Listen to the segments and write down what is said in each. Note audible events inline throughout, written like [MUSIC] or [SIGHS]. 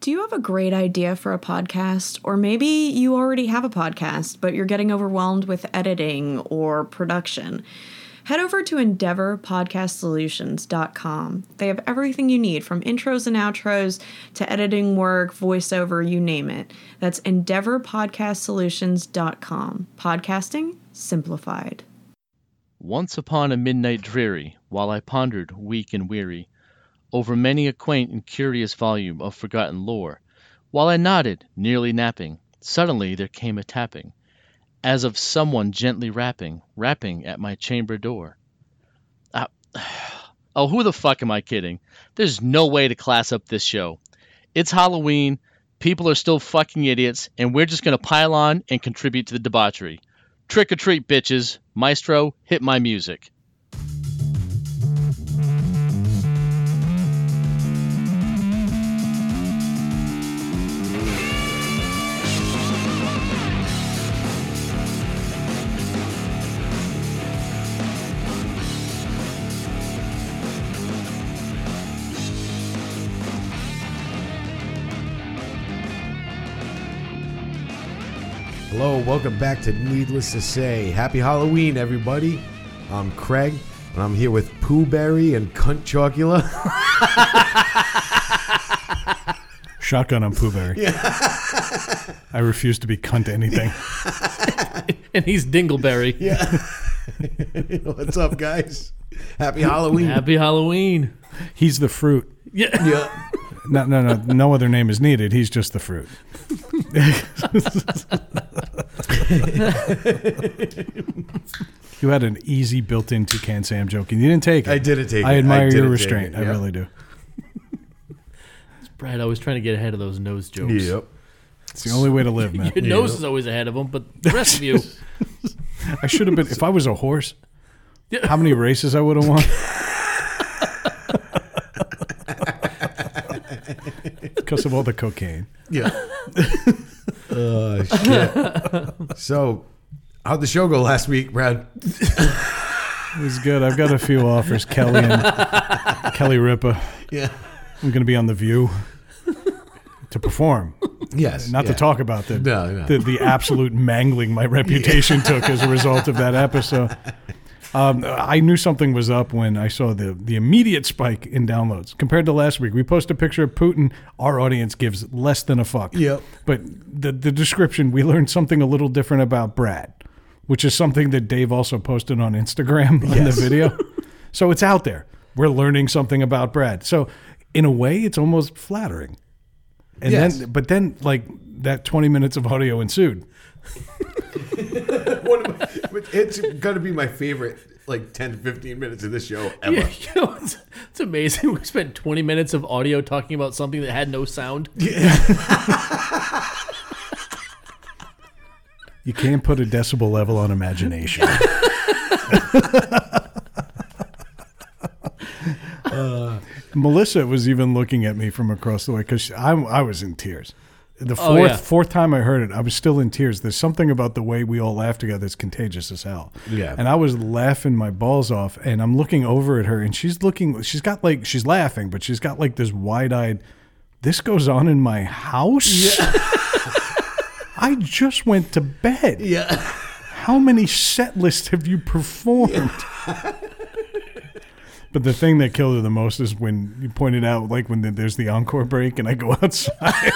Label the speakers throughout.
Speaker 1: Do you have a great idea for a podcast? Or maybe you already have a podcast, but you're getting overwhelmed with editing or production? Head over to EndeavorPodcastSolutions.com. They have everything you need from intros and outros to editing work, voiceover, you name it. That's EndeavorPodcastSolutions.com. Podcasting simplified.
Speaker 2: Once upon a midnight dreary, while I pondered, weak and weary, over many a quaint and curious volume of forgotten lore, while I nodded, nearly napping, suddenly there came a tapping, as of someone gently rapping, rapping at my chamber door. Ah, [SIGHS] oh, who the fuck am I kidding? There's no way to class up this show. It's Halloween, people are still fucking idiots, and we're just gonna pile on and contribute to the debauchery. Trick or treat, bitches. Maestro, hit my music.
Speaker 3: Hello, welcome back to Needless to Say. Happy Halloween, everybody. I'm Craig, and I'm here with Pooh Berry and Cunt Chocula. [LAUGHS]
Speaker 4: Shotgun on Pooh Berry. [LAUGHS] I refuse to be cunt to anything.
Speaker 5: and he's Dingleberry.
Speaker 3: What's up, guys? Happy Halloween.
Speaker 5: Happy Halloween.
Speaker 4: He's the fruit.
Speaker 5: Yeah.
Speaker 3: yeah.
Speaker 4: No, no, no. No other name is needed. He's just the fruit. you had an easy built-in toucan Sam joke, and you didn't take it.
Speaker 3: I didn't take
Speaker 4: I
Speaker 3: it. I
Speaker 4: admire
Speaker 3: didn't
Speaker 4: your
Speaker 3: take
Speaker 4: restraint.
Speaker 3: it,
Speaker 4: I
Speaker 3: yeah.
Speaker 4: really do.
Speaker 5: Brad always trying to get ahead of those nose jokes.
Speaker 3: Yep.
Speaker 4: It's the only way to
Speaker 2: [LAUGHS]
Speaker 4: live, man.
Speaker 5: [LAUGHS] Your nose is always ahead of them, but the rest of you,
Speaker 4: I should have been. If I was a horse, how many races I would have won? Because of all the cocaine.
Speaker 3: Yeah. Oh, shit. So, how'd the show go last week, Brad?
Speaker 4: It was good. I've got a few offers. Kelly and Kelly Ripa.
Speaker 3: Yeah.
Speaker 4: I'm going to be on The View to perform,
Speaker 3: Yes.
Speaker 4: not
Speaker 3: yeah.
Speaker 4: to talk about the,
Speaker 3: No, no.
Speaker 4: the the
Speaker 3: [LAUGHS]
Speaker 4: absolute mangling my reputation took as a result of that episode. Um, I knew something was up when I saw the the immediate spike in downloads compared to last week. We post a picture of Putin. Our audience gives less than a fuck.
Speaker 3: Yep.
Speaker 4: But the the description, we learned something a little different about Brad, which is something that Dave also posted on Instagram [LAUGHS] in the
Speaker 3: [LAUGHS]
Speaker 4: video. so it's out there. We're learning something about Brad. So in a way, it's almost flattering. And
Speaker 3: Yes.
Speaker 4: then, but then, like that twenty minutes of audio ensued.
Speaker 3: One of my- but it's going to be my favorite, like 10 to 15 minutes of this show ever.
Speaker 5: [LAUGHS] you know, it's, it's amazing. We spent 20 minutes of audio talking about something that had no sound.
Speaker 4: You can't put a decibel level on
Speaker 5: [LAUGHS]
Speaker 4: imagination. Uh, Melissa was even looking at me from across the way because I, I was in tears. The fourth
Speaker 5: Oh, yeah.
Speaker 4: fourth time I heard it, I was still in tears. There's something about the way we all laugh together that's contagious as hell.
Speaker 3: Yeah.
Speaker 4: And I was laughing my balls off, and I'm looking over at her, and she's looking. She's got like she's laughing, but she's got like this wide eyed. This goes on in my house. I just went to bed.
Speaker 3: Yeah.
Speaker 4: How many set lists have you [LAUGHS] performed? but the thing that killed her the most is when you pointed out, like when the, there's the encore break, and I go [LAUGHS] outside.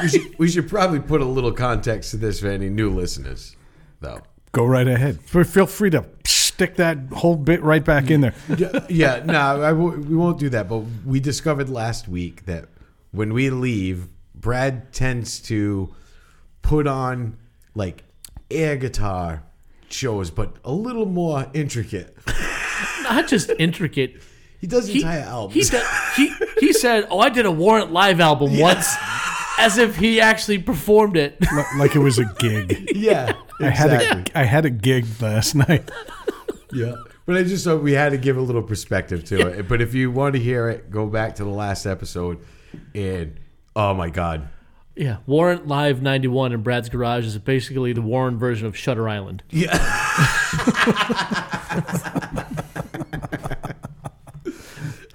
Speaker 3: we, should, we should probably put a little context to this for any new listeners, though.
Speaker 4: go right ahead. F- Feel free to stick that whole bit right back in there.
Speaker 3: Yeah, [LAUGHS] yeah no, I w- we won't do that. But we discovered last week that when we leave, Brad tends to put on like air guitar shows, but a little more intricate.
Speaker 5: Not just intricate.
Speaker 3: He does
Speaker 5: He,
Speaker 3: entire albums.
Speaker 5: he, said- he, he said, Oh, I did a Warrant Live album once, as if he actually performed it.
Speaker 4: Li- Like it was a [LAUGHS] gig.
Speaker 3: [LAUGHS] yeah,
Speaker 4: I had
Speaker 3: exactly.
Speaker 4: a I had a gig last [LAUGHS] night.
Speaker 3: yeah. But I just thought we had to give a little perspective to it. But if you want to hear it, go back to the last episode, and oh my god,
Speaker 5: Yeah, Warrant Live 91 in Brad's Garage is basically the Warren version of Shutter Island.
Speaker 3: yeah, [LAUGHS]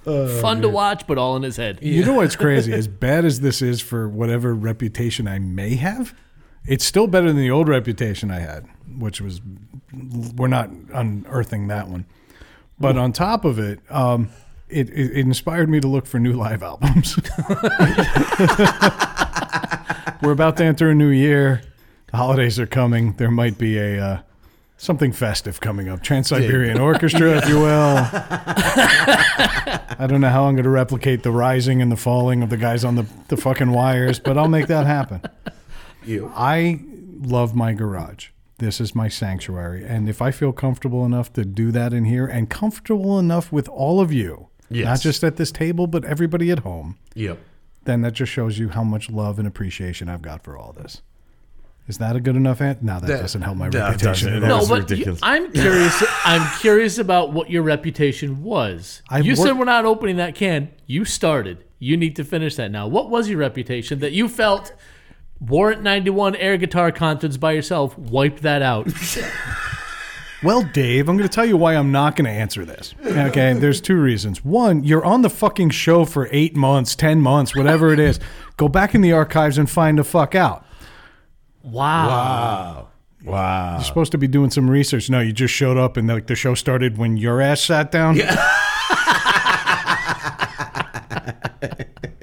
Speaker 5: Fun
Speaker 3: Oh,
Speaker 5: to watch, but all in his head.
Speaker 4: You know what's crazy? As bad as this is for whatever reputation I may have, it's still better than the old reputation I had, which was we're not unearthing that one. But on top of it, um, it, it inspired me to look for new live albums. [LAUGHS] we're about to enter a new year. The holidays are coming. There might be a uh, something festive coming up. Trans Siberian Orchestra, if you will. I don't know how I'm going to replicate the rising and the falling of the guys on the, the fucking wires, but I'll make that happen.
Speaker 3: You.
Speaker 4: I love my garage. This is my sanctuary. And if I feel comfortable enough to do that in here and comfortable enough with all of you, not
Speaker 3: Yes.
Speaker 4: just at this table, but everybody at home,
Speaker 3: Yep.
Speaker 4: then that just shows you how much love and appreciation I've got for all this. Is that a good enough answer? No, that,
Speaker 3: That-
Speaker 4: doesn't help my
Speaker 3: that
Speaker 4: reputation
Speaker 3: doesn't.
Speaker 4: at all.
Speaker 5: No,
Speaker 3: That's
Speaker 5: but you,
Speaker 3: ridiculous.
Speaker 5: I'm curious. I'm curious about what your reputation was.
Speaker 4: I
Speaker 5: you said
Speaker 4: worked-
Speaker 5: we're not opening that can. You started. You need to finish that now. What was your reputation that you felt? Warrant 91 air guitar concerts by yourself. Wipe that out.
Speaker 4: Well, Dave, I'm going to tell you why I'm not going to answer this. Okay, there's two reasons. One, you're on the fucking show for eight months, 10 months, whatever it is. Go back in the archives and find the fuck out.
Speaker 5: Wow.
Speaker 3: Wow. Wow.
Speaker 4: You're supposed to be doing some research. No, you just showed up and like the show started when your ass sat down.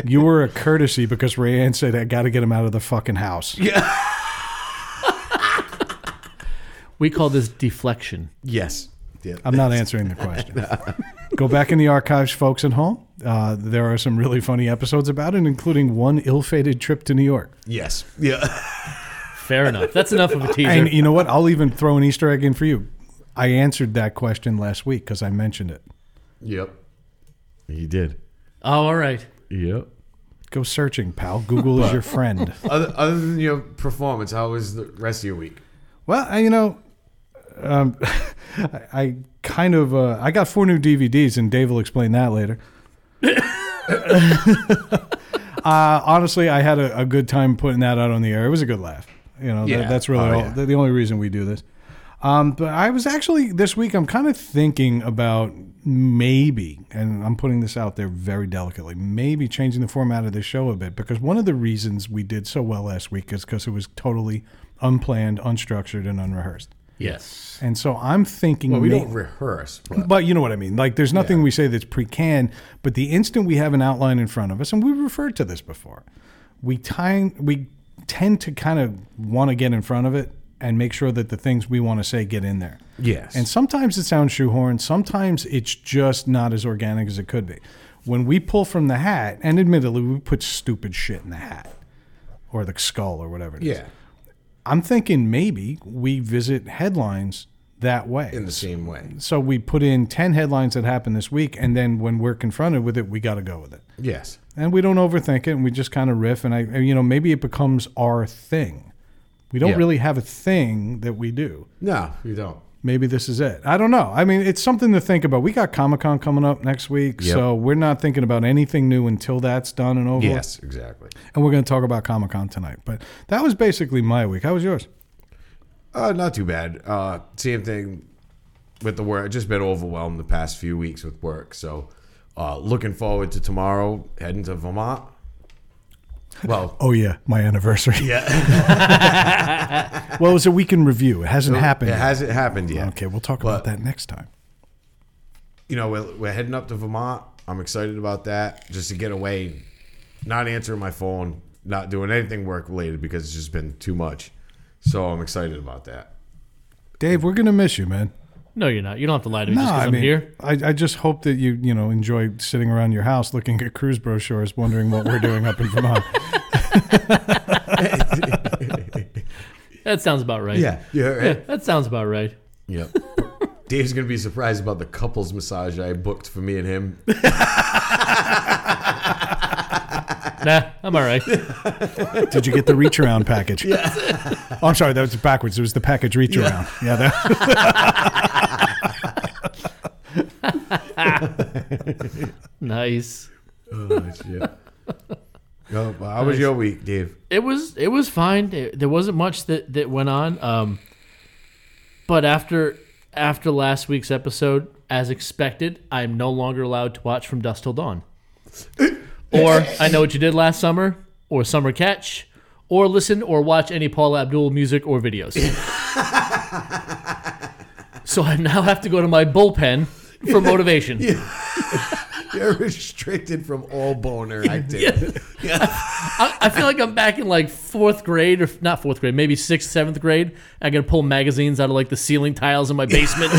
Speaker 4: you were a courtesy because Rayanne said, I got to get him out of the fucking house.
Speaker 5: We call this deflection.
Speaker 3: Yes. Yeah.
Speaker 4: I'm not answering the question. Go back in the archives, folks at home. Uh, there are some really funny episodes about it, including one ill-fated trip to New York.
Speaker 3: Yes. Yeah. [LAUGHS]
Speaker 5: Fair enough. That's enough of a teaser.
Speaker 4: And you know what? I'll even throw an Easter egg in for you. I answered that question last week because I mentioned it.
Speaker 3: yep. He did.
Speaker 5: oh, all right.
Speaker 3: Yep.
Speaker 4: Go searching, pal. Google is your friend.
Speaker 3: Other, other than your performance, how was the rest of your week?
Speaker 4: Well, I, you know, um, [LAUGHS] I, I kind of uh, I got four new DVDs, and Dave will explain
Speaker 3: [LAUGHS]
Speaker 4: that later. uh, honestly, I had a, a good time putting that out on the air. It was a good laugh. You know,
Speaker 3: Yeah.
Speaker 4: that, that's really
Speaker 3: Oh,
Speaker 4: all,
Speaker 3: yeah.
Speaker 4: the, the only reason we do this. Um, but I was actually this week. I'm kind of thinking about maybe, and I'm putting this out there very delicately, maybe changing the format of the show a bit because one of the reasons we did so well last week is because it was totally unplanned, unstructured, and unrehearsed.
Speaker 5: Yes.
Speaker 4: And so I'm thinking
Speaker 3: Well, we
Speaker 4: may-
Speaker 3: don't rehearse, but
Speaker 4: but you know what I mean. Like, there's nothing we say that's pre-canned. But the instant we have an outline in front of us, and we referred to this before, we time we tend to kind of want to get in front of it and make sure that the things we want to say get in there.
Speaker 3: yes.
Speaker 4: And sometimes it sounds shoehorned. Sometimes it's just not as organic as it could be. When we pull from the hat, and admittedly, we put stupid shit in the hat or the skull or whatever it is.
Speaker 3: yeah.
Speaker 4: I'm thinking maybe we visit headlines that way.
Speaker 3: In the same way.
Speaker 4: So we put in 10 headlines that happened this week, and then when we're confronted with it, we got to go with it.
Speaker 3: Yes.
Speaker 4: And we don't overthink it, and we just kind of riff. And I, and, you know, maybe it becomes our thing. We don't
Speaker 3: Yeah.
Speaker 4: really have a thing that we do.
Speaker 3: No, you don't.
Speaker 4: Maybe this is it. I don't know. I mean, it's something to think about. We got Comic Con coming up next week,
Speaker 3: Yep.
Speaker 4: so we're not thinking about anything new until that's done and over. with.
Speaker 3: Yes, exactly.
Speaker 4: And we're going to talk about Comic Con tonight. But that was basically my week. How was yours?
Speaker 3: Uh, not too bad. Uh, same thing with the work. I've just been overwhelmed the past few weeks with work. So, uh, looking forward to tomorrow, heading to Vermont. Well,
Speaker 4: Oh yeah, my anniversary. [LAUGHS] Yeah. well, it was a week in review. It hasn't happened.
Speaker 3: it
Speaker 4: yet.
Speaker 3: hasn't happened yet.
Speaker 4: Okay, we'll talk about
Speaker 3: But-
Speaker 4: that next time.
Speaker 3: You know, we're, we're heading up to Vermont. I'm excited about that just to get away, not answering my phone, not doing anything work related because it's just been too much. So, I'm excited about that.
Speaker 4: Dave, we're gonna miss you, man.
Speaker 5: No, you're not. You don't have to lie to me just because
Speaker 4: I
Speaker 5: I'm here.
Speaker 4: I, I just hope that you, you know, enjoy sitting around your house looking at cruise brochures, wondering what we're doing up in
Speaker 5: [LAUGHS]
Speaker 4: Vermont.
Speaker 5: That sounds about right.
Speaker 3: [LAUGHS] Yeah.
Speaker 5: Yeah,
Speaker 3: Right?
Speaker 5: that sounds about right.
Speaker 3: Yep. Dave's going to be surprised about the couples massage I booked for me and him.
Speaker 5: Nah, I'm all right. [LAUGHS]
Speaker 4: Did you get the reach around package? Yeah. Oh, I'm sorry, that was backwards. It was the package reach around. Yeah. That, [LAUGHS]
Speaker 5: Nice.
Speaker 3: Oh, shit. Yo, how was your week, [LAUGHS] Dave?
Speaker 5: It was it was fine. It- there wasn't much that that went on. Um, but after after last week's episode, as expected, I am no longer allowed to watch From Dusk Till Dawn. or I Know What You Did Last Summer, or Summer Catch, or listen or watch any Paul Abdul music or videos. so I now have to go to my bullpen for motivation.
Speaker 3: You're restricted from all boner activity.
Speaker 5: I, I feel like I'm back in like fourth grade, or not fourth grade, maybe sixth, seventh grade. I can pull magazines out of like the ceiling tiles in my basement.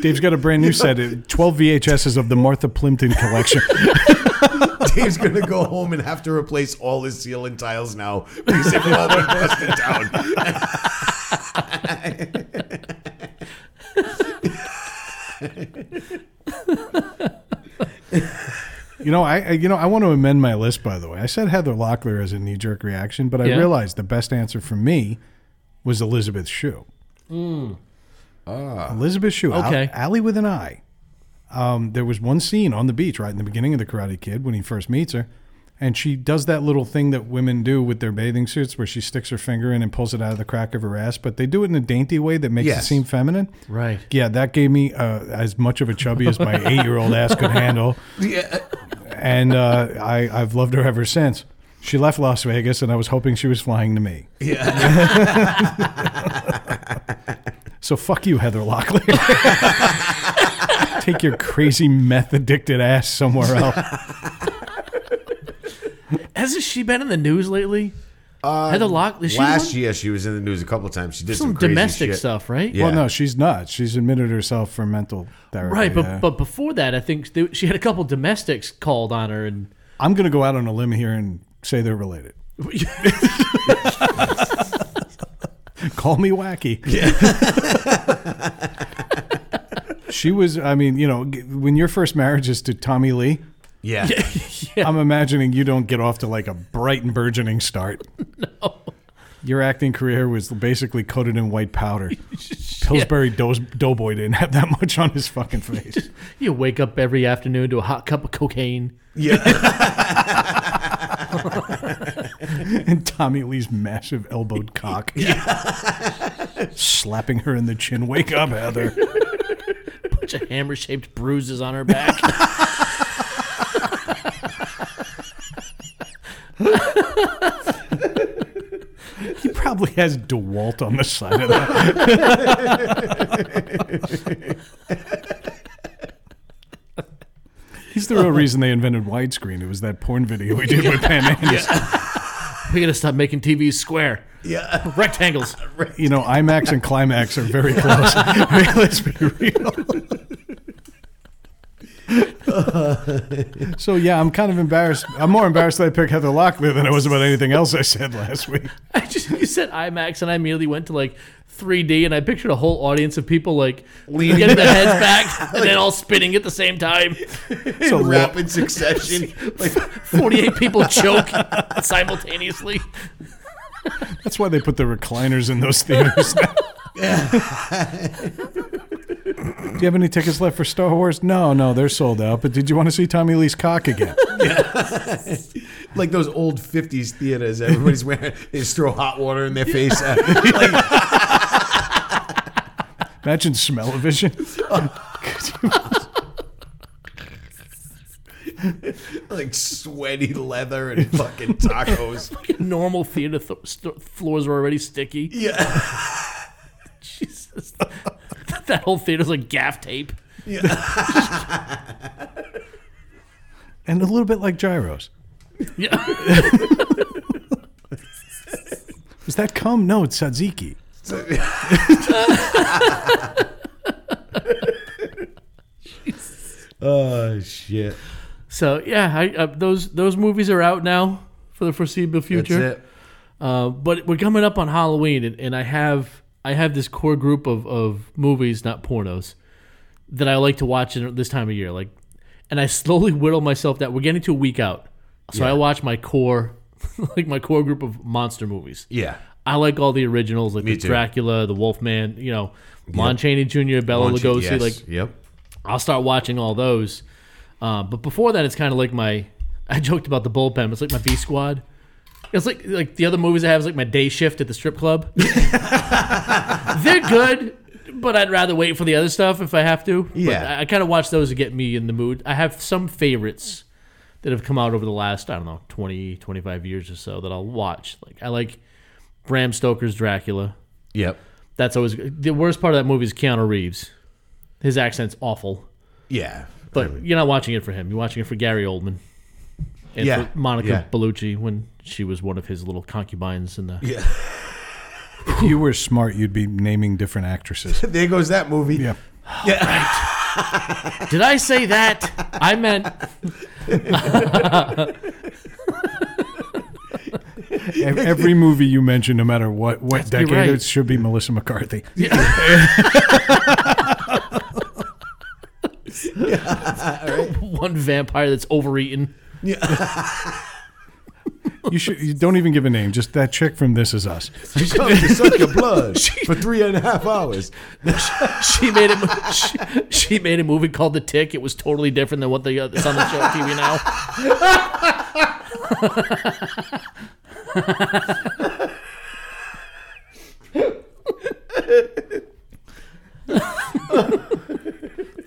Speaker 4: Dave's got a brand new set,
Speaker 5: [LAUGHS]
Speaker 4: uh, 12 VHSs of the Martha Plimpton collection.
Speaker 3: Dave's gonna go home and have to replace all his ceiling tiles now because they've all been busted down.
Speaker 4: You know, I, I you know I want to amend my list. By the way, I said Heather Locklear as a knee jerk reaction, but I
Speaker 5: Yeah.
Speaker 4: realized the best answer for me was Elizabeth Shue. Elizabeth Shue, Al-
Speaker 5: Okay.
Speaker 4: Ally with an eye. Um, there was one scene on the beach right in the beginning of the Karate Kid when he first meets her, and she does that little thing that women do with their bathing suits, where she sticks her finger in and pulls it out of the crack of her ass. But they do it in a dainty way that makes
Speaker 3: Yes.
Speaker 4: it seem feminine.
Speaker 5: Right.
Speaker 4: Yeah, that gave me uh, as much of a chubby as
Speaker 5: [LAUGHS]
Speaker 4: my eight-year-old ass could handle
Speaker 3: [LAUGHS] Yeah.
Speaker 4: and uh, I, I've loved her ever since. She left Las Vegas, and I was hoping she was flying to me. Yeah. so fuck you, Heather Locklear. Take your crazy meth addicted ass somewhere else.
Speaker 5: Hasn't she been in the news lately? Uh, Heather Lock. Is she
Speaker 3: Last
Speaker 5: the one?
Speaker 3: year she was in the news a couple of times. She did some,
Speaker 5: some,
Speaker 3: crazy
Speaker 5: domestic
Speaker 3: shit.
Speaker 5: stuff, right?
Speaker 3: Yeah.
Speaker 4: Well, no, she's not. She's admitted herself for mental therapy.
Speaker 5: Right, but
Speaker 4: yeah.
Speaker 5: but before that, I think they, she had a couple domestics called on her, and
Speaker 4: I'm gonna go out on a limb here and say they're
Speaker 5: [LAUGHS]
Speaker 4: related. Call me wacky. she was. I mean, you know, g- when your first marriage is to Tommy Lee,
Speaker 3: Yeah.
Speaker 4: [LAUGHS] I'm imagining you don't get off to like a bright and burgeoning start. no. Your acting career was basically coated in white powder. Pillsbury Dough- Doughboy didn't have that much on his fucking face.
Speaker 5: you wake up every afternoon to a hot cup of cocaine.
Speaker 3: Yeah.
Speaker 4: and Tommy Lee's massive elbowed cock. Slapping her in the chin. Wake up, Heather.
Speaker 5: bunch of hammer shaped bruises on
Speaker 3: [LAUGHS]
Speaker 5: her back.
Speaker 4: He probably has DeWalt on the side of that. He's the real reason they invented widescreen. It was that porn video we did with Pam Anderson.
Speaker 5: we gotta stop making TVs square,
Speaker 3: yeah.
Speaker 5: rectangles.
Speaker 4: You know, IMAX and Climax are very close. I mean, Let's be real. so yeah, I'm kind of embarrassed. I'm more embarrassed that I picked Heather Locklear than I was about anything else I said last week.
Speaker 5: [LAUGHS] I just you said IMAX, and I immediately went to like 3D, and I pictured a whole audience of people like
Speaker 3: Leaning. [LAUGHS]
Speaker 5: getting their heads back and then all spinning at the same time.
Speaker 4: So
Speaker 3: In
Speaker 4: lo-
Speaker 3: rapid succession. Like
Speaker 5: 48 people choke [LAUGHS] simultaneously. [LAUGHS]
Speaker 4: That's why they put the recliners in those theaters.
Speaker 5: [LAUGHS]
Speaker 4: now. Do you have any tickets left for Star Wars? No, no, they're sold out. But did you want to see Tommy Lee's cock again?
Speaker 3: like those old fifties theaters everybody's wearing they just throw hot water in their face. uh, Like,
Speaker 4: Imagine smell-o-vision.
Speaker 3: [LAUGHS] like sweaty leather and fucking tacos.
Speaker 5: Normal theater th- st- floors were
Speaker 3: [LAUGHS]
Speaker 5: already sticky.
Speaker 3: Yeah.
Speaker 5: Jesus. [LAUGHS] that whole theater's like gaff tape. [LAUGHS]
Speaker 4: And a little bit like gyros.
Speaker 5: Yeah.
Speaker 4: Was that cum? No, it's tzatziki.
Speaker 3: Oh shit.
Speaker 5: So yeah, I, uh, those those movies are out now for the foreseeable
Speaker 3: That's
Speaker 5: future.
Speaker 3: it.
Speaker 5: Uh, but we're coming up on Halloween, and, and I have I have this core group of, of movies, not pornos, that I like to watch in this time of year. Like, and I slowly whittle myself down. We're getting to a week out, so I watch my core, [LAUGHS] like my core group of monster movies.
Speaker 3: Yeah.
Speaker 5: I like all the originals, like the
Speaker 3: too.
Speaker 5: Dracula, the Wolfman, you know, Lon Chaney Jr., Bela Lugosi.
Speaker 3: Yes.
Speaker 5: Like,
Speaker 3: Yep.
Speaker 5: I'll start watching all those. Uh, but before that, it's kind of like my. [LAUGHS] I joked about the bullpen. It's like my B squad. It's like like the other movies I have is like my day shift at the strip club. They're good. But I'd rather wait for the other stuff if I have to. But
Speaker 3: Yeah.
Speaker 5: I, I kind of watch those to get me in the mood. I have some favorites that have come out over the last, I don't know, 20, 25 years or so that I'll watch. Like I like Bram Stoker's Dracula.
Speaker 3: Yep.
Speaker 5: That's always the worst part of that movie is Keanu Reeves. His accent's awful.
Speaker 3: Yeah.
Speaker 5: But you're not watching it for him. You're watching it for Gary Oldman. And
Speaker 3: Yeah,
Speaker 5: for Monica
Speaker 3: yeah.
Speaker 5: Bellucci when she was one of his little concubines in the
Speaker 3: Yeah.
Speaker 4: If you were smart, you'd be naming different
Speaker 5: [LAUGHS]
Speaker 4: actresses.
Speaker 3: there goes that movie. [LAUGHS]
Speaker 4: Yeah.
Speaker 5: Did I say that? I meant
Speaker 4: E- Every movie you mention, no matter what what
Speaker 5: You're
Speaker 4: decade,
Speaker 5: right.
Speaker 4: it should be Melissa McCarthy.
Speaker 5: one vampire that's overeaten.
Speaker 4: You should. You don't even give a name. Just that chick from This Is Us.
Speaker 3: She comes to suck your blood for three and a half hours.
Speaker 5: She made a mo- she, she made a movie called The Tick. It was totally different than what the uh, that's on the show on TV now.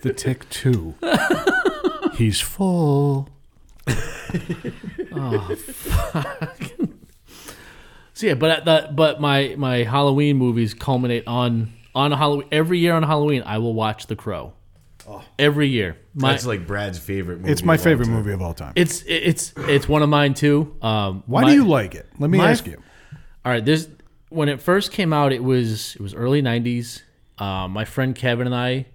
Speaker 4: The Tick Two.
Speaker 5: [LAUGHS]
Speaker 4: He's full.
Speaker 5: So yeah, but at the, but my my Halloween movies culminate on on Halloween every year on Halloween. I will watch The Crow. Every year, my
Speaker 3: That's like Brad's favorite movie.
Speaker 4: It's my
Speaker 3: of all
Speaker 4: favorite
Speaker 3: time.
Speaker 4: movie of all time.
Speaker 5: it's it's it's one of mine too. Um,
Speaker 4: Why
Speaker 5: my-
Speaker 4: do you like it? Let me
Speaker 5: my-
Speaker 4: ask you.
Speaker 5: All right, this when it first came out, it was it was early '90s. Uh, my friend Kevin and I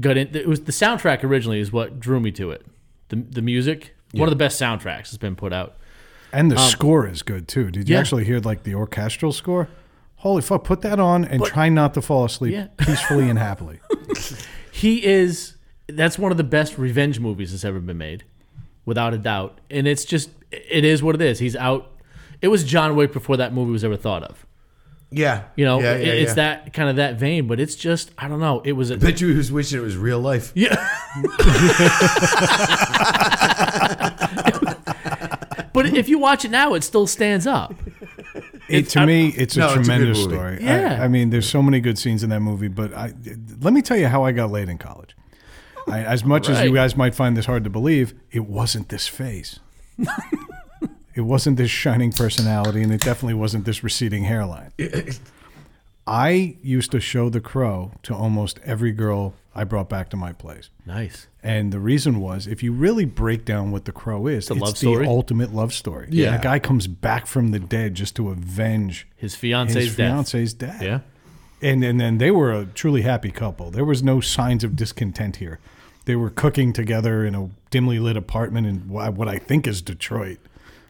Speaker 5: got in. It was the soundtrack originally is what drew me to it. The the music, one of the best soundtracks that's been put out.
Speaker 4: And the score is good too. Did you
Speaker 5: um, yeah.
Speaker 4: actually hear like the orchestral score? Holy fuck! Put that on and try not to fall asleep
Speaker 5: Yeah.
Speaker 4: peacefully and
Speaker 5: [LAUGHS]
Speaker 4: happily.
Speaker 5: He is that's one of the best revenge movies that's ever been made, without a doubt. And it's just it is what it is. He's out. It was John Wick before that movie was ever thought of.
Speaker 3: Yeah.
Speaker 5: You know,
Speaker 3: yeah,
Speaker 5: it-
Speaker 3: yeah,
Speaker 5: it's
Speaker 3: yeah.
Speaker 5: that kind of that vein, but it's just I don't know. It was a,
Speaker 3: Bet you he was wishing it was real life.
Speaker 5: but if you watch it now, it still stands up. [LAUGHS]
Speaker 4: It, to
Speaker 5: I-
Speaker 4: me, it's a
Speaker 3: No, it's a good
Speaker 4: tremendous
Speaker 3: movie.
Speaker 4: story. I-
Speaker 5: Yeah.
Speaker 4: I, mean, there's so many good scenes in that movie, but I, let me tell you how I got laid in college. I, as much as you
Speaker 5: Right.
Speaker 4: guys might find this hard to believe, it wasn't this face. it wasn't this shining personality, and it definitely wasn't this receding hairline. I used to show the crow to almost every girl I brought back to my place.
Speaker 5: Nice.
Speaker 4: And the reason was, if you really break down what the crow is, it's,
Speaker 5: love
Speaker 4: the
Speaker 5: story?
Speaker 4: ultimate love story.
Speaker 3: Yeah.
Speaker 4: a guy comes back from the dead just to avenge
Speaker 5: His fiance's
Speaker 4: his
Speaker 5: death.
Speaker 4: fiance's death.
Speaker 5: Yeah.
Speaker 4: and and then they were a truly happy couple. There was no signs of discontent here. They were cooking together in a dimly lit apartment in wh- what I think is Detroit.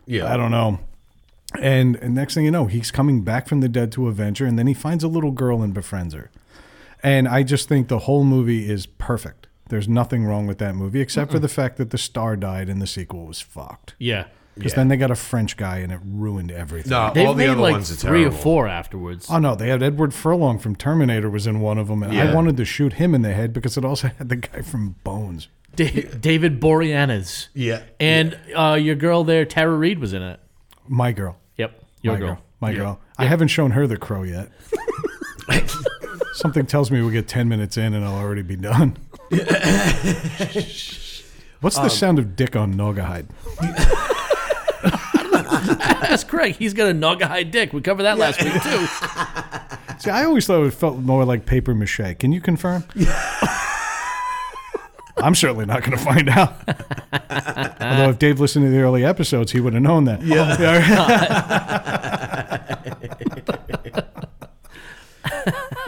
Speaker 3: Yeah.
Speaker 4: I don't know. And, and next thing you know, he's coming back from the dead to Avenger, and then he finds a little girl and befriends her. And I just think the whole movie is perfect. There's nothing wrong with that movie except for the fact that the star died and the sequel was fucked.
Speaker 5: Yeah.
Speaker 4: Because then they got a French guy and it ruined everything.
Speaker 3: No,
Speaker 5: They've
Speaker 3: all the
Speaker 5: made
Speaker 3: other
Speaker 5: like
Speaker 3: ones are
Speaker 5: three or
Speaker 3: terrible.
Speaker 5: four afterwards.
Speaker 4: Oh no, they had Edward Furlong from Terminator was in one of them, and I
Speaker 3: Yeah.
Speaker 4: wanted to shoot him in the head because it also [LAUGHS] had the guy from Bones.
Speaker 5: Da- David Boreanaz.
Speaker 3: Yeah.
Speaker 5: And uh, your girl there, Tara Reid, was in it.
Speaker 4: My girl,
Speaker 5: Yep. Your
Speaker 4: my
Speaker 5: girl.
Speaker 4: my girl. I haven't shown her the crow yet. Something tells me we get ten minutes in and I'll already be done. What's the sound of dick on Naugahyde?
Speaker 5: That's Craig. He's got a Naga high dick. We covered that last week,
Speaker 3: [LAUGHS]
Speaker 5: too.
Speaker 4: See, I always thought it felt more like paper mache. Can you confirm? I'm certainly not going to find out. Although, if Dave listened to the early episodes, he would have known that. Yeah.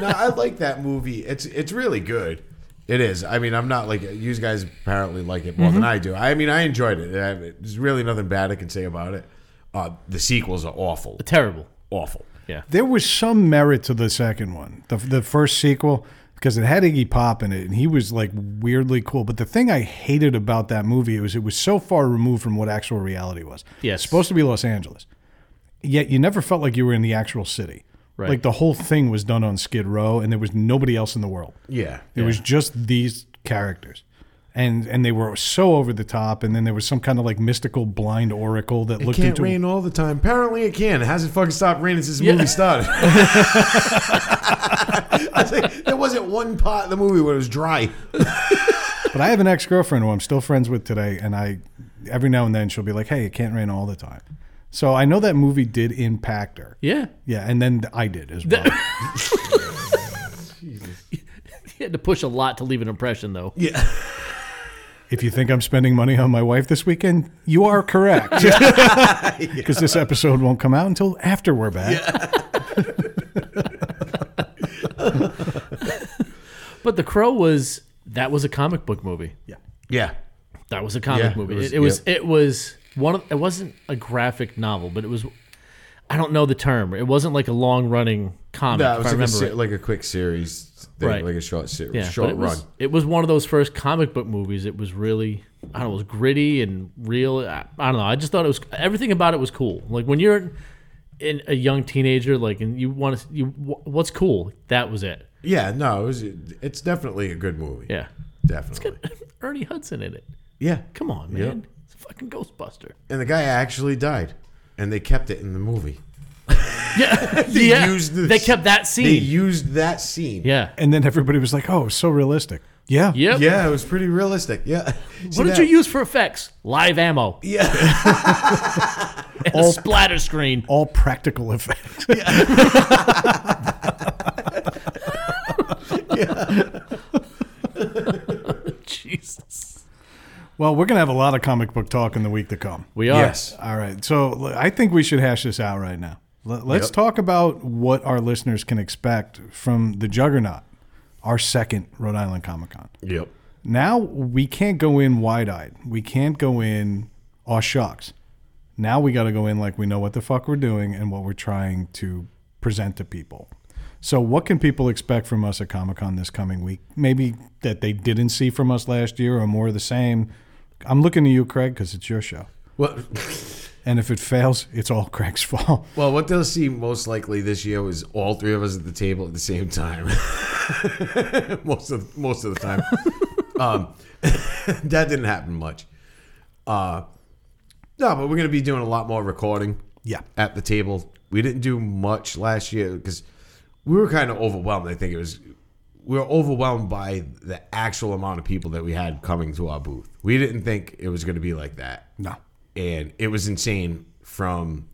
Speaker 3: no, I like that movie. It's it's really good. It is. I mean, I'm not like you guys apparently like it more than
Speaker 5: Mm-hmm.
Speaker 3: I do. I mean, I enjoyed it. I- There's really nothing bad I can say about it. Uh, the sequels are awful,
Speaker 5: Terrible.
Speaker 3: awful.
Speaker 5: Yeah.
Speaker 4: there was some merit to the second one, the, the first sequel, because it had Iggy Pop in it, and he was like weirdly cool. But the thing I hated about that movie was it was so far removed from what actual reality was.
Speaker 5: Yes.
Speaker 4: It's supposed to be Los Angeles. Yet you never felt like you were in the actual city.
Speaker 5: Right.
Speaker 4: Like the whole thing was done on Skid Row, and there was nobody else in the world.
Speaker 3: Yeah,
Speaker 4: It was just these characters. and and they were so over the top, and then there was some kind of like mystical blind oracle that
Speaker 3: It
Speaker 4: looked
Speaker 3: can't
Speaker 4: into
Speaker 3: rain all the time. Apparently, it can. It hasn't fucking stopped raining since the movie
Speaker 5: [LAUGHS]
Speaker 3: started. [LAUGHS] I was like, there wasn't one part of the movie where it was dry.
Speaker 4: But I have an ex girlfriend who I'm still friends with today, and I every now and then she'll be like, "Hey, it can't rain all the time." So I know that movie did impact her.
Speaker 5: Yeah.
Speaker 4: Yeah, and then I did as well.
Speaker 5: He had to push a lot to leave an impression, though.
Speaker 3: Yeah.
Speaker 4: if you think I'm spending money on my wife this weekend, you are correct. Because [LAUGHS] this episode won't come out until after we're back.
Speaker 5: But The Crow was that was a comic book movie.
Speaker 3: Yeah.
Speaker 5: That was a comic
Speaker 3: Yeah,
Speaker 5: movie.
Speaker 3: it
Speaker 5: It
Speaker 3: was-
Speaker 5: was. It, was.
Speaker 3: yeah.
Speaker 5: It was one. Of, it wasn't a graphic novel, but it was. I don't know the term. It wasn't like a long running comic.
Speaker 3: That
Speaker 5: if
Speaker 3: was
Speaker 5: I
Speaker 3: like a,
Speaker 5: remember.
Speaker 3: se-
Speaker 5: it.
Speaker 3: like a quick series, thing,
Speaker 5: Right.
Speaker 3: like a short series,
Speaker 5: Yeah,
Speaker 3: short
Speaker 5: but it
Speaker 3: run.
Speaker 5: was. It was one of those first comic book movies. It was really. I don't know. It was gritty and real. I, I don't know. I just thought it was everything about it was cool. Like when you're in a young teenager, like and you want to. You wh- what's cool? That was it.
Speaker 3: yeah, no, it was. It's definitely a good movie.
Speaker 5: Yeah.
Speaker 3: definitely.
Speaker 5: Ernie Hudson in it.
Speaker 3: Yeah,
Speaker 5: Come on, man. It's a fucking Ghostbuster.
Speaker 3: and the guy actually died, and they kept it in the movie.
Speaker 5: Yeah.
Speaker 3: They
Speaker 5: yeah.
Speaker 3: used this-
Speaker 5: they kept that
Speaker 3: They
Speaker 5: scene.
Speaker 3: used that scene.
Speaker 5: yeah.
Speaker 4: And then everybody was like, "Oh, so realistic." Yeah.
Speaker 5: Yep.
Speaker 3: yeah, it was pretty realistic. Yeah. [LAUGHS]
Speaker 5: What did you use for effects? Live ammo. Yeah. [LAUGHS] and a splatter screen. [LAUGHS]
Speaker 4: All practical effects.
Speaker 5: Jesus.
Speaker 4: [LAUGHS] well, we're gonna have a lot of comic book talk in the week to come.
Speaker 5: We are.
Speaker 3: Yes.
Speaker 4: All right. So l- I think we should hash this out right now. L- Let's
Speaker 3: Yep.
Speaker 4: talk about what our listeners can expect from the Juggernaut, our second Rhode Island Comic Con.
Speaker 3: Yep.
Speaker 4: Now we can't go in wide eyed. We can't go in, aw shucks. Now we got to go in like we know what the fuck we're doing and what we're trying to present to people. So, what can people expect from us at Comic Con this coming week? Maybe that they didn't see from us last year or more of the same. I'm looking to you, Craig, because it's your show.
Speaker 3: Well, [LAUGHS]
Speaker 4: And if it fails, it's all Craig's [LAUGHS] fault.
Speaker 3: well, what they'll see most likely this year was all three of us at the table at the same time. [LAUGHS] most of most of the time, um, [LAUGHS] that didn't happen much. Uh, no, but we're gonna be doing a lot more recording.
Speaker 4: Yeah.
Speaker 3: at the table. We didn't do much last year because we were kind of overwhelmed. I think it was we were overwhelmed by the actual amount of people that we had coming to our booth. We didn't think it was going to be like that.
Speaker 4: No.
Speaker 3: and it was insane from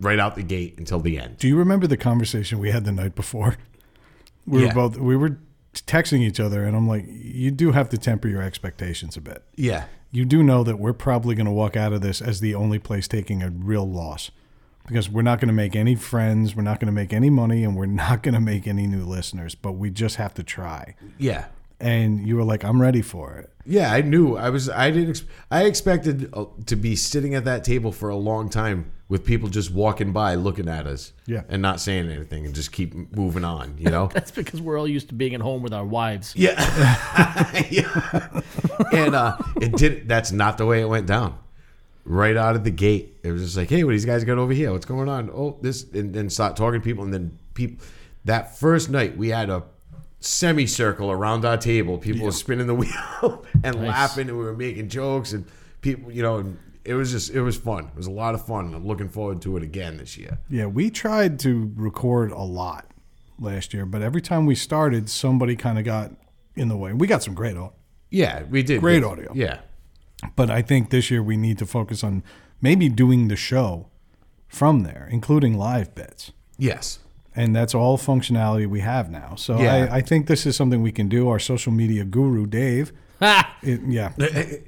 Speaker 3: right out the gate until the end.
Speaker 4: Do you remember the conversation we had the night before? We
Speaker 3: Yeah.
Speaker 4: were both we were texting each other, and I'm like, you do have to temper your expectations a bit.
Speaker 3: Yeah,
Speaker 4: You do know that we're probably going to walk out of this as the only place taking a real loss because we're not going to make any friends, we're not going to make any money, and we're [LAUGHS] not going to make any new listeners. But we just have to try.
Speaker 3: yeah,
Speaker 4: And you were like, I'm ready for it.
Speaker 3: yeah. I knew I was. I didn't. Ex- I expected uh, to be sitting at that table for a long time with people just walking by, looking at us,
Speaker 4: Yeah.
Speaker 3: and not saying anything, and just keep moving on. You [LAUGHS] know.
Speaker 5: That's because we're all used to being at home with our wives.
Speaker 3: Yeah. [LAUGHS] yeah. and uh, it did. That's not the way it went down. Right out of the gate, it was just like, "Hey, what do these guys got over here? What's going on?" Oh, this, and then start talking to people, and then people. That first night, we had a semicircle around our table. People were spinning the [LAUGHS] wheel and laughing, and we were making jokes, and people, you know, and it was just, it was fun. It was a lot of fun. and I'm looking forward to it again this year.
Speaker 4: Yeah, we tried to record a lot last year, but every time we started, somebody kind of got in the way. We got some great audio,
Speaker 3: Yeah, we did
Speaker 4: Great audio.
Speaker 3: Yeah,
Speaker 4: but I think this year we need to focus on maybe doing the show from there, including live bits.
Speaker 3: yes,
Speaker 4: And that's all functionality we have now. So
Speaker 3: Yeah.
Speaker 4: I, I think this is something we can do. Our social media guru, Dave.
Speaker 3: [LAUGHS]
Speaker 5: Ha!
Speaker 4: it- yeah. I-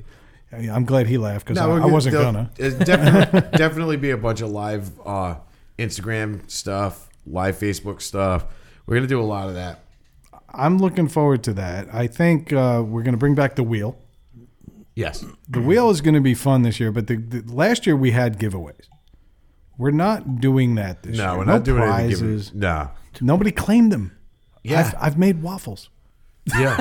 Speaker 4: I'm glad he laughed because
Speaker 3: we're
Speaker 4: I, I
Speaker 3: good.
Speaker 4: wasn't
Speaker 3: There'll-
Speaker 4: gonna.
Speaker 3: There's definitely, [LAUGHS] definitely be a bunch of live uh, Instagram stuff, live Facebook stuff. We're gonna do a lot of that.
Speaker 4: I'm looking forward to that. I think uh, we're going to bring back the wheel.
Speaker 3: Yes.
Speaker 4: The wheel is going to be fun this year, but the, the last year we had giveaways. We're not doing that this year.
Speaker 3: No, we're not doing anything.
Speaker 4: prizes.
Speaker 3: given- No.
Speaker 4: Nobody claimed them.
Speaker 3: Yeah.
Speaker 4: I've, I've made waffles. [LAUGHS]
Speaker 3: yeah.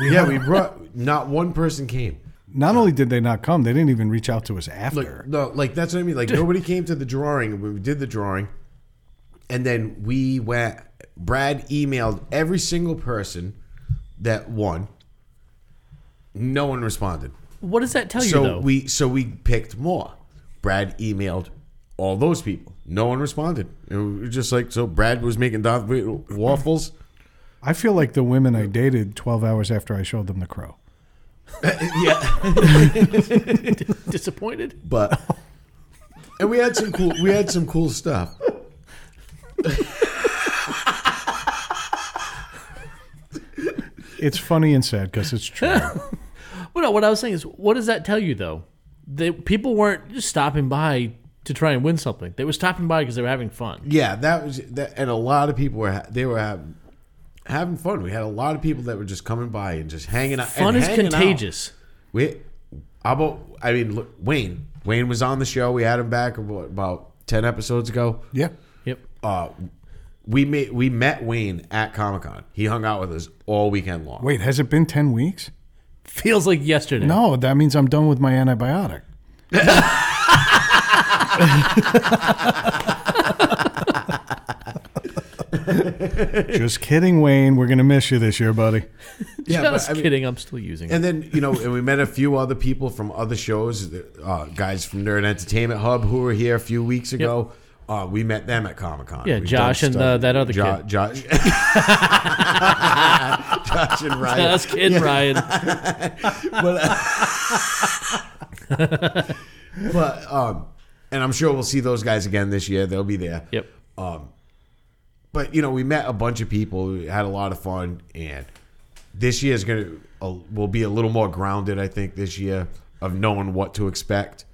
Speaker 3: yeah. We brought. Not one person came.
Speaker 4: Not only did they not come, they didn't even reach out to us after.
Speaker 3: Like, no, like that's what I mean. Like nobody came to the drawing. We did the drawing, and then we went. Brad emailed every single person that won, No one responded.
Speaker 5: What does that tell you,
Speaker 3: so
Speaker 5: though?
Speaker 3: we so we picked more. Brad emailed all those people. No one responded. And we were just like so. Brad was making Darth Vader waffles.
Speaker 4: I feel like the women I dated 12 hours after I showed them The Crow.
Speaker 5: [LAUGHS] Disappointed?
Speaker 3: but [LAUGHS] and we had some cool we had some cool stuff.
Speaker 4: It's funny and sad because it's true.
Speaker 3: [LAUGHS]
Speaker 5: Well, no, what I was saying is, what does that tell you, though? They, people weren't just stopping by to try and win something. They were stopping by because they were having fun.
Speaker 3: Yeah, that was that, and a lot of people were ha- they were having, having fun. We had a lot of people that were just coming by and just hanging out.
Speaker 5: Fun
Speaker 3: and
Speaker 5: is
Speaker 3: hanging out.
Speaker 5: contagious.
Speaker 3: We, how about I mean look, Wayne? Wayne was on the show. We had him back about, about ten episodes ago.
Speaker 4: yeah.
Speaker 5: Yep.
Speaker 3: Uh, we made we met Wayne at Comic Con. He hung out with us all weekend long.
Speaker 4: Wait, has it been 10 weeks?
Speaker 5: Feels like yesterday.
Speaker 4: No, that means I'm done with my antibiotic. Just kidding, Wayne. We're going to miss you this year, buddy.
Speaker 3: yeah, but,
Speaker 5: just
Speaker 3: I mean-
Speaker 5: kidding. I'm still using [LAUGHS] it.
Speaker 3: And then you know, and we met a few other people from other shows, uh, guys from Nerd Entertainment Hub who were here a few weeks ago. Uh, we met them at Comic Con.
Speaker 5: Yeah, Josh and, uh, that other kid.
Speaker 3: Josh, [LAUGHS] Josh
Speaker 5: [LAUGHS]
Speaker 3: and Ryan. [LAUGHS]
Speaker 5: That's kidding, Ryan.
Speaker 3: But um, and I'm sure we'll see those guys again this year. They'll be there.
Speaker 5: Yep.
Speaker 3: But you know, we met a bunch of people. We had a lot of fun, and this year is gonna uh, will be a little more grounded. I think this year of knowing what to expect.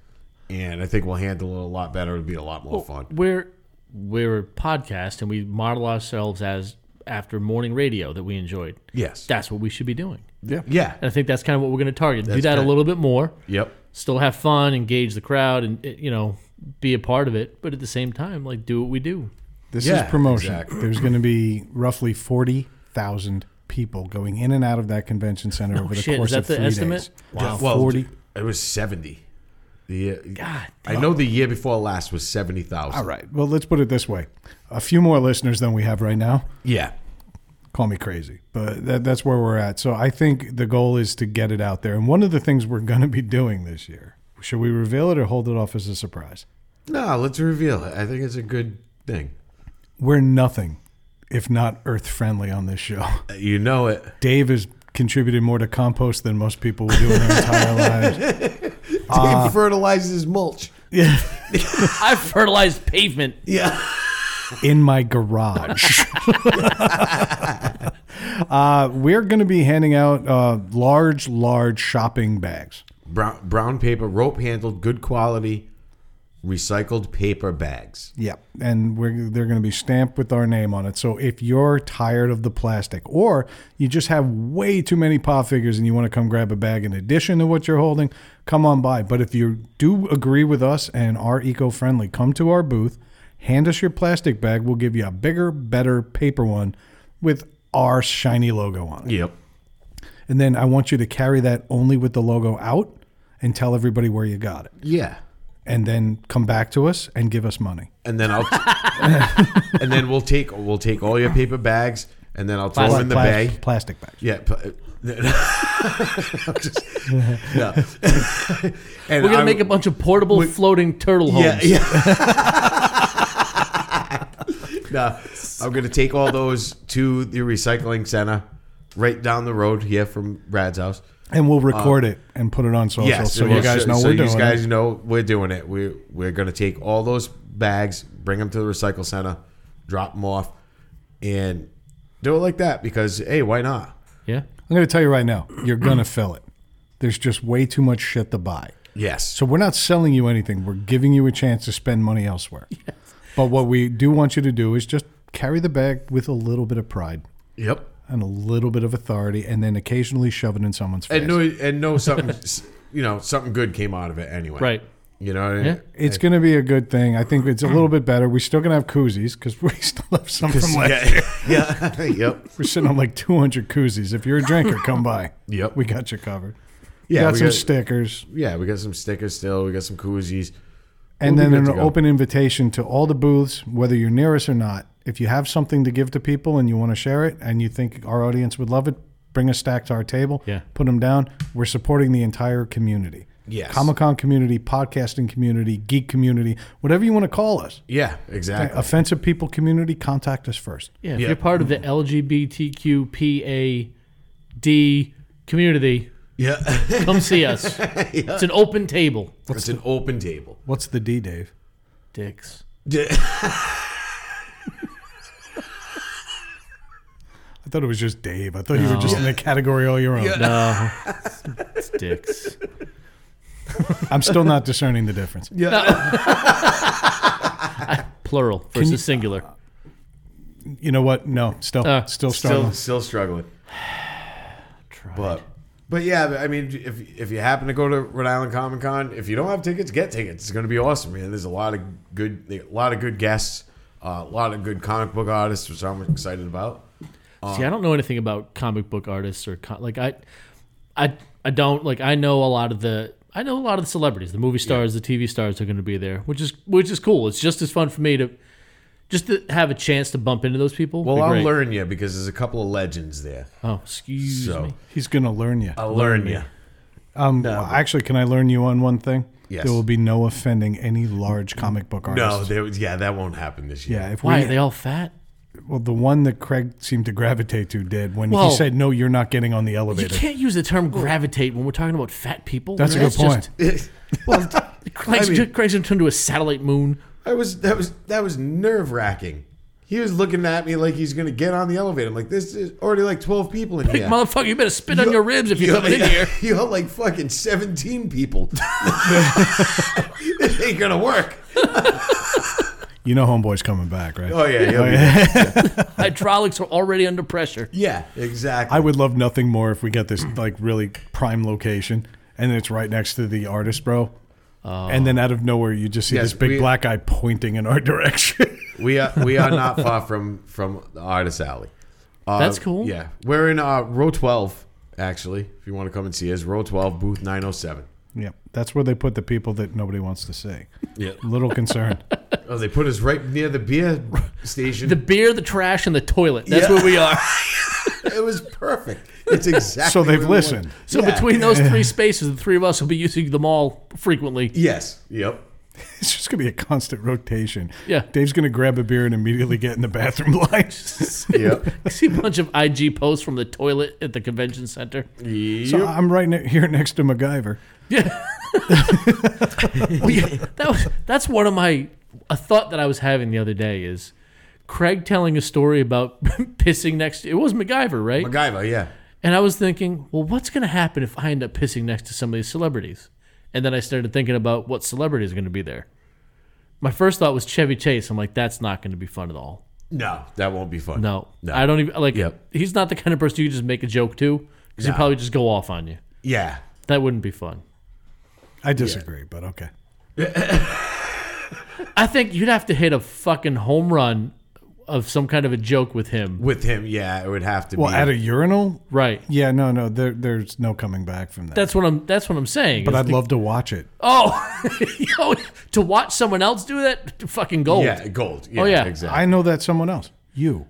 Speaker 3: And I think we'll handle it a lot better. It'll be a lot more fun.
Speaker 5: We're we're a podcast and we model ourselves as after morning radio that we enjoyed.
Speaker 3: Yes.
Speaker 5: That's what we should be doing.
Speaker 3: yeah.
Speaker 5: And I think that's kind of what we're going to target. Do that a
Speaker 3: kinda-
Speaker 5: little bit more.
Speaker 3: Yep.
Speaker 5: Still have fun, engage the crowd, and eh, you know, be a part of it. But at the same time, like do what we [LAUGHS] do.
Speaker 4: This
Speaker 3: Yeah,
Speaker 4: is promotion.
Speaker 3: exactly.
Speaker 4: There's going to be roughly 40,000 people going in and out of that convention center over the
Speaker 5: shit, is
Speaker 4: course
Speaker 5: that
Speaker 4: of
Speaker 5: the
Speaker 4: three
Speaker 5: estimate?
Speaker 4: days.
Speaker 3: Wow.
Speaker 4: Well, 40.
Speaker 3: It was 70. The year,
Speaker 5: God
Speaker 3: I know the year before last was 70,000.
Speaker 4: All right. Well, let's put it this way. A few more listeners than we have right now.
Speaker 3: Yeah.
Speaker 4: call me crazy, but that, that's where we're at. So I think the goal is to get it out there. And one of the things we're going to be doing this year, should we reveal it or hold it off as a surprise?
Speaker 3: No, let's reveal it. I think it's a good thing.
Speaker 4: We're nothing if not earth friendly on this show.
Speaker 3: Uh, You know it.
Speaker 4: Dave has contributed more to compost than most people will do in their entire lives.
Speaker 3: Dave fertilizes mulch.
Speaker 5: I fertilized pavement.
Speaker 3: Yeah.
Speaker 4: In my garage. [LAUGHS] uh, we're going to be handing out uh, large, large shopping bags.
Speaker 3: Brown, brown paper, rope handled, good quality, recycled paper bags.
Speaker 4: Yep. And we're, they're going to be stamped with our name on it. So if you're tired of the plastic or you just have way too many pop figures and you want to come grab a bag in addition to what you're holding, come on by. But if you do agree with us and are eco friendly, come to our booth, hand us your plastic bag. We'll give you a bigger, better paper one with our shiny logo on it.
Speaker 3: Yep.
Speaker 4: And then I want you to carry that only with the logo out and tell everybody where you got it.
Speaker 3: Yeah.
Speaker 4: And then come back to us and give us money.
Speaker 3: And then I'll [LAUGHS] and then we'll take we'll take all your paper bags and then I'll throw them in the
Speaker 4: Plas-
Speaker 3: bay.
Speaker 4: Plastic bags.
Speaker 3: Yeah. pl- [LAUGHS] I'm just-
Speaker 5: [LAUGHS]
Speaker 3: no. And
Speaker 5: We're gonna
Speaker 3: I'm-
Speaker 5: make a bunch of portable floating turtle
Speaker 3: [LAUGHS]
Speaker 5: homes.
Speaker 3: Yeah,
Speaker 5: [LAUGHS]
Speaker 3: yeah. no, I'm gonna take all those to the recycling center, right down the road here from Brad's house.
Speaker 4: and we'll record it and put it on social
Speaker 3: Uh, Yes,
Speaker 4: so
Speaker 3: well,
Speaker 4: you guys know
Speaker 3: so
Speaker 4: we're
Speaker 3: you
Speaker 4: doing
Speaker 3: guys
Speaker 4: it.
Speaker 3: know we're doing it. We're we're gonna take all those bags, bring them to the recycle center, drop them off, and do it like that because hey, why not?
Speaker 5: yeah.
Speaker 4: I'm going to tell you right now, you're going to fill it. There's just way too much shit to buy.
Speaker 3: Yes.
Speaker 4: So we're not selling you anything. We're giving you a chance to spend money
Speaker 3: [LAUGHS]
Speaker 4: elsewhere. But what we do want you to do is just carry the bag with a little bit of pride
Speaker 3: yep.
Speaker 4: and a little bit of authority and then occasionally shove it in someone's face.
Speaker 3: And know and know something, you know something good came out of it anyway.
Speaker 5: Right.
Speaker 3: You know. What I mean?
Speaker 5: Yeah.
Speaker 4: it's going to be a good thing. I think it's
Speaker 3: [CLEARS THROAT]
Speaker 4: a little bit better. We're still going to have koozies because [LAUGHS] we still have some from last year.
Speaker 3: [LAUGHS] yeah. yeah. yep.
Speaker 4: We're sitting on like 200 koozies. If you're a drinker, come by.
Speaker 3: [LAUGHS] Yep.
Speaker 4: We got you covered.
Speaker 3: Yeah,
Speaker 4: got
Speaker 3: we
Speaker 4: some
Speaker 3: got-
Speaker 4: stickers.
Speaker 3: Yeah, we got some stickers still. We got some koozies.
Speaker 4: And
Speaker 3: We'll be
Speaker 4: then
Speaker 3: good
Speaker 4: an
Speaker 3: to go.
Speaker 4: open invitation to all the booths, whether you're near us or not. If you have something to give to people and you want to share it and you think our audience would love it, bring a stack to our table,
Speaker 5: Yeah.
Speaker 4: put them down. We're supporting the entire community.
Speaker 3: Yes.
Speaker 4: Comic Con community, podcasting community, geek community, whatever you want to call us.
Speaker 3: Yeah, exactly.
Speaker 4: Offensive people community, contact us first.
Speaker 5: Yeah, if
Speaker 3: Yeah.
Speaker 5: you're part of the LGBTQPAD community,
Speaker 3: yeah. [LAUGHS]
Speaker 5: come see [LAUGHS] us. It's an open table.
Speaker 3: it's an open
Speaker 4: [LAUGHS]
Speaker 3: table.
Speaker 4: What's the D, Dave?
Speaker 5: Dicks.
Speaker 4: I thought it was just Dave. I thought you were just in a category all your own.
Speaker 5: No, it's dicks.
Speaker 4: I'm still not discerning the difference.
Speaker 5: Plural versus singular.
Speaker 4: You know what? No, still,
Speaker 5: Uh,
Speaker 3: still
Speaker 4: still struggling.
Speaker 3: still struggling. But but yeah, I mean, if if you happen to go to Rhode Island Comic Con, if you don't have tickets, get tickets. It's going to be awesome, man. There's a lot of good a lot of good guests, uh, a lot of good comic book artists, which I'm excited about.
Speaker 5: See, I don't know anything about comic book artists or con- like I, I, I don't like. I know a lot of the. I know a lot of the celebrities, the movie stars, the TV stars are going to be there, which is which is cool. It's just as fun for me to, just to have a chance to bump into those people.
Speaker 3: Well,
Speaker 5: Be
Speaker 3: I'll
Speaker 5: great.
Speaker 3: learn you because there's a couple of legends there.
Speaker 5: Oh, excuse
Speaker 3: So
Speaker 5: me.
Speaker 4: He's gonna learn you.
Speaker 3: I'll learn you.
Speaker 4: Um, well, actually, can I learn you on one thing?
Speaker 3: Yes.
Speaker 4: There will be no offending any large comic book
Speaker 3: No,
Speaker 4: artists.
Speaker 3: there was, yeah, that won't happen this year.
Speaker 4: yeah. If
Speaker 5: Why
Speaker 4: we,
Speaker 5: are they all fat?
Speaker 4: well, the one that Craig seemed to gravitate to did when
Speaker 5: Well-
Speaker 4: he said, "No, you're not getting on the
Speaker 5: You
Speaker 4: elevator."
Speaker 5: can't use the term gravitate when we're talking about fat people.
Speaker 4: That's a good point. [LAUGHS]
Speaker 5: well, Craig's, Craig's gonna turn to a satellite moon.
Speaker 3: I was that was that was nerve wracking. He was looking at me like he's going to get on the elevator. I'm like, this is already like 12 people in here.
Speaker 5: Motherfucker, you better spit on your ribs if you're
Speaker 3: You're
Speaker 5: coming
Speaker 3: [LAUGHS]
Speaker 5: in here.
Speaker 3: You're like fucking 17 people. [LAUGHS] it ain't gonna work.
Speaker 4: You know, homeboy's coming back, right?
Speaker 3: Oh yeah, [LAUGHS] yeah,
Speaker 5: Hydraulics are already under pressure.
Speaker 3: yeah, exactly.
Speaker 4: I would love nothing more if we get this like really prime location, and it's right next to the artist, bro.
Speaker 5: Oh.
Speaker 4: and then out of nowhere, you just see
Speaker 3: Yes,
Speaker 4: this big
Speaker 3: we-
Speaker 4: black guy pointing in our [LAUGHS] direction.
Speaker 3: we are we are not far from from the artist alley. Uh,
Speaker 5: That's cool.
Speaker 3: Yeah, we're in uh, row 12 actually. If you want to come and see us, row 12, booth 907.
Speaker 4: yeah, that's where they put the people that nobody wants to see.
Speaker 3: Yeah.
Speaker 4: [LAUGHS] Little concerned.
Speaker 3: Oh, they put us right near the
Speaker 5: [LAUGHS]
Speaker 3: beer station.
Speaker 5: The beer, the trash, and the toilet. That's
Speaker 3: Yeah.
Speaker 5: where
Speaker 3: [LAUGHS]
Speaker 5: we are.
Speaker 3: it was perfect. It's exactly
Speaker 4: so
Speaker 3: what
Speaker 4: they've
Speaker 3: we want.
Speaker 4: listened.
Speaker 5: So
Speaker 3: Yeah.
Speaker 5: between those three spaces, the three of us will be using them all
Speaker 3: [LAUGHS]
Speaker 5: frequently.
Speaker 3: Yes. Yep.
Speaker 4: It's just gonna be a constant rotation.
Speaker 5: Yeah.
Speaker 4: Dave's gonna grab a beer and immediately get in the bathroom [LAUGHS] line.
Speaker 3: Yep.
Speaker 5: [LAUGHS] I see a bunch of IG posts from the toilet at the convention center.
Speaker 3: yep.
Speaker 4: so I'm right ne- here next to MacGyver.
Speaker 5: Yeah. Well, yeah, that was that's one of my a thought that I was having the other day is Craig telling a story about [LAUGHS] pissing next to it was MacGyver, right?
Speaker 3: MacGyver. Yeah.
Speaker 5: and I was thinking, well, what's gonna happen if I end up pissing next to some of these celebrities? And then I started thinking about what celebrities are gonna be there. My first thought was Chevy Chase. I'm like, that's not gonna be fun at all.
Speaker 3: No, that won't be fun.
Speaker 5: No.
Speaker 3: No.
Speaker 5: I don't even like
Speaker 3: Yep.
Speaker 5: he's not the kind of person you just make a joke to because he'd probably just go off on you.
Speaker 3: Yeah.
Speaker 5: That wouldn't be fun.
Speaker 4: I disagree, but okay.
Speaker 5: I think you'd have to hit a fucking home run of some kind of a joke with him.
Speaker 3: With him, yeah, it would have to
Speaker 4: Well,
Speaker 3: be.
Speaker 4: at a urinal.
Speaker 5: Right.
Speaker 4: Yeah, no, no. There, there's no coming back from that.
Speaker 5: That's what I'm that's what I'm saying.
Speaker 4: but
Speaker 5: is
Speaker 4: I'd love to watch it.
Speaker 5: oh [LAUGHS] yo, to watch someone else do that fucking gold.
Speaker 3: Yeah, gold. Yeah,
Speaker 5: Oh, yeah.
Speaker 3: exactly.
Speaker 4: I know that someone else. You.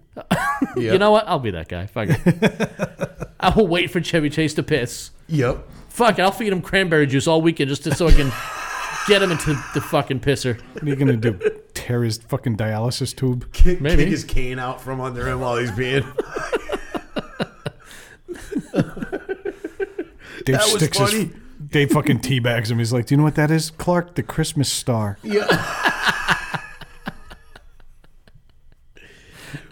Speaker 5: You know what? I'll be that guy. Fuck it.
Speaker 3: [LAUGHS]
Speaker 5: I will wait for Chevy Chase to piss.
Speaker 3: Yep.
Speaker 5: Fuck it, I'll feed him cranberry juice all weekend just to, so
Speaker 3: [LAUGHS]
Speaker 5: I can get him into the fucking pisser. [LAUGHS]
Speaker 4: What are you gonna do? [LAUGHS] Tear his fucking dialysis tube?
Speaker 3: Kick,
Speaker 5: Maybe.
Speaker 3: kick his cane out from under him while he's being.
Speaker 5: [LAUGHS]
Speaker 4: Dave
Speaker 3: That was
Speaker 4: sticks
Speaker 3: funny.
Speaker 4: his. Dave fucking teabags him. He's like, "Do you know what that is, Clark? The Christmas star."
Speaker 3: yeah.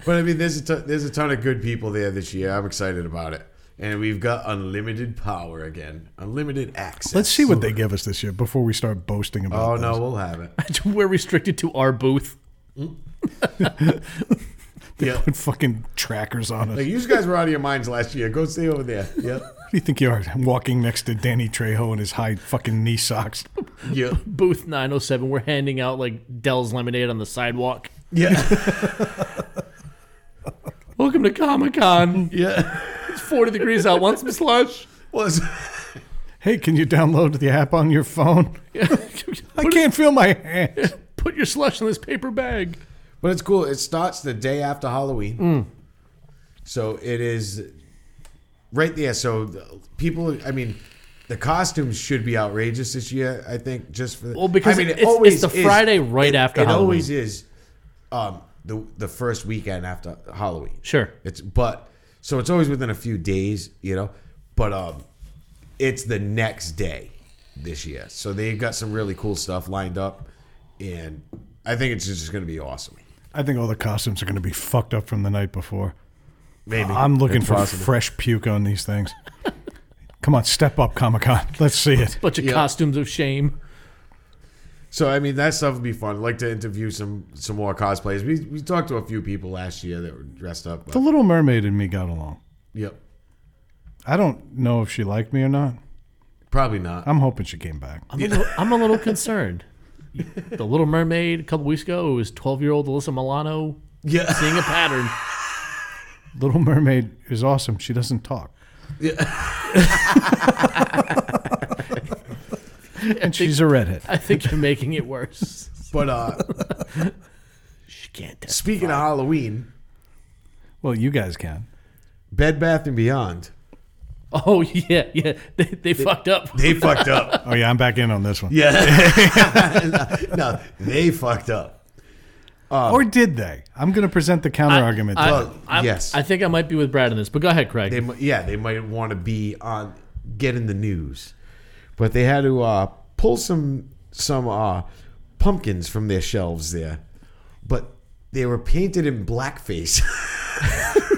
Speaker 3: but I mean, there's a ton, there's a ton of good people there this year. I'm excited about it, and we've got unlimited power again, unlimited access.
Speaker 4: Let's see what they give us this year before we start boasting about.
Speaker 3: Oh no,
Speaker 4: those.
Speaker 3: we'll have it.
Speaker 5: We're restricted to our booth.
Speaker 3: Yep.
Speaker 4: Put [LAUGHS] fucking trackers on us.
Speaker 3: Like, you guys were out of your minds last year. Go stay over there. Yep.
Speaker 4: What do you think you are? [LAUGHS] Walking next to Danny Trejo in his high fucking knee socks. [LAUGHS]
Speaker 3: Yep.
Speaker 5: Booth 907. We're handing out like Dell's lemonade on the sidewalk.
Speaker 3: [LAUGHS] Yeah.
Speaker 5: Welcome to Comic Con.
Speaker 3: Yeah.
Speaker 5: It's 40 degrees out. Want some slush? [LAUGHS]
Speaker 3: Was
Speaker 4: [LAUGHS] Hey, can you download the app on
Speaker 3: [LAUGHS]
Speaker 4: your phone? I
Speaker 5: put,
Speaker 4: can't feel my hands.
Speaker 5: put your slush in this paper bag.
Speaker 3: But it's
Speaker 5: Mm.
Speaker 3: cool. It starts the day after Halloween. So it is right there. So the- people, I mean, the costumes should be outrageous this year. I think just for
Speaker 5: Well, because
Speaker 3: I mean,
Speaker 5: it's- it's the Friday right
Speaker 3: it-
Speaker 5: after
Speaker 3: It always is um, the the first weekend after Halloween.
Speaker 5: Sure.
Speaker 3: It's but so it's always within a few days, you know. But um, it's the next day this year, so they've got some really cool stuff lined up, and I think it's just going to be awesome.
Speaker 4: I think all the costumes are going to be fucked up from the night before.
Speaker 3: Maybe
Speaker 4: I'm looking
Speaker 3: It's
Speaker 4: for [LAUGHS]
Speaker 3: possible.
Speaker 4: fresh puke on these things. [LAUGHS] Come on, step up, Comic Con. [LAUGHS] Let's see it.
Speaker 5: Bunch of costumes of shame.
Speaker 3: So I mean, that stuff would be fun. I'd like to interview some some more cosplayers. We we talked to a few people last year that were dressed up.
Speaker 4: The
Speaker 3: But,
Speaker 4: Little Mermaid and me got along.
Speaker 3: yep,
Speaker 4: I don't know if she liked me or not.
Speaker 3: probably not. [LAUGHS]
Speaker 4: I'm hoping she came back.
Speaker 5: I'm, a, little, I'm a little concerned. The Little Mermaid a couple weeks ago, it was 12 year old Alyssa Milano
Speaker 3: yeah,
Speaker 5: seeing a pattern.
Speaker 4: Little Mermaid is awesome. She doesn't talk. and she's a redhead.
Speaker 5: I think you're making it worse.
Speaker 3: but uh,
Speaker 5: She can't. tell.
Speaker 3: speaking of Halloween,
Speaker 4: Well, you guys can.
Speaker 3: Bed Bath and Beyond,
Speaker 5: Oh yeah, yeah. They, they fucked up.
Speaker 3: they fucked up.
Speaker 4: Oh yeah, I'm back in on this one.
Speaker 3: [LAUGHS] Yeah, no, they fucked up.
Speaker 4: Or did they? I'm going to present the counter argument.
Speaker 5: I,
Speaker 3: Well,
Speaker 5: I'm-
Speaker 3: yes.
Speaker 5: I think I might be with Brad on this, but go ahead, Craig.
Speaker 3: They mi- yeah, they might want to be on get in the news, but they had to uh, pull some some uh, pumpkins from their shelves there, but they were painted in blackface. [LAUGHS]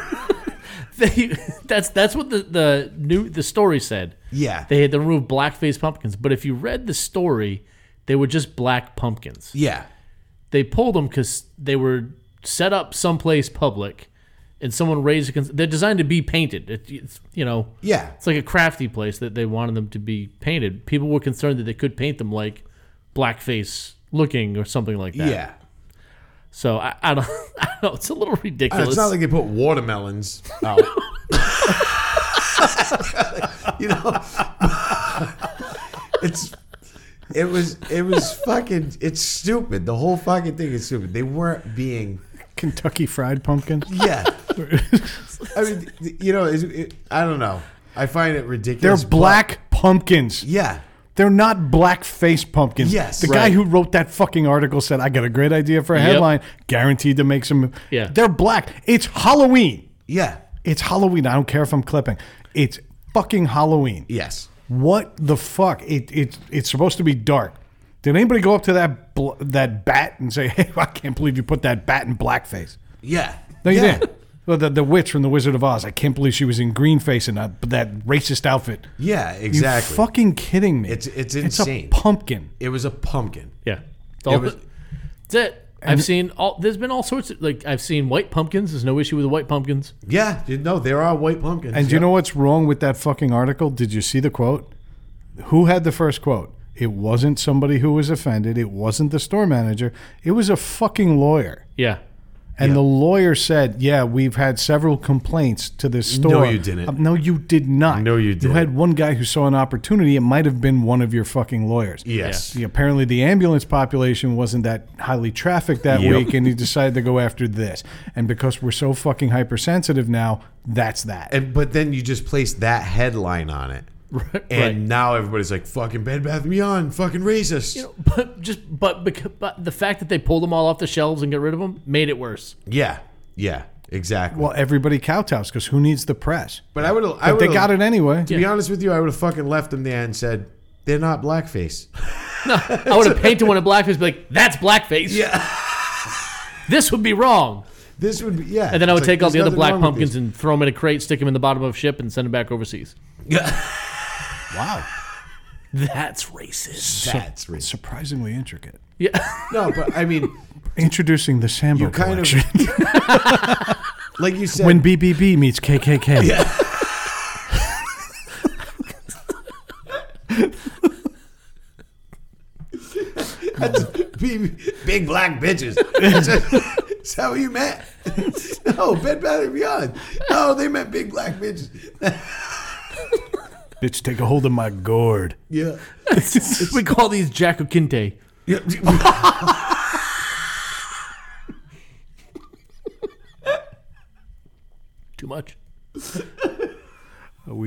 Speaker 5: They- [LAUGHS] that's that's what the, the new the story said.
Speaker 3: yeah,
Speaker 5: They had to remove blackface pumpkins, but if you read the story, they were just black pumpkins.
Speaker 3: yeah.
Speaker 5: They pulled them because they were set up someplace public, and someone raised. A cons- they're designed to be painted. It, it's you know.
Speaker 3: Yeah.
Speaker 5: It's like a crafty place that they wanted them to be painted. People were concerned that they could paint them like blackface looking or something like that.
Speaker 3: Yeah.
Speaker 5: So I, I don't, [LAUGHS] I don't know. It's a little
Speaker 3: Uh,
Speaker 5: ridiculous.
Speaker 3: It's not like they put watermelons
Speaker 4: [LAUGHS]
Speaker 3: out. [LAUGHS] you know, it's it was it was fucking it's stupid. The whole fucking thing is stupid. They weren't being
Speaker 4: Kentucky Fried Pumpkins.
Speaker 3: yeah. I mean, th- you know, it's, it, I don't know. I find it
Speaker 4: They're
Speaker 3: ridiculous. but-
Speaker 4: black pumpkins.
Speaker 3: yeah.
Speaker 4: They're not black face pumpkins.
Speaker 3: Yes.
Speaker 4: The guy
Speaker 3: Right.
Speaker 4: who wrote that fucking article said, I got a great idea for a headline, guaranteed to make some.
Speaker 5: Yeah.
Speaker 4: They're black. It's Halloween.
Speaker 3: Yeah.
Speaker 4: It's Halloween. I don't care if I'm clipping. It's fucking Halloween.
Speaker 3: Yes.
Speaker 4: What the fuck? It, it, it's supposed to be dark. Did anybody go up to that bl- that bat and say, hey, [LAUGHS] I can't believe you put that bat in blackface?
Speaker 3: Yeah.
Speaker 4: No, you
Speaker 3: Yeah.
Speaker 4: didn't. Well, the, the witch from The Wizard of Oz. I can't believe she was in green face and that, that racist outfit.
Speaker 3: Yeah, exactly.
Speaker 4: You fucking kidding me?
Speaker 3: It's- it's
Speaker 4: a
Speaker 3: insane.
Speaker 4: pumpkin.
Speaker 3: it was a pumpkin.
Speaker 5: yeah. It's all-
Speaker 3: was-
Speaker 5: that's it. I've seen all. There's been all sorts of like I've seen white pumpkins. There's no issue with the white pumpkins.
Speaker 3: Yeah, you know, there are white pumpkins.
Speaker 4: And do you
Speaker 3: Yep.
Speaker 4: know what's wrong with that fucking article? Did you see the quote? Who had the first quote? It wasn't somebody who was offended. It wasn't the store manager. It was a fucking lawyer.
Speaker 5: Yeah.
Speaker 4: And the lawyer said, "Yeah, we've had several complaints to this store."
Speaker 3: you didn't.
Speaker 4: Um, no, you did not.
Speaker 3: No, you
Speaker 4: You
Speaker 3: didn't.
Speaker 4: had one guy who saw an opportunity. It might have been one of your fucking lawyers.
Speaker 3: Yes.
Speaker 4: The- apparently the ambulance population wasn't that highly trafficked that
Speaker 3: Yep.
Speaker 4: week, and he decided to go after this. And because we're so fucking hypersensitive now, that's that.
Speaker 3: And but then you just place that headline on it, and
Speaker 5: right.
Speaker 3: now everybody's like, "Fucking Bed Bath and Beyond, fucking racist."
Speaker 5: But just but, bec- but the fact that they pulled them all off the shelves and got rid of them made it worse.
Speaker 3: yeah, yeah, exactly.
Speaker 4: well, everybody kowtows because who needs the press?
Speaker 3: but I would, I would.
Speaker 4: They got it anyway.
Speaker 3: To be honest with you, I would have fucking left them there and said, "They're not blackface."
Speaker 5: I would have painted one in blackface. Be like, that's blackface. Yeah. this would be wrong.
Speaker 3: This would be yeah.
Speaker 5: And then I would take all the other black pumpkins
Speaker 3: And-
Speaker 5: and throw them in a crate, stick them in the bottom of a ship, and send them back overseas.
Speaker 4: Wow,
Speaker 5: That's racist.
Speaker 3: That's racist.
Speaker 4: surprisingly intricate.
Speaker 5: Yeah.
Speaker 3: No, but I mean,
Speaker 4: Introducing the Sambo
Speaker 3: you kind
Speaker 4: collection.
Speaker 3: of like you said.
Speaker 4: [LAUGHS] when BBB meets KKK.
Speaker 3: [LAUGHS] that's big, big black bitches.
Speaker 4: [LAUGHS]
Speaker 3: That's [LAUGHS] how you met. no, Bed Bath and Beyond. No, they meant big black bitches.
Speaker 4: Bitch, take a hold of my gourd.
Speaker 3: Yeah.
Speaker 5: [LAUGHS] we call these Jack O'Kinte.
Speaker 3: Yeah.
Speaker 5: Too much.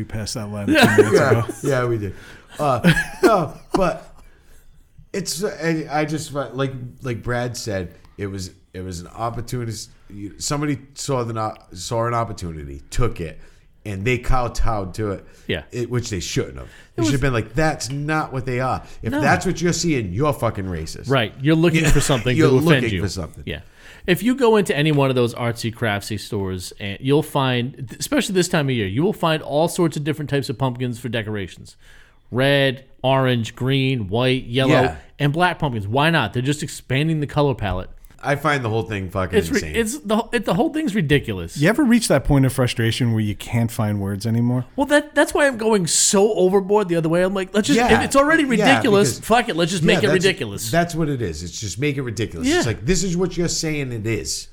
Speaker 4: passed that line. a few minutes ago.
Speaker 3: yeah, yeah, we did. Uh, no, but it's I, I just felt- like like Brad said it was it was an opportunist. you- Somebody saw the no- saw an opportunity, took it, and they kowtowed to it.
Speaker 5: Yeah.
Speaker 3: it, which they shouldn't have. They should have been like, "That's not what they are. If that's what you're seeing, you're fucking racist."
Speaker 5: Right. You're looking
Speaker 3: Yeah.
Speaker 5: for something
Speaker 3: You're
Speaker 5: to offend
Speaker 3: looking
Speaker 5: you.
Speaker 3: for something.
Speaker 5: Yeah. If you go into any one of those artsy craftsy stores and you'll find especially this time of year, you will find all sorts of different types of pumpkins for decorations. Red, orange, green, white, yellow,
Speaker 3: Yeah.
Speaker 5: and black pumpkins. Why not? They're just expanding the color palette.
Speaker 3: I find the whole thing fucking
Speaker 5: It's ri-
Speaker 3: insane.
Speaker 5: it's the whole- it, the whole thing's ridiculous.
Speaker 4: [LAUGHS] You ever reach that point of frustration where you can't find words anymore?
Speaker 5: Well, that that's why I'm going so overboard the other way. I'm like, let's just
Speaker 3: Yeah.
Speaker 5: if it's already
Speaker 3: Yeah,
Speaker 5: ridiculous.
Speaker 3: because-
Speaker 5: fuck it, let's just
Speaker 3: Yeah,
Speaker 5: make it
Speaker 3: that's-
Speaker 5: ridiculous.
Speaker 3: That's what it is. It's just make it ridiculous.
Speaker 5: Yeah.
Speaker 3: It's like this is what you're saying. It is.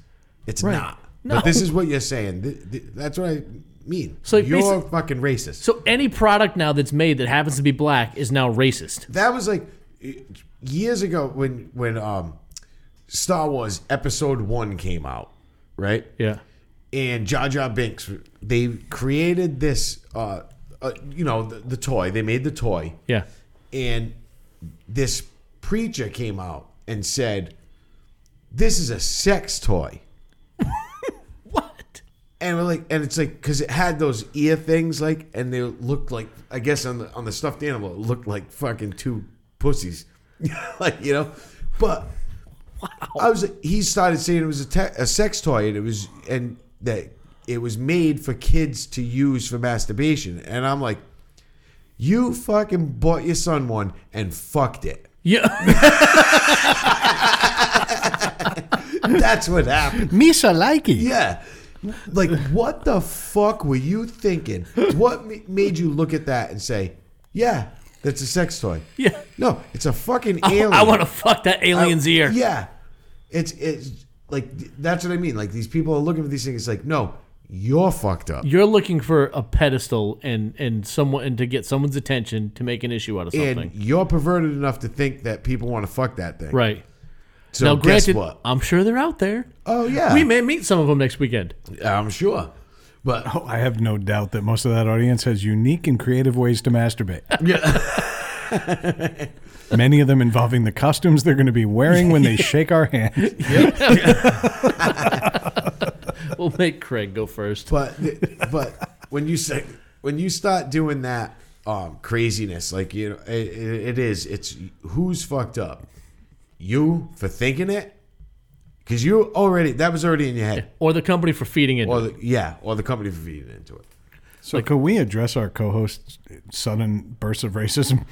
Speaker 3: It's not.
Speaker 5: No.
Speaker 3: But this is what you're saying. Th- th- that's what I mean. So
Speaker 5: So, like,
Speaker 3: you're
Speaker 5: basi-
Speaker 3: fucking racist.
Speaker 5: so any product now that's made that happens to be black is now racist.
Speaker 3: that was like years ago when when um Star Wars Episode One came out, right?
Speaker 5: Yeah.
Speaker 3: and Jar Jar Binks, they created this, uh, uh, you know, the, the toy. They made the toy.
Speaker 5: Yeah.
Speaker 3: And this preacher came out and said, This is a sex toy.
Speaker 5: What?
Speaker 3: And we're like, and it's like, because it had those ear things, like, and they looked like, I guess on the on the stuffed animal, it looked like fucking two pussies, [LAUGHS] like you know. But I was, he started saying it was a, te- a sex toy, and it was, and that it was made for kids to use for masturbation. And I'm like, you fucking bought your son one and fucked it.
Speaker 5: Yeah. [LAUGHS]
Speaker 3: That's what happened.
Speaker 5: [LAUGHS]
Speaker 4: Misa likey.
Speaker 3: Yeah. Like, what the fuck were you thinking? What ma- made you look at that and say, yeah, that's a sex toy?
Speaker 5: Yeah.
Speaker 3: No, it's a fucking alien.
Speaker 5: I want to fuck that alien's ear.
Speaker 3: Yeah. It's, it's like, th- that's what I mean. Like, these people are looking for these things. It's like, no, you're fucked up.
Speaker 5: You're looking for a pedestal and and someone and to get someone's attention to make an issue out of something.
Speaker 3: and you're perverted enough to think that people want to fuck that thing.
Speaker 5: right.
Speaker 3: So,
Speaker 5: now,
Speaker 3: guess
Speaker 5: granted,
Speaker 3: what?
Speaker 5: I'm sure they're out there.
Speaker 3: Oh, yeah.
Speaker 5: We may meet some of them
Speaker 3: [LAUGHS]
Speaker 5: next weekend.
Speaker 3: I'm sure. But
Speaker 4: Oh, I have no doubt that most of that audience has unique and creative ways to masturbate. [LAUGHS] Many of them involving the costumes they're going to be wearing when they shake our hand.
Speaker 5: We'll make Craig go first.
Speaker 3: But but when you say when you start doing that um, craziness, like you know, it, it, it is. It's who's fucked up, you for thinking it, because you already that was already in your head,
Speaker 5: Or the company for feeding it.
Speaker 3: or the, yeah, or the company for feeding into it.
Speaker 4: So, could we address our co host's sudden bursts of racism?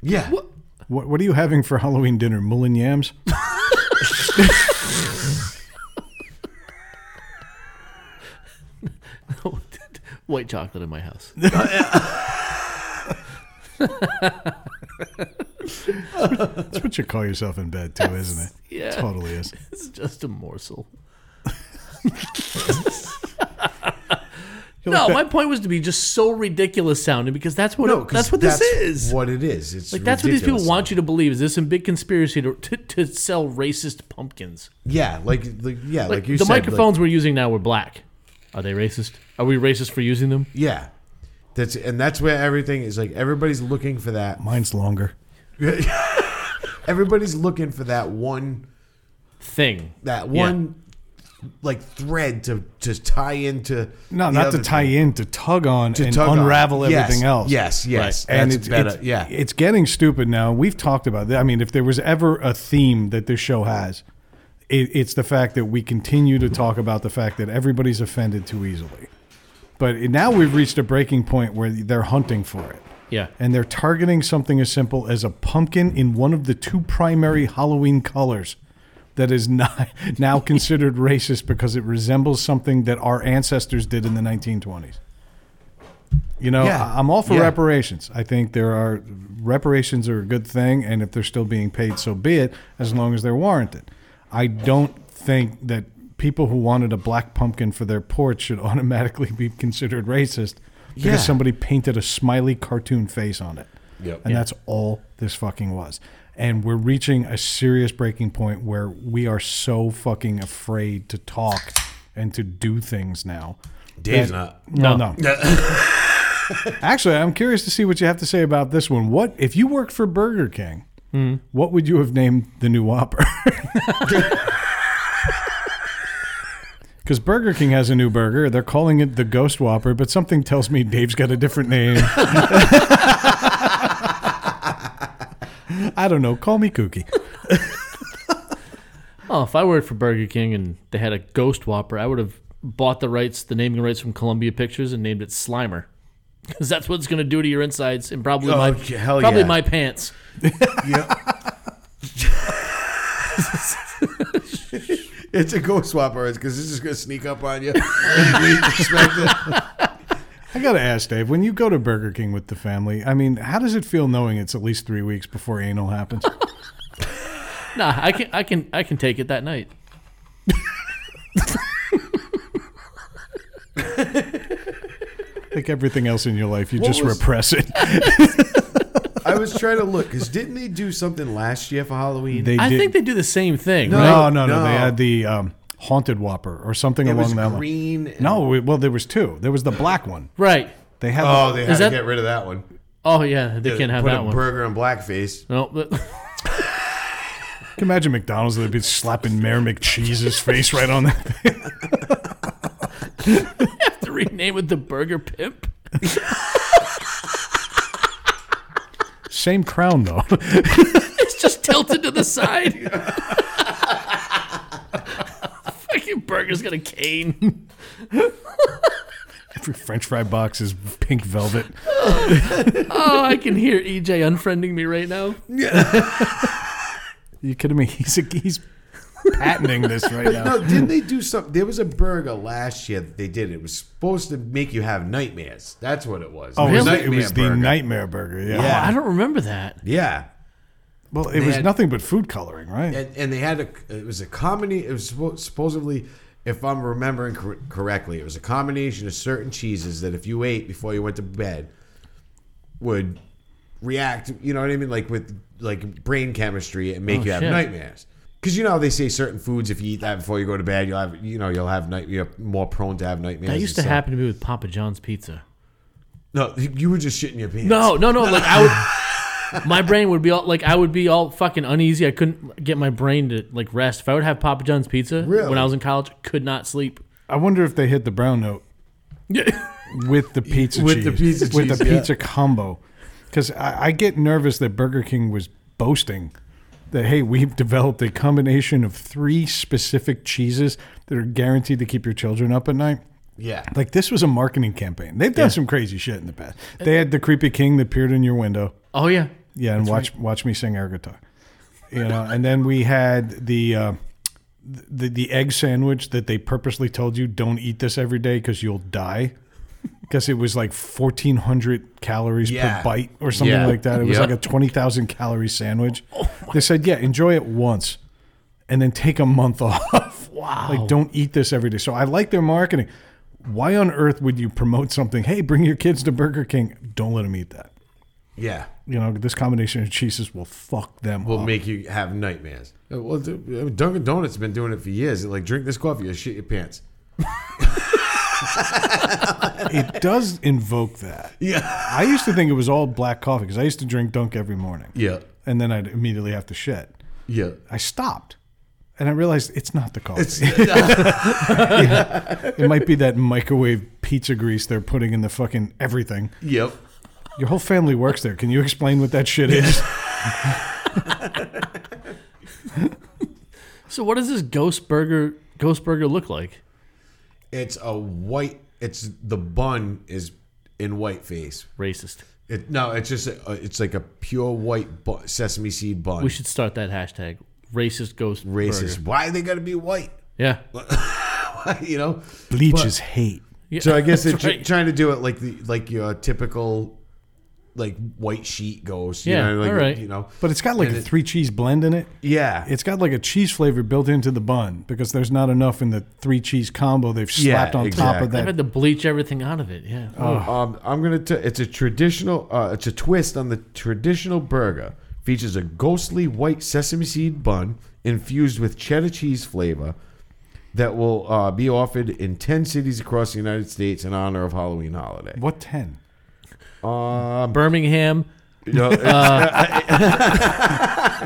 Speaker 3: Yeah,
Speaker 4: What, what are you having for Halloween dinner? Mullen yams?
Speaker 5: [LAUGHS] White chocolate in
Speaker 3: [LAUGHS]
Speaker 5: my house.
Speaker 4: That's what you call yourself in bed, too, isn't it?
Speaker 5: Yeah.
Speaker 4: Totally is.
Speaker 5: It's just
Speaker 3: [LAUGHS]
Speaker 5: a morsel. [LAUGHS]
Speaker 4: like
Speaker 5: no,
Speaker 4: that-
Speaker 5: my point was to be just so ridiculous sounding because that's what
Speaker 3: no, 'cause
Speaker 5: that's what this is.
Speaker 3: What it is. It's
Speaker 5: like that's what these people want you to believe is this some big conspiracy to, to, to sell racist pumpkins.
Speaker 3: Yeah, like, like yeah, like,
Speaker 5: Like,
Speaker 3: you
Speaker 5: the
Speaker 3: said, like-
Speaker 5: microphones we're using now were black. Are they racist? Are we racist for using them?
Speaker 3: yeah, that's and that's where everything is. Like everybody's looking for that.
Speaker 4: Mine's longer.
Speaker 3: Everybody's looking for that one
Speaker 5: Thing.
Speaker 3: that
Speaker 5: Yeah.
Speaker 3: one like thread to to tie into
Speaker 4: No,
Speaker 3: the
Speaker 4: not to
Speaker 3: other
Speaker 4: tie
Speaker 3: thing.
Speaker 4: in, to tug on and
Speaker 3: tug on.
Speaker 4: unravel
Speaker 3: Yes,
Speaker 4: everything else.
Speaker 3: Yes, yes,
Speaker 5: Right.
Speaker 3: and it's better. yeah,
Speaker 4: it's getting stupid now. We've talked about that. I mean, if there was ever a theme that this show has, it, it's the fact that we continue to talk about the fact that everybody's offended too easily. But it- now we've reached a breaking point where they're hunting for it.
Speaker 5: Yeah.
Speaker 4: And they're targeting something as simple as a pumpkin in one of the two primary Halloween colors that is not, [LAUGHS] now considered racist because it resembles something that our ancestors did in the 1920s. You know,
Speaker 3: Yeah.
Speaker 4: I- I'm all for
Speaker 3: Yeah.
Speaker 4: reparations. I think there are reparations are a good thing, and if they're still being paid, so be it, as long as they're warranted. I don't think that people who wanted a black pumpkin for their porch should [LAUGHS] automatically be considered racist because
Speaker 3: Yeah.
Speaker 4: somebody painted a smiley cartoon face on it.
Speaker 3: Yep.
Speaker 4: And that's all this fucking was. And we're reaching a serious breaking point where we are so fucking afraid to talk and to do things now.
Speaker 3: Dave's
Speaker 4: that-
Speaker 3: not.
Speaker 4: No, no. Actually, I'm curious to see what you have to say about this one. What if you worked for Burger King? What would you have named the new Whopper? [LAUGHS] Because Burger King has a new burger. They're calling it the Ghost Whopper, but something tells me Dave's got a different name. I don't know. Call me kooky.
Speaker 5: Oh, if I worked for Burger King and they had a Ghost Whopper, I would have bought the rights, the naming rights from Columbia Pictures, and named it Slimer, [LAUGHS] because that's what it's going to do to your insides and probably
Speaker 3: Oh,
Speaker 5: my
Speaker 3: j- hell
Speaker 5: probably
Speaker 3: yeah.
Speaker 5: my pants.
Speaker 3: It's a ghost swap, alright, because this is gonna sneak up on
Speaker 4: [LAUGHS]
Speaker 3: you. [LAUGHS] We expect it.
Speaker 4: I gotta ask Dave, when you go to Burger King with the family, I mean, how does it feel knowing it's at least three weeks before anal happens?
Speaker 5: Nah, I can I can I can take it that night.
Speaker 4: like everything else in your life, you just
Speaker 3: was-
Speaker 4: repress
Speaker 5: [LAUGHS]
Speaker 4: it.
Speaker 3: I was trying to look because didn't they do something last year for Halloween?
Speaker 4: They
Speaker 5: I
Speaker 4: did.
Speaker 5: think they do the same thing,
Speaker 3: No.
Speaker 5: right?
Speaker 4: no, no, no,
Speaker 3: No.
Speaker 4: They had the um, haunted Whopper or something
Speaker 3: it
Speaker 4: along
Speaker 3: was
Speaker 4: that line.
Speaker 3: green. and-
Speaker 4: No, it- well, there was two. There was the black one.
Speaker 5: Right.
Speaker 4: They had.
Speaker 3: Oh,
Speaker 4: the-
Speaker 3: they had
Speaker 5: that-
Speaker 3: to get rid of that one.
Speaker 5: Oh yeah, they can't have
Speaker 3: Put
Speaker 5: that
Speaker 3: a
Speaker 5: one.
Speaker 3: burger and blackface.
Speaker 5: no, but- [LAUGHS]
Speaker 4: can you imagine McDonald's. They'd be slapping Mayor McCheese's face right on that. thing.
Speaker 5: to rename it the Burger Pimp.
Speaker 4: Same crown though. [LAUGHS]
Speaker 5: It's just tilted to the [LAUGHS] side. Fucking burger's got a cane.
Speaker 4: Every French fry box is pink velvet.
Speaker 5: Oh, I can hear EJ unfriending me right now.
Speaker 4: you kidding me? [LAUGHS] He's a, he's patenting this right now.
Speaker 5: [LAUGHS]
Speaker 3: No, didn't they do something? There was a burger last year that they did. It was supposed to make you have nightmares. That's what it was.
Speaker 4: Oh, it was,
Speaker 5: Really?
Speaker 4: it was the
Speaker 3: burger.
Speaker 4: nightmare burger. Yeah.
Speaker 3: Yeah.
Speaker 5: I don't remember that.
Speaker 3: Yeah,
Speaker 4: Well, it was
Speaker 3: had-
Speaker 4: nothing but food coloring, right?
Speaker 3: and, and they had a. It was a comedy. It was suppo- supposedly, if I'm remembering cor- correctly, it was a combination of certain cheeses that if you ate before you went to bed, would react. You know what I mean? Like with like brain chemistry and make you have
Speaker 5: Oh, shit.
Speaker 3: nightmares. Because you know how they say certain foods, if you eat that before you go to bed, you'll have you know you'll have night. You're more prone to have nightmares.
Speaker 5: That
Speaker 3: and
Speaker 5: used to
Speaker 3: stuff.
Speaker 5: happen to me with Papa John's pizza.
Speaker 3: No, you were just shitting your pants.
Speaker 5: No, no, no. Like I [LAUGHS] would, my brain would be all like I would be all fucking uneasy. I couldn't get my brain to like rest. If I would have Papa John's pizza
Speaker 3: Really?
Speaker 5: when I was in college, could not sleep.
Speaker 4: I wonder if they hit the brown note
Speaker 5: Yeah.
Speaker 4: with the pizza
Speaker 3: With
Speaker 4: cheese,
Speaker 3: the pizza
Speaker 4: with the
Speaker 3: cheese, yeah.
Speaker 4: pizza combo, because I, I get nervous that Burger King was boasting that hey, we've developed a combination of three specific cheeses that are guaranteed to keep your children up at night.
Speaker 3: Yeah.
Speaker 4: Like this was a marketing campaign. They've done some crazy shit in the past.
Speaker 3: Uh,
Speaker 4: They had the creepy king that peered in your window.
Speaker 5: [LAUGHS] Oh yeah.
Speaker 4: Yeah, and watch watch me sing air guitar. You know, and then we had the uh, the the egg sandwich that they purposely told you don't eat this every day because you'll
Speaker 3: [LAUGHS]
Speaker 4: die. Because it was like fourteen hundred calories
Speaker 3: Yeah.
Speaker 4: per bite or something
Speaker 3: Yeah. Oh
Speaker 4: like that. It was
Speaker 3: Yeah.
Speaker 4: like a twenty thousand calorie sandwich. they said, yeah, enjoy it once, and then take a month [LAUGHS] off. Wow! Like don't eat this every day. So I like their marketing. Why on earth would you promote something? Hey, bring your kids to Burger King. Don't let them eat that
Speaker 3: Yeah.
Speaker 4: you know, this combination of cheeses will fuck them
Speaker 3: Will
Speaker 4: up.
Speaker 3: make you have nightmares. Uh, Well, d- uh, Dunkin' Donuts been doing it for years. Like, drink this coffee, you shit your pants.
Speaker 4: it does invoke that.
Speaker 3: Yeah.
Speaker 4: I used to think it was all black coffee because I used to drink Dunk every morning,
Speaker 3: Yeah.
Speaker 4: and then I'd immediately have to shit.
Speaker 3: Yeah.
Speaker 4: I stopped, and I realized it's not the coffee.
Speaker 3: It's-
Speaker 5: [LAUGHS]
Speaker 4: it might be that microwave pizza grease they're putting in the fucking everything.
Speaker 3: Yep.
Speaker 4: Your whole family works there. Can you explain what that shit is?
Speaker 5: So what does this ghost burger ghost burger look like?
Speaker 3: It's a white. It's the bun is in white face.
Speaker 5: Racist.
Speaker 3: It, no, it's just a, it's like a pure white bu- sesame seed bun.
Speaker 5: We should start that hashtag. Racist ghost
Speaker 3: Racist.
Speaker 5: burger.
Speaker 3: Why they gotta be white? [LAUGHS]
Speaker 5: Yeah.
Speaker 3: you know.
Speaker 4: [LAUGHS] Bleach
Speaker 3: But-
Speaker 4: is hate.
Speaker 5: Yeah,
Speaker 3: So I guess they're
Speaker 5: that's
Speaker 3: tr-
Speaker 5: right.
Speaker 3: trying to do it like the like your typical like white sheet ghost. You
Speaker 5: Yeah,
Speaker 3: Know, like,
Speaker 5: all right.
Speaker 3: You know.
Speaker 4: But it's got like a three cheese blend in it.
Speaker 3: Yeah.
Speaker 4: It's got like a cheese flavor built into the bun because there's not enough in the three cheese combo they've slapped on top
Speaker 3: exactly.
Speaker 4: of
Speaker 5: I've
Speaker 4: that
Speaker 5: had to bleach everything out of it. Yeah.
Speaker 3: Um, I'm gonna. T- it's a traditional. Uh, it's a twist on the traditional burger. Features a ghostly white sesame seed bun infused with cheddar cheese flavor that will
Speaker 4: [LAUGHS]
Speaker 3: uh, be offered in ten cities across the United States in honor of Halloween holiday.
Speaker 4: What 10?
Speaker 3: Um,
Speaker 5: Birmingham.
Speaker 3: no, it's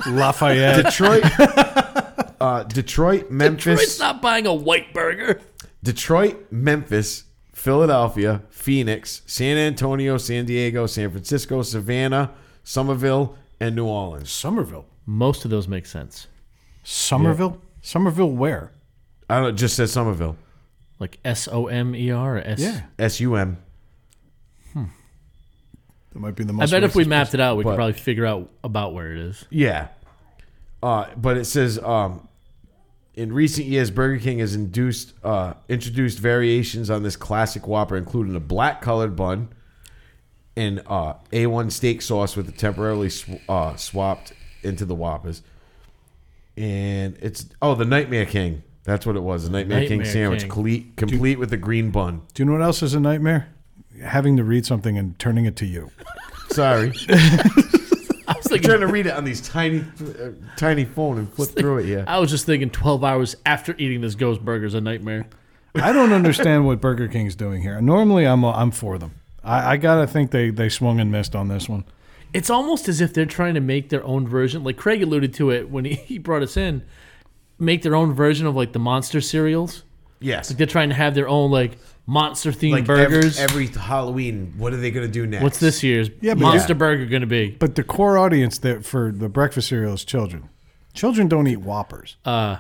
Speaker 4: Lafayette.
Speaker 3: Detroit, uh, Detroit,
Speaker 5: Detroit's
Speaker 3: Memphis,
Speaker 5: not buying a white burger.
Speaker 3: Detroit, Memphis, Philadelphia, Phoenix, San Antonio, San Diego, San Francisco, Savannah, Somerville, and New Orleans.
Speaker 4: Somerville.
Speaker 5: Most of those make sense.
Speaker 4: Somerville? Somerville where?
Speaker 3: I don't. It just says Somerville.
Speaker 5: Like S O M E R or S.
Speaker 4: Yeah.
Speaker 3: S U M.
Speaker 4: That might be the
Speaker 5: I
Speaker 4: most
Speaker 5: bet if we
Speaker 4: racist
Speaker 5: mapped it out, we
Speaker 3: But-
Speaker 5: could probably figure out about where it is.
Speaker 3: Yeah. Uh, but it says um, in recent years, Burger King has induced uh, introduced variations on this classic Whopper, including a black colored bun and uh, A1 steak sauce with it temporarily sw- uh, swapped into the Whoppers. And it's oh the Nightmare King. That's what it was. The Nightmare, King
Speaker 5: Nightmare
Speaker 3: sandwich,
Speaker 5: King.
Speaker 3: Complete, complete with the green bun.
Speaker 4: Do you know what else is a nightmare? Having to read something and turning it to you.
Speaker 5: [LAUGHS]
Speaker 3: Sorry,
Speaker 5: I was
Speaker 3: trying
Speaker 5: thinking,
Speaker 3: to read it on these tiny, uh, tiny phone and flip through it. Yeah,
Speaker 5: I was just thinking, twelve hours after eating this ghost burger is a nightmare.
Speaker 4: I don't understand what Burger King's doing here. Normally, I'm I'm for them. I, I gotta think they they swung and missed on this one.
Speaker 5: It's almost as if they're trying to make their own version. Like Craig alluded to it when he, [LAUGHS] he brought us in, make their own version of like the monster cereals.
Speaker 3: yes.
Speaker 5: Like they're trying to have their own like monster themed
Speaker 3: like ev-
Speaker 5: burgers.
Speaker 3: Every, Halloween, what are they going to do next?
Speaker 5: What's this year's
Speaker 4: Yeah, but-
Speaker 5: monster burger going to be?
Speaker 4: But the core audience that for the breakfast cereal is children. Children don't eat Whoppers.
Speaker 5: Uh,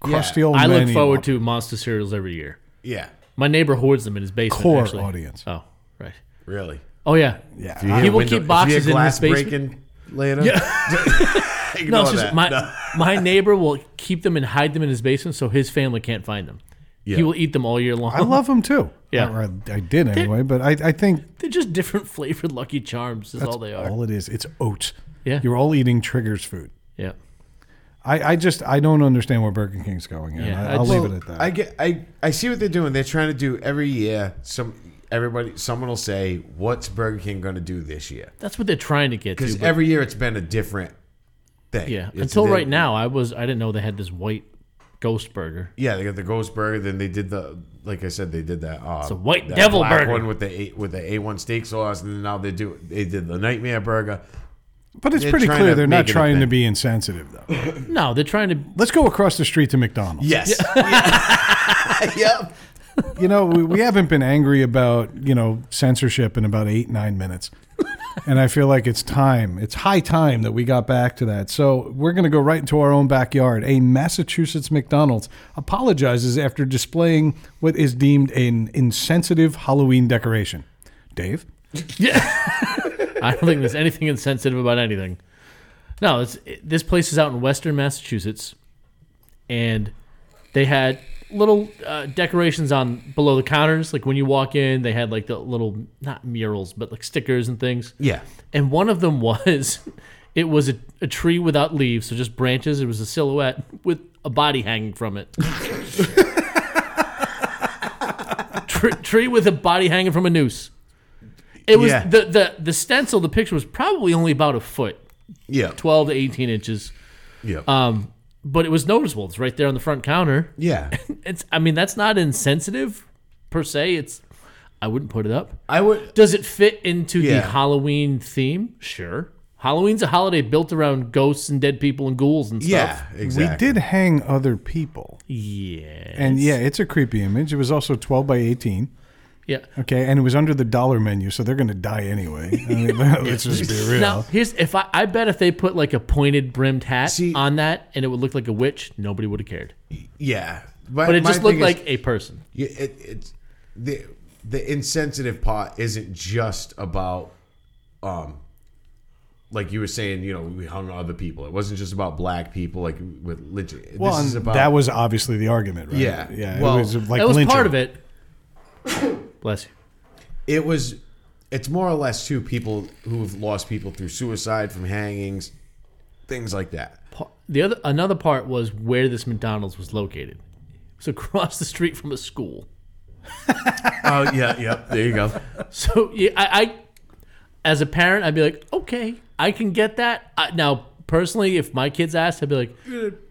Speaker 4: Crusty old
Speaker 5: I
Speaker 4: men
Speaker 5: look
Speaker 4: eat
Speaker 5: forward
Speaker 4: Whoppers.
Speaker 5: to monster cereals every year.
Speaker 3: Yeah,
Speaker 5: My neighbor hoards them in his basement.
Speaker 4: Core
Speaker 5: actually.
Speaker 4: audience.
Speaker 5: Oh, right.
Speaker 3: really.
Speaker 5: Oh yeah.
Speaker 4: Yeah,
Speaker 3: You
Speaker 4: I-
Speaker 3: hear
Speaker 5: will
Speaker 3: window-
Speaker 5: keep
Speaker 3: you
Speaker 5: boxes
Speaker 3: hear
Speaker 5: in his
Speaker 3: glass
Speaker 5: basement.
Speaker 3: breaking later. [LAUGHS] Yeah.
Speaker 5: No, it's just my [LAUGHS] my neighbor will keep them and hide them in his basement so his family can't find them. He will eat them all year long.
Speaker 4: I love them too.
Speaker 5: Yeah.
Speaker 4: Or I, I did anyway. But I, I think
Speaker 5: [LAUGHS] They're just different [LAUGHS] flavored Lucky Charms. Is all they are.
Speaker 4: all it is, it's oats.
Speaker 5: Yeah.
Speaker 4: You're all eating triggers food.
Speaker 5: Yeah.
Speaker 4: I, I just I don't understand where Burger King's going. And
Speaker 5: Yeah,
Speaker 4: I,
Speaker 5: I
Speaker 4: I'll
Speaker 5: just-
Speaker 4: leave it at that.
Speaker 3: I get. I I see what they're doing. They're trying to do every year. Some everybody. Someone will say, "What's Burger King going to do this year?"
Speaker 5: That's what they're trying to get to.
Speaker 3: Because
Speaker 5: but-
Speaker 3: every year it's been a different thing.
Speaker 5: yeah.
Speaker 3: It's-
Speaker 5: Until
Speaker 3: they-
Speaker 5: right now, I was I didn't know they had this white ghost burger.
Speaker 3: Yeah, they got the ghost burger. Then they did the, like I said, they did that. Uh,
Speaker 5: a white
Speaker 3: that
Speaker 5: devil
Speaker 3: black
Speaker 5: burger.
Speaker 3: one with the a, with the a one steak sauce, and then now they do they did the nightmare burger.
Speaker 4: but it's
Speaker 3: they're
Speaker 4: pretty
Speaker 3: trying
Speaker 4: clear
Speaker 3: to
Speaker 4: they're
Speaker 3: make
Speaker 4: not
Speaker 3: it a
Speaker 4: trying to
Speaker 3: thing.
Speaker 4: be insensitive though.
Speaker 5: No, they're trying to.
Speaker 4: Let's go across the street to McDonald's.
Speaker 3: Yes. [LAUGHS] Yeah. yep.
Speaker 4: you know, we, we haven't been angry about, you know, censorship in about eight, nine minutes. And I feel like it's time, it's high time that we got back to that. So we're going to go right into our own backyard. A Massachusetts McDonald's apologizes after displaying what is deemed an insensitive Halloween decoration. Dave?
Speaker 5: I don't think there's anything insensitive about anything. No, it's, it, this place is out in Western Massachusetts, and they had little uh, decorations on below the counters. Like when you walk in, they had like the little not murals, but like stickers and things.
Speaker 3: Yeah.
Speaker 5: And one of them [LAUGHS] was, it was a, a tree without leaves, so just branches. It was a silhouette with a body hanging
Speaker 3: [LAUGHS]
Speaker 5: from it. Tr- tree with a body hanging from a noose. It was
Speaker 3: Yeah.
Speaker 5: the, the the stencil. The picture was probably only about a foot,
Speaker 3: Yeah.
Speaker 5: twelve to eighteen inches.
Speaker 3: Yeah.
Speaker 5: Um, but it was noticeable. It's right there on the front counter.
Speaker 3: yeah.
Speaker 5: It's. I mean, that's not insensitive per se. It's. I wouldn't put it up.
Speaker 3: I
Speaker 5: [LAUGHS]
Speaker 3: would.
Speaker 5: Does it fit into the
Speaker 3: Yeah.
Speaker 5: Halloween theme? Sure. Halloween's a holiday built around ghosts and dead people and ghouls and
Speaker 3: Yeah,
Speaker 5: stuff.
Speaker 3: exactly.
Speaker 4: We did hang other people.
Speaker 5: Yeah.
Speaker 4: And yeah, it's a creepy image. It was also 12 by 18.
Speaker 5: Yeah.
Speaker 4: Okay. And it was under the dollar menu, so they're going to die anyway. I mean, [LAUGHS] let's just be real.
Speaker 5: Now here's if I, I bet if they put like a pointed brimmed hat
Speaker 3: See-
Speaker 5: on that and it would look like a witch, nobody would have cared.
Speaker 3: Yeah,
Speaker 5: But it
Speaker 3: my
Speaker 5: just looked
Speaker 3: thing
Speaker 5: like
Speaker 3: is,
Speaker 5: a person.
Speaker 3: yeah, it, it's the the insensitive part isn't just about um like you were saying. You know, we hung other people. It wasn't just about black people. Like with legit.
Speaker 4: Well,
Speaker 3: this
Speaker 4: and
Speaker 3: is about
Speaker 4: that was obviously the argument, right?
Speaker 3: Yeah.
Speaker 4: yeah.
Speaker 3: Well,
Speaker 4: it was like
Speaker 5: that was
Speaker 4: lynching.
Speaker 5: part of it. [COUGHS] Bless you.
Speaker 3: it was. It's more or less two people who have lost people through suicide from hangings, things like that.
Speaker 5: Pa- The other another part was where this McDonald's was located. It was across the street from a school.
Speaker 3: Oh yeah, yep. There you go.
Speaker 5: So yeah, I, I, as a parent, I'd be like, okay, I can get that. I, now, personally, if my kids asked, I'd be like,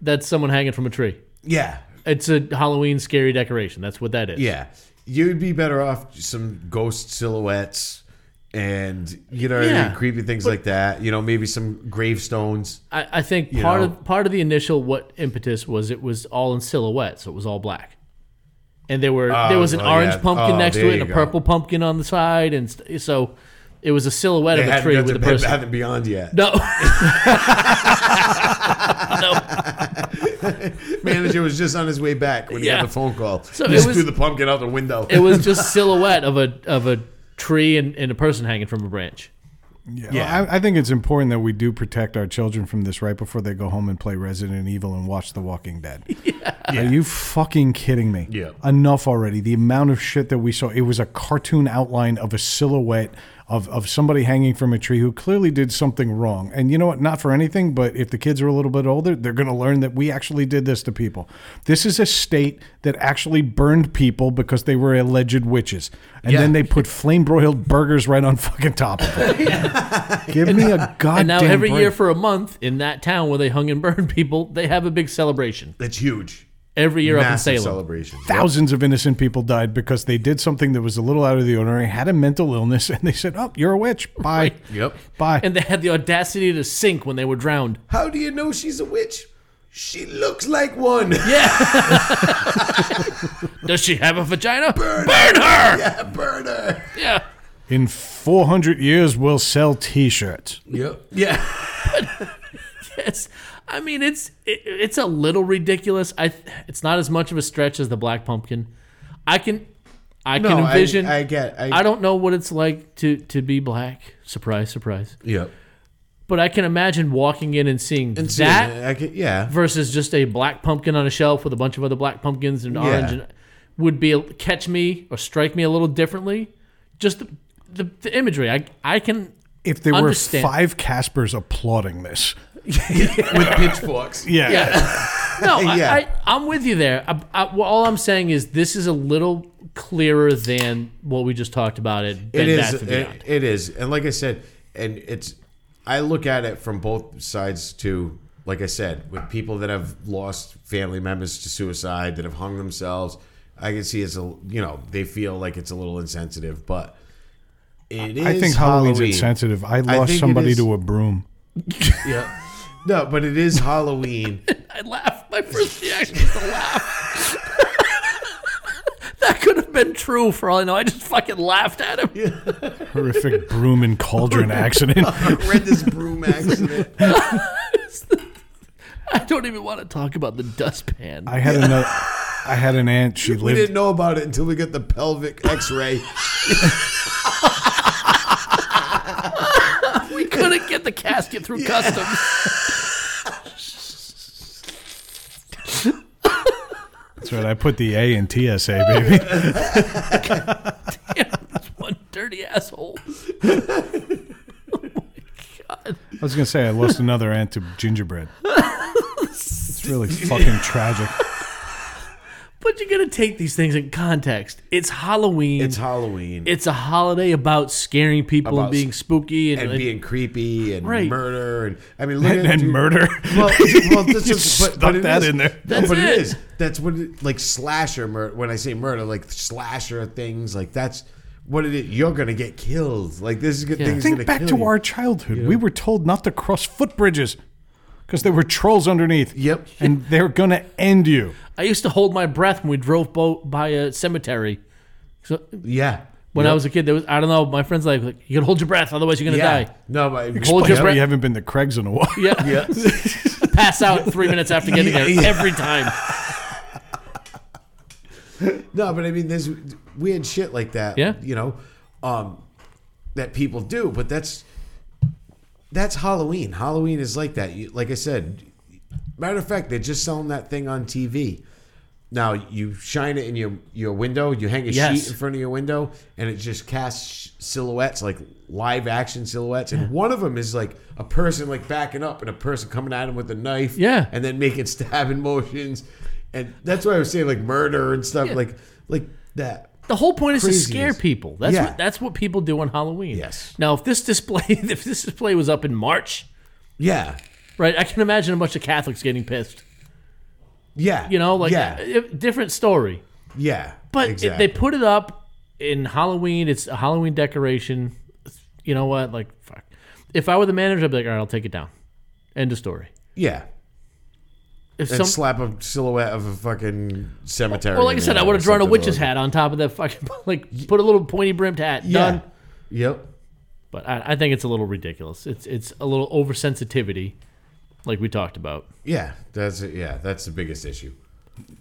Speaker 5: that's someone hanging from a tree.
Speaker 3: Yeah,
Speaker 5: It's a Halloween scary decoration. That's what that is.
Speaker 3: yeah. You'd be better off some ghost silhouettes. and you know
Speaker 5: Yeah.
Speaker 3: creepy things like that. You know, maybe some gravestones.
Speaker 5: I, I think part
Speaker 3: know.
Speaker 5: of part of the initial what impetus was it was all in silhouette, so it was all black, and there were there was an
Speaker 3: well,
Speaker 5: orange
Speaker 3: yeah.
Speaker 5: pumpkin
Speaker 3: Oh,
Speaker 5: next to
Speaker 3: there
Speaker 5: it and
Speaker 3: you
Speaker 5: a
Speaker 3: go.
Speaker 5: purple pumpkin on the side, and st- so it was a silhouette
Speaker 3: They
Speaker 5: of a
Speaker 3: hadn't
Speaker 5: tree
Speaker 3: got
Speaker 5: with
Speaker 3: to
Speaker 5: a
Speaker 3: [LAUGHS]
Speaker 5: person.
Speaker 3: Haven't beyond yet.
Speaker 5: no, [LAUGHS]
Speaker 3: Manager was just on his way back when he
Speaker 5: Yeah.
Speaker 3: got the phone call.
Speaker 5: So
Speaker 3: just
Speaker 5: it was-
Speaker 3: threw the pumpkin out the window.
Speaker 5: it was just silhouette of a of a tree and, and a person hanging from a branch.
Speaker 4: Yeah, I, I think it's important that we do protect our children from this right before they go home and play Resident Evil and watch The Walking Dead. Are you fucking kidding me?
Speaker 3: Yeah.
Speaker 4: Enough already. The amount of shit that we saw, it was a cartoon outline of a silhouette of, of somebody hanging from a tree who clearly did something wrong. And you know what? Not for anything, but if the kids are a little bit older, they're going to learn that we actually did this to people. This is a state that actually burned people because they were alleged witches. And then they put flame broiled burgers right on fucking top of it. Give me a goddamn
Speaker 5: And now every
Speaker 4: break.
Speaker 5: year for a month in that town where they hung and burned [LAUGHS] people, they have a big celebration
Speaker 3: That's huge.
Speaker 5: every year
Speaker 3: Massive
Speaker 5: up in Salem.
Speaker 3: celebration.
Speaker 4: thousands of innocent people died because they did something that was a little out of the ordinary, had a mental illness, and they said, "Oh, you're a
Speaker 5: [LAUGHS]
Speaker 4: witch. Bye,
Speaker 3: Yep.
Speaker 4: bye."
Speaker 5: And they had the audacity to sink when they
Speaker 3: [LAUGHS]
Speaker 5: were drowned.
Speaker 3: How do you know she's a witch? She looks like one. Yeah, [LAUGHS]
Speaker 5: Does she have a vagina? Burn, her! Yeah.
Speaker 3: burn her.
Speaker 4: In 400 years, we'll sell T-shirts.
Speaker 3: Yep. Yeah.
Speaker 5: Yes. I mean, it's it, it's a little ridiculous. I it's not as much of a stretch as the black pumpkin. I can I
Speaker 3: No,
Speaker 5: can
Speaker 3: I-
Speaker 5: envision.
Speaker 3: I get- I-
Speaker 5: don't know what it's like to to be black. Surprise, surprise.
Speaker 3: Yep.
Speaker 5: But I can imagine walking in and seeing
Speaker 3: And so,
Speaker 5: that
Speaker 3: I can, yeah.
Speaker 5: versus just a black pumpkin on a shelf with a bunch of other black pumpkins and orange and would be catch me or strike me a little differently. Just the, the, the imagery. I I can [LAUGHS]
Speaker 4: If there
Speaker 5: Understand.
Speaker 4: were five Caspers applauding this,
Speaker 3: With pitchforks.
Speaker 4: yeah,
Speaker 5: Yeah. no, I,
Speaker 3: Yeah.
Speaker 5: I, I'm with you there. I, I, well, all I'm saying is this is a little clearer than what we just talked about. It,
Speaker 3: it is.
Speaker 5: Bath and Beyond.
Speaker 3: It, it is. And like I said, and it's. I look at it from both sides too. Like I said, with people that have lost family members to suicide, that have hung themselves, I can see it's a. You know, they feel like it's a little insensitive, but it is.
Speaker 4: I think Halloween's
Speaker 3: Halloween.
Speaker 4: insensitive. I
Speaker 3: think
Speaker 4: lost
Speaker 3: it
Speaker 4: somebody
Speaker 3: is-
Speaker 4: to a broom.
Speaker 3: Yeah. No, but it is Halloween.
Speaker 5: [LAUGHS] I laughed. My first reaction was to laugh. [LAUGHS] that could have been true for all I know. I just fucking laughed at him.
Speaker 4: Horrific broom and
Speaker 3: [LAUGHS]
Speaker 4: cauldron
Speaker 3: Oh,
Speaker 4: accident.
Speaker 3: Read this
Speaker 5: [LAUGHS]
Speaker 3: broom accident.
Speaker 5: I don't even want to talk about the dustpan.
Speaker 4: I had another. I had an aunt. She
Speaker 3: We
Speaker 4: lived.
Speaker 3: didn't know about it until we got the pelvic X-ray.
Speaker 5: we couldn't get the casket through customs. [LAUGHS]
Speaker 4: That's right. I put the A in TSA, baby.
Speaker 5: This one dirty asshole.
Speaker 4: I was gonna say I lost another aunt to gingerbread. It's really fucking
Speaker 3: [LAUGHS]
Speaker 4: tragic.
Speaker 5: But you got to take these things in context. It's Halloween.
Speaker 3: It's Halloween.
Speaker 5: it's a holiday about scaring people and
Speaker 3: About
Speaker 5: being
Speaker 3: s-
Speaker 5: spooky and,
Speaker 3: and
Speaker 5: and-
Speaker 3: being creepy and
Speaker 5: Right.
Speaker 3: murder and I mean look
Speaker 4: and,
Speaker 3: at
Speaker 4: and
Speaker 3: dude.
Speaker 4: murder.
Speaker 3: Well, well that's
Speaker 4: [LAUGHS] You
Speaker 3: just, but,
Speaker 4: stuck
Speaker 3: but it
Speaker 4: that
Speaker 3: is-
Speaker 4: in there.
Speaker 3: No,
Speaker 5: That's
Speaker 3: but
Speaker 5: it.
Speaker 3: it is. That's what it, like slasher murder. When I say murder, like slasher things, like that's what it is. You're gonna get killed. Like this is a good thing. is
Speaker 4: Think
Speaker 3: gonna
Speaker 4: back
Speaker 3: kill
Speaker 4: to
Speaker 3: you.
Speaker 4: our childhood. We were told not to cross footbridges because there were trolls underneath.
Speaker 3: Yep.
Speaker 4: And they're gonna end you.
Speaker 5: I used to hold my breath when we drove bo- by a cemetery. So
Speaker 3: yeah.
Speaker 5: when I was a kid, there was I don't know. My friends like, like you gotta hold your breath, otherwise you're gonna
Speaker 3: yeah.
Speaker 5: die.
Speaker 3: No, but
Speaker 5: Hold your
Speaker 4: Like,
Speaker 5: breath.
Speaker 4: you haven't been to Craig's in a while.
Speaker 3: [LAUGHS]
Speaker 5: Yeah, [LAUGHS] pass out three minutes after getting there every time.
Speaker 3: No, but I mean, there's weird shit like that.
Speaker 5: Yeah.
Speaker 3: You know, um, that people do, but that's that's Halloween. Halloween is like that. You, like I said, matter of fact, they're just selling that thing on TV. Now you shine it in your your window. You hang a
Speaker 5: Yes.
Speaker 3: sheet in front of your window, and it just casts sh- silhouettes, like live action silhouettes. And one of them is like a person like backing up, and a person coming at him with a knife.
Speaker 5: Yeah.
Speaker 3: and then making [LAUGHS] stabbing motions, and that's why I was saying like murder and stuff, like like that.
Speaker 5: The whole point is
Speaker 3: Craziness.
Speaker 5: to scare people. That's
Speaker 3: Yeah.
Speaker 5: what that's what people do on Halloween.
Speaker 3: Yes.
Speaker 5: Now, if this display [LAUGHS] if this display was up in March,
Speaker 3: Yeah,
Speaker 5: right, I can imagine a bunch of Catholics getting pissed.
Speaker 3: yeah.
Speaker 5: You know, like
Speaker 3: yeah,
Speaker 5: a- a different story.
Speaker 3: yeah.
Speaker 5: But if
Speaker 3: exactly.
Speaker 5: they put it up in Halloween. It's a Halloween decoration. you know what? Like, fuck. If I were the manager, I'd be like, all right, I'll take it down. End of story.
Speaker 3: Yeah.
Speaker 5: If
Speaker 3: And
Speaker 5: some,
Speaker 3: slap a silhouette of a fucking cemetery.
Speaker 5: well, like I
Speaker 3: in
Speaker 5: said,
Speaker 3: there
Speaker 5: I would
Speaker 3: or
Speaker 5: have drawn a
Speaker 3: something
Speaker 5: witch's
Speaker 3: like-
Speaker 5: hat on top of that fucking, [LAUGHS] like, put a little pointy brimmed hat.
Speaker 3: Yeah.
Speaker 5: Done.
Speaker 3: Yep.
Speaker 5: But I, I think it's a little ridiculous. It's it's a little oversensitivity, like we talked about.
Speaker 3: Yeah. That's it. Yeah. That's the biggest issue.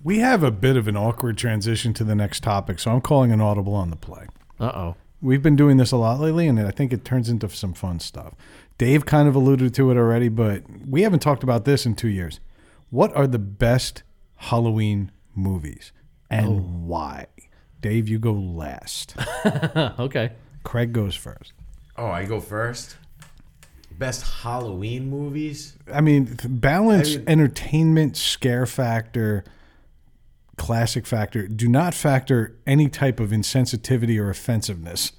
Speaker 4: We have a bit of an awkward transition to the next topic, so I'm calling an audible on the play.
Speaker 5: Uh oh.
Speaker 4: We've been doing this a lot lately, and I think it turns into some fun stuff. Dave kind of alluded to it already, but we haven't talked about this in two years. What are the best Halloween movies and why? Dave, you go last.
Speaker 5: Okay.
Speaker 4: Craig goes first.
Speaker 3: Oh, I go first. Best Halloween movies.
Speaker 4: I mean, th- balance,
Speaker 3: I mean-
Speaker 4: entertainment, scare factor, classic factor. Do not factor any type of insensitivity or offensiveness.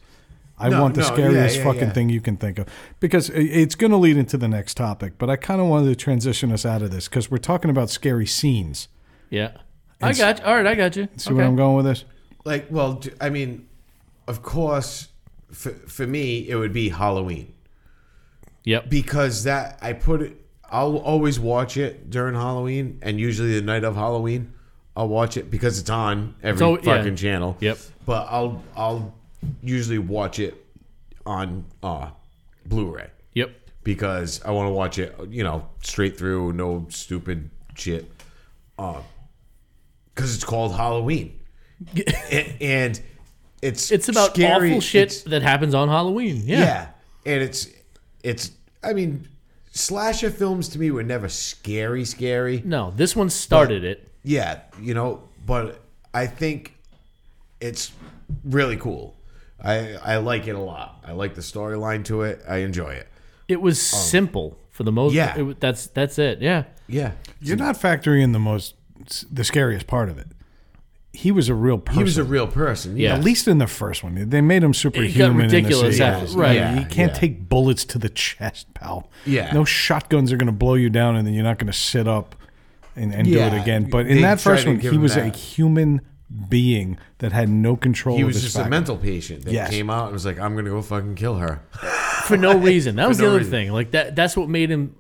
Speaker 4: I
Speaker 3: No,
Speaker 4: want the
Speaker 3: no, yeah,
Speaker 4: scariest
Speaker 3: yeah,
Speaker 4: fucking
Speaker 3: yeah.
Speaker 4: thing you can think of because i- it's going to lead into the next topic. But I kind of wanted to transition us out of this because we're talking about scary scenes.
Speaker 5: Yeah. I got you. All right, I got you.
Speaker 4: See where I'm going with this?
Speaker 3: Like, well, d- I mean, of course, for, for me, it would be Halloween
Speaker 5: Yep.
Speaker 3: because that I put it. I'll always watch it during Halloween, and usually the night of Halloween, I'll watch it because it's on every
Speaker 5: So, yeah.
Speaker 3: fucking channel.
Speaker 5: Yep.
Speaker 3: But I'll I'll usually watch it on uh, Blu-ray
Speaker 5: Yep.
Speaker 3: because I want to watch it, you know, straight through, no stupid shit. Because it's called
Speaker 5: [LAUGHS]
Speaker 3: Halloween, A- and it's
Speaker 5: It's about
Speaker 3: scary.
Speaker 5: awful shit
Speaker 3: It's-
Speaker 5: that happens on Halloween. Yeah.
Speaker 3: yeah. and it's it's. I mean, slasher films to me were never scary, scary.
Speaker 5: No, this one started it.
Speaker 3: Yeah, you know, but I think it's really cool. I I like it a lot. I like the storyline to it. I enjoy it.
Speaker 5: It was simple for the most.
Speaker 3: um, Yeah.
Speaker 5: it wa- that's that's it. Yeah.
Speaker 3: Yeah.
Speaker 4: You're not factoring in the most, the scariest part of it. He was a real person.
Speaker 3: He was a real person.
Speaker 5: Yeah.
Speaker 4: At least in the first one, they made him superhuman.
Speaker 5: ridiculous
Speaker 4: in the
Speaker 5: after-
Speaker 4: sequels.
Speaker 5: right.
Speaker 4: Yeah, you can't
Speaker 3: yeah.
Speaker 4: take bullets to the chest, pal.
Speaker 3: Yeah.
Speaker 4: no shotguns are going to blow you down, and then you're not going to sit up and, and do
Speaker 3: Yeah,
Speaker 4: it again. But in
Speaker 3: they
Speaker 4: that
Speaker 3: tried
Speaker 4: first
Speaker 3: to
Speaker 4: one,
Speaker 3: give
Speaker 4: he
Speaker 3: him
Speaker 4: was
Speaker 3: that.
Speaker 4: a human being that had no control.
Speaker 3: He
Speaker 4: of
Speaker 3: was
Speaker 4: his
Speaker 3: just a
Speaker 4: faculties.
Speaker 3: mental patient that
Speaker 4: Yes.
Speaker 3: came out and was like, "I'm gonna go fucking kill her." [LAUGHS]
Speaker 5: For no reason. That was the
Speaker 3: no
Speaker 5: other
Speaker 3: reason.
Speaker 5: thing. Like that. That's what made him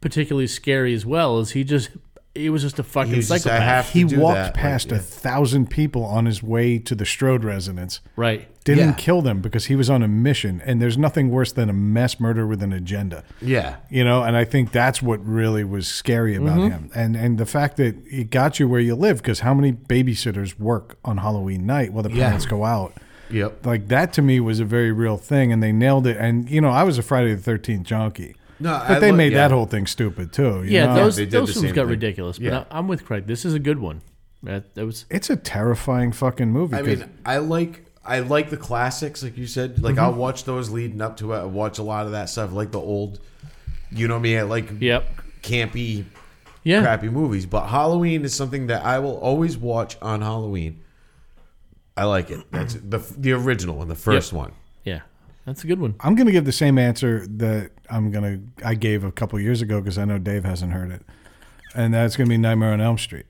Speaker 5: particularly scary as well. Is he just? He was just a fucking
Speaker 3: He was just,
Speaker 5: psychopath.
Speaker 3: I have to
Speaker 4: He
Speaker 3: do
Speaker 4: walked
Speaker 3: that," like,
Speaker 4: past
Speaker 3: yeah.
Speaker 4: a thousand people on his way to the Strode residence.
Speaker 5: right.
Speaker 4: Didn't
Speaker 3: Yeah.
Speaker 4: kill them because he was on a mission, and there's nothing worse than a mass murder with an agenda.
Speaker 3: Yeah,
Speaker 4: you know and i think that's what really was scary about
Speaker 3: Mm-hmm.
Speaker 4: him and and the fact that it got you where you live because how many babysitters work on halloween night while the
Speaker 3: Yeah.
Speaker 4: parents go out
Speaker 3: yep.
Speaker 4: like that to me was a very real thing and they nailed it and you know i was a friday the 13th junkie
Speaker 3: No,
Speaker 4: but
Speaker 3: I
Speaker 4: they
Speaker 3: lo-
Speaker 4: made
Speaker 3: yeah.
Speaker 4: that whole thing stupid too you
Speaker 5: Yeah.
Speaker 4: know?
Speaker 5: those
Speaker 3: they did
Speaker 5: those
Speaker 3: the
Speaker 5: films
Speaker 3: same
Speaker 5: got
Speaker 3: thing.
Speaker 5: ridiculous. But
Speaker 3: Yeah.
Speaker 5: I, I'm with Craig. This is a good one. That, that was
Speaker 4: it's a terrifying fucking movie
Speaker 3: I
Speaker 4: 'cause
Speaker 3: mean, I like I like the classics, like you said.
Speaker 4: Mm-hmm.
Speaker 3: Like I'll watch those leading up to it. I watch a lot of that stuff, like the old. You know me. I like
Speaker 5: Yep.
Speaker 3: campy,
Speaker 5: Yeah.
Speaker 3: crappy movies, but Halloween is something that I will always watch on Halloween. I like it. That's the the original one, the first one.
Speaker 5: Yeah. That's a good one.
Speaker 4: i'm gonna give the same answer that i'm gonna i gave a couple years ago because i know dave hasn't heard it and that's gonna be nightmare on elm street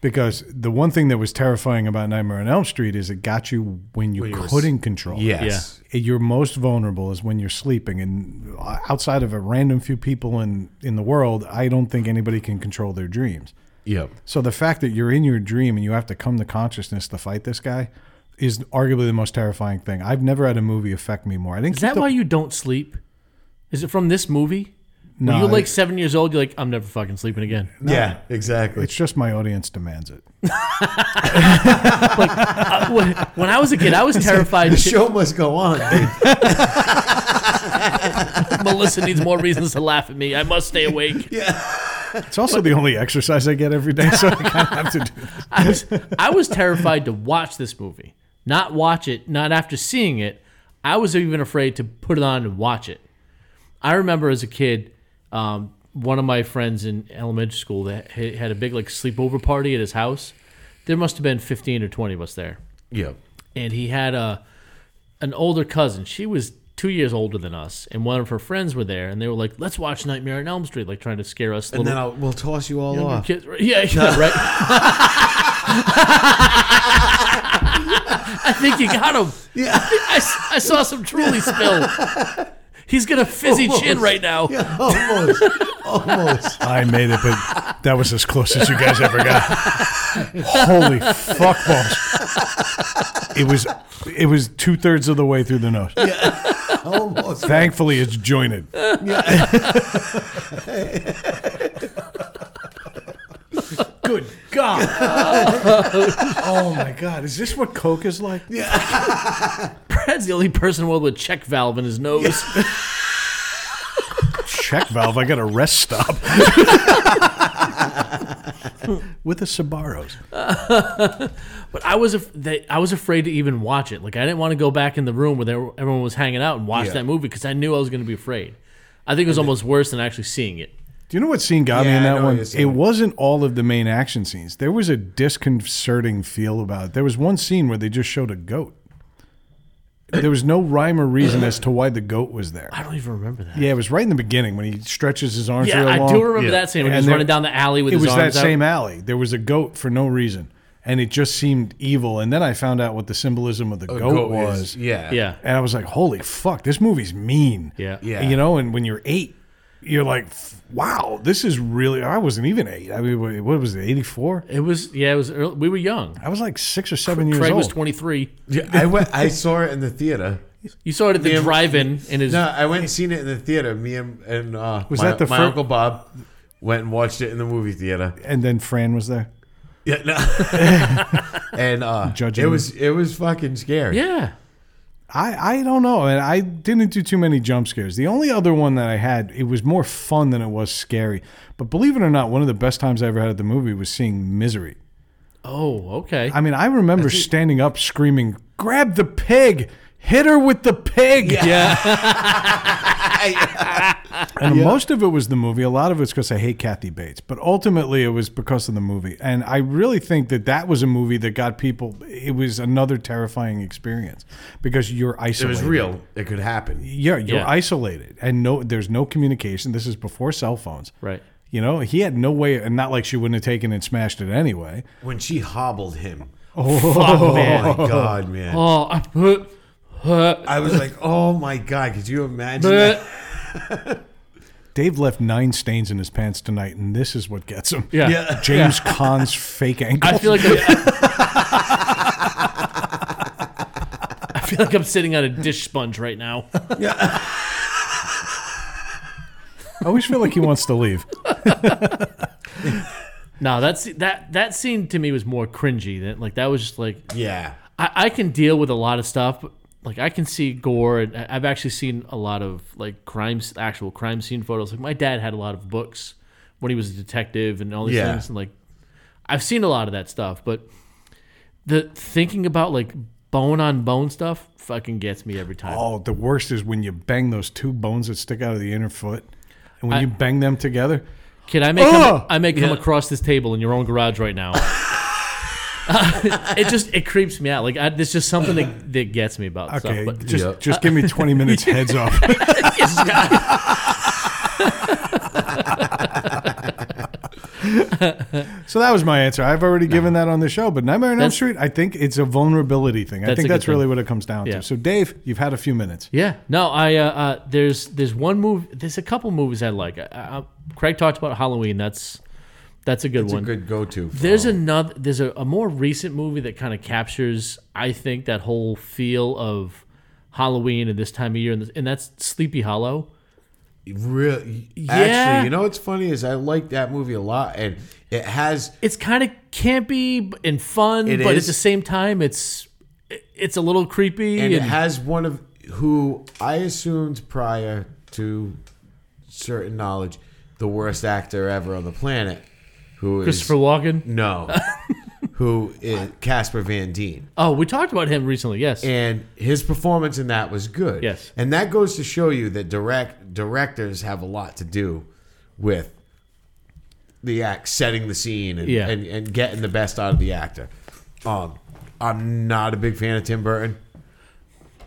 Speaker 4: because the one thing that was terrifying about Nightmare on Elm Street is it got you when you
Speaker 3: you were
Speaker 4: couldn't control.
Speaker 3: Yes.
Speaker 4: You're most vulnerable is when you're sleeping, and outside of a random few people in in the world, I don't think anybody can control their dreams.
Speaker 3: Yep.
Speaker 4: So the fact that you're in your dream and you have to come to consciousness to fight this guy is arguably the most terrifying thing. I've never had a movie affect me more. I didn't.
Speaker 5: Is
Speaker 4: keep
Speaker 5: that
Speaker 4: the-
Speaker 5: why you don't sleep? Is it from this movie? No. When
Speaker 4: No,
Speaker 5: you're like
Speaker 4: it-
Speaker 5: seven years old, you're like, I'm never fucking sleeping again.
Speaker 3: Yeah. Exactly.
Speaker 4: It's [LAUGHS] just my audience demands it.
Speaker 5: I- when, when I was a kid, I was terrified.
Speaker 3: the
Speaker 5: shit-
Speaker 3: show must go on.
Speaker 4: [LAUGHS]
Speaker 3: dude.
Speaker 5: [LAUGHS] Melissa needs more reasons to laugh at me. I must
Speaker 3: [LAUGHS]
Speaker 5: stay awake.
Speaker 4: It's also the only exercise I get every day, so I kind of have to do. This.
Speaker 5: I was, I was terrified to watch this movie, not watch it, not after seeing it. I was even afraid to put it on and watch it. I remember as a kid, um, one of my friends in elementary school that ha- had a big like sleepover party at his house. There must have been fifteen or twenty of us there.
Speaker 3: yep.
Speaker 5: and he had a an older cousin. She was two years older than us, and one of her friends were there, and they were like, "Let's watch Nightmare on Elm Street," like trying to scare us.
Speaker 3: And
Speaker 5: little
Speaker 3: then I'll, we'll toss you all
Speaker 5: younger [LAUGHS]
Speaker 3: off.
Speaker 5: kids. Yeah, yeah, right. [LAUGHS] I think you got him. Yeah. I, s- I saw some truly spill. He's got a fizzy chin right
Speaker 3: [LAUGHS]
Speaker 5: now.
Speaker 3: almost, almost. [LAUGHS]
Speaker 4: I made it, but that was as close as you guys ever got. Holy fuck balls! It was it was two thirds of the way through the nose.
Speaker 3: Almost.
Speaker 4: Thankfully, it's jointed. Good God! oh my God! Is this what Coke is like?
Speaker 5: Brad's the only person in the world with a check valve in his nose.
Speaker 4: Check valve. I got a rest stop [LAUGHS] with the Sabaros.
Speaker 5: But I was af- they, I was afraid to even watch it. Like I didn't want to go back in the room where they were, everyone was hanging out and watch
Speaker 3: Yeah.
Speaker 5: that movie because I knew I was going to be afraid. I think it was almost worse than actually seeing it.
Speaker 4: Do you know what scene got me
Speaker 3: Yeah,
Speaker 4: in
Speaker 3: I
Speaker 4: that
Speaker 3: know what
Speaker 4: one?
Speaker 3: you're
Speaker 4: It
Speaker 3: saying.
Speaker 4: wasn't all of the main action scenes. There was a disconcerting feel about it. There was one scene where they just showed a goat. There was no rhyme or reason as to why the goat was there.
Speaker 5: I don't even remember that.
Speaker 4: Yeah, it was right in the beginning when he stretches his arms.
Speaker 5: Yeah,
Speaker 4: real
Speaker 5: I
Speaker 4: long.
Speaker 5: do remember that scene when
Speaker 4: And
Speaker 5: he's
Speaker 4: there-
Speaker 5: running down the alley with
Speaker 4: It
Speaker 5: his
Speaker 4: was that
Speaker 5: arms out.
Speaker 4: same alley. There was a goat for no reason, and it just seemed evil. And then I found out what the symbolism of the goat, was,
Speaker 3: Oh, is- yeah.
Speaker 5: yeah.
Speaker 4: and I was like, "Holy fuck, this movie's mean."
Speaker 5: Yeah.
Speaker 3: Yeah.
Speaker 4: You know, and when you're eight, you're like, "F- wow, this is really. I wasn't even eight. I mean, wha- what was it, 84?
Speaker 5: It was yeah, it was early, we were young.
Speaker 4: I was like six or seven years
Speaker 5: Craig
Speaker 4: old.
Speaker 5: was 23.
Speaker 3: Yeah, I went. I saw it in the
Speaker 4: [LAUGHS]
Speaker 3: theater.
Speaker 5: You saw it at the drive-in in his
Speaker 3: No, I went and seen it in the theater. Me and, and uh,
Speaker 4: Was
Speaker 3: my,
Speaker 4: that the
Speaker 3: my
Speaker 4: fir-
Speaker 3: uncle Bob went and watched it in the movie theater.
Speaker 4: and then Fran was there.
Speaker 3: Yeah, no.
Speaker 4: [LAUGHS]
Speaker 3: and uh,
Speaker 4: Judging.
Speaker 3: it was it was fucking scary.
Speaker 5: Yeah.
Speaker 4: I, I don't know. And I didn't do too many jump scares. The only other one that I had, it was more fun than it was scary. But believe it or not, one of the best times I ever had at the movie was seeing Misery.
Speaker 5: Oh, okay.
Speaker 4: I mean, I remember standing up screaming, grab the pig, hit her with the pig.
Speaker 5: yeah.
Speaker 4: And most of it was the movie. A lot of it's because I hate Kathy Bates, but ultimately it was because of the movie. And I really think that that was a movie that got people. It was another terrifying experience because you're
Speaker 3: it
Speaker 4: isolated.
Speaker 3: was real. It could happen.
Speaker 4: Yeah, you're
Speaker 5: Yeah.
Speaker 4: isolated, and no, there's no communication. This is before cell phones.
Speaker 5: Right.
Speaker 4: You know, he had no way, and not like she wouldn't have taken and smashed it anyway.
Speaker 3: When she hobbled him.
Speaker 5: Fuck,
Speaker 3: Oh
Speaker 5: man.
Speaker 3: my god, man!
Speaker 5: Oh, I put
Speaker 3: I was like, oh my god, could you imagine?
Speaker 5: but
Speaker 3: That?
Speaker 4: Dave left nine stains in his pants tonight, and this is what gets him.
Speaker 5: yeah.
Speaker 3: Yeah.
Speaker 4: James Kahn's fake ankle.
Speaker 5: I feel like I, I feel like I'm sitting on a dish sponge right now.
Speaker 4: I always feel like he wants to leave.
Speaker 5: No, that's that that scene to me was more cringy than like that was just like
Speaker 3: Yeah,
Speaker 5: I, I can deal with a lot of stuff. But, like I can see gore, and I- I've actually seen a lot of like crimes, actual crime scene photos. Like my dad had a lot of books when he was a detective and all these
Speaker 3: Yeah.
Speaker 5: things, and like I've seen a lot of that stuff. But the thinking about like bone on bone stuff fucking gets me every time.
Speaker 4: Oh, the worst is when you bang those two bones that stick out of the inner foot, and when you bang them together.
Speaker 5: Kid, I may come,
Speaker 4: Ugh!
Speaker 5: I may come across this table in your own garage
Speaker 4: [LAUGHS]
Speaker 5: right now. [LAUGHS] it just it creeps me out. Like I, there's just something that, that gets me about
Speaker 4: Okay,
Speaker 5: stuff. But
Speaker 4: just
Speaker 3: Yep.
Speaker 4: just give me twenty
Speaker 5: [LAUGHS]
Speaker 4: minutes heads up. so that was my answer. I've already given that on the show, but Nightmare on Elm
Speaker 5: That's-
Speaker 4: Street, I think it's a vulnerability thing. I
Speaker 5: That's a
Speaker 4: think
Speaker 5: good
Speaker 4: that's really
Speaker 5: thing.
Speaker 4: what it comes down
Speaker 5: Yeah.
Speaker 4: to. So Dave, you've had a few minutes.
Speaker 5: yeah, no, I uh, uh, there's there's one movie. There's a couple movies I like. I, I, Craig talked about Halloween. That's that's a good
Speaker 3: it's a Oh.
Speaker 5: one.
Speaker 3: good go-to. for
Speaker 5: There's
Speaker 3: him.
Speaker 5: another. There's a, a more recent movie that kind of captures, I think, that whole feel of Halloween and this time of year, and, this, and that's Sleepy Hollow.
Speaker 3: real.
Speaker 5: Yeah.
Speaker 3: Actually, you know what's funny is I like that movie a lot, and it has
Speaker 5: it's kind of campy and fun,
Speaker 3: It
Speaker 5: but
Speaker 3: is.
Speaker 5: at the same time, it's it's a little creepy.
Speaker 3: and
Speaker 5: And
Speaker 3: it has one of who I assumed prior to certain knowledge, the worst actor ever on the planet, who is
Speaker 5: Christopher Walken. [LAUGHS]
Speaker 3: no, who is Casper Van Dien.
Speaker 5: Oh, we talked about him recently. Yes,
Speaker 3: and his performance in that was good.
Speaker 5: Yes.
Speaker 3: and that goes to show you that direct directors have a lot to do with the act, setting the scene, and
Speaker 5: Yeah.
Speaker 3: and, and getting the best out of the actor. Um, I'm not a big fan of Tim Burton.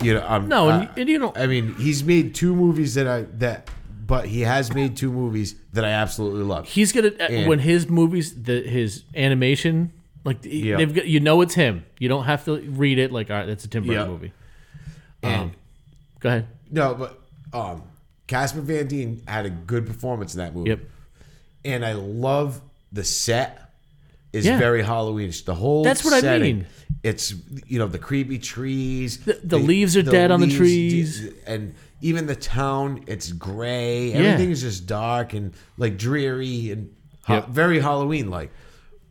Speaker 3: You know, I'm
Speaker 5: No, and
Speaker 3: I-
Speaker 5: you- and you don't-
Speaker 3: I mean, he's made two movies that I that, but he has made two movies that I absolutely love.
Speaker 5: he's gonna uh,
Speaker 3: and-
Speaker 5: when his movies, the his animation Like th-
Speaker 3: Yeah.
Speaker 5: they've got, you know it's him. You don't have to read it like all right, that's a Tim Burton
Speaker 3: Yeah.
Speaker 5: movie.
Speaker 3: And
Speaker 5: Go ahead.
Speaker 3: no, but um, Casper Van Dien had a good performance in that movie.
Speaker 5: Yep.
Speaker 3: and I love the set. Is
Speaker 5: Yeah.
Speaker 3: very Halloweenish. The whole
Speaker 5: That's what I
Speaker 3: setting,
Speaker 5: mean.
Speaker 3: It's you know the creepy trees.
Speaker 5: The- the leaves are dead on the trees.
Speaker 3: d- and even the town. It's gray. Everything is just dark and like dreary and ha-
Speaker 5: Yep.
Speaker 3: very Halloween like.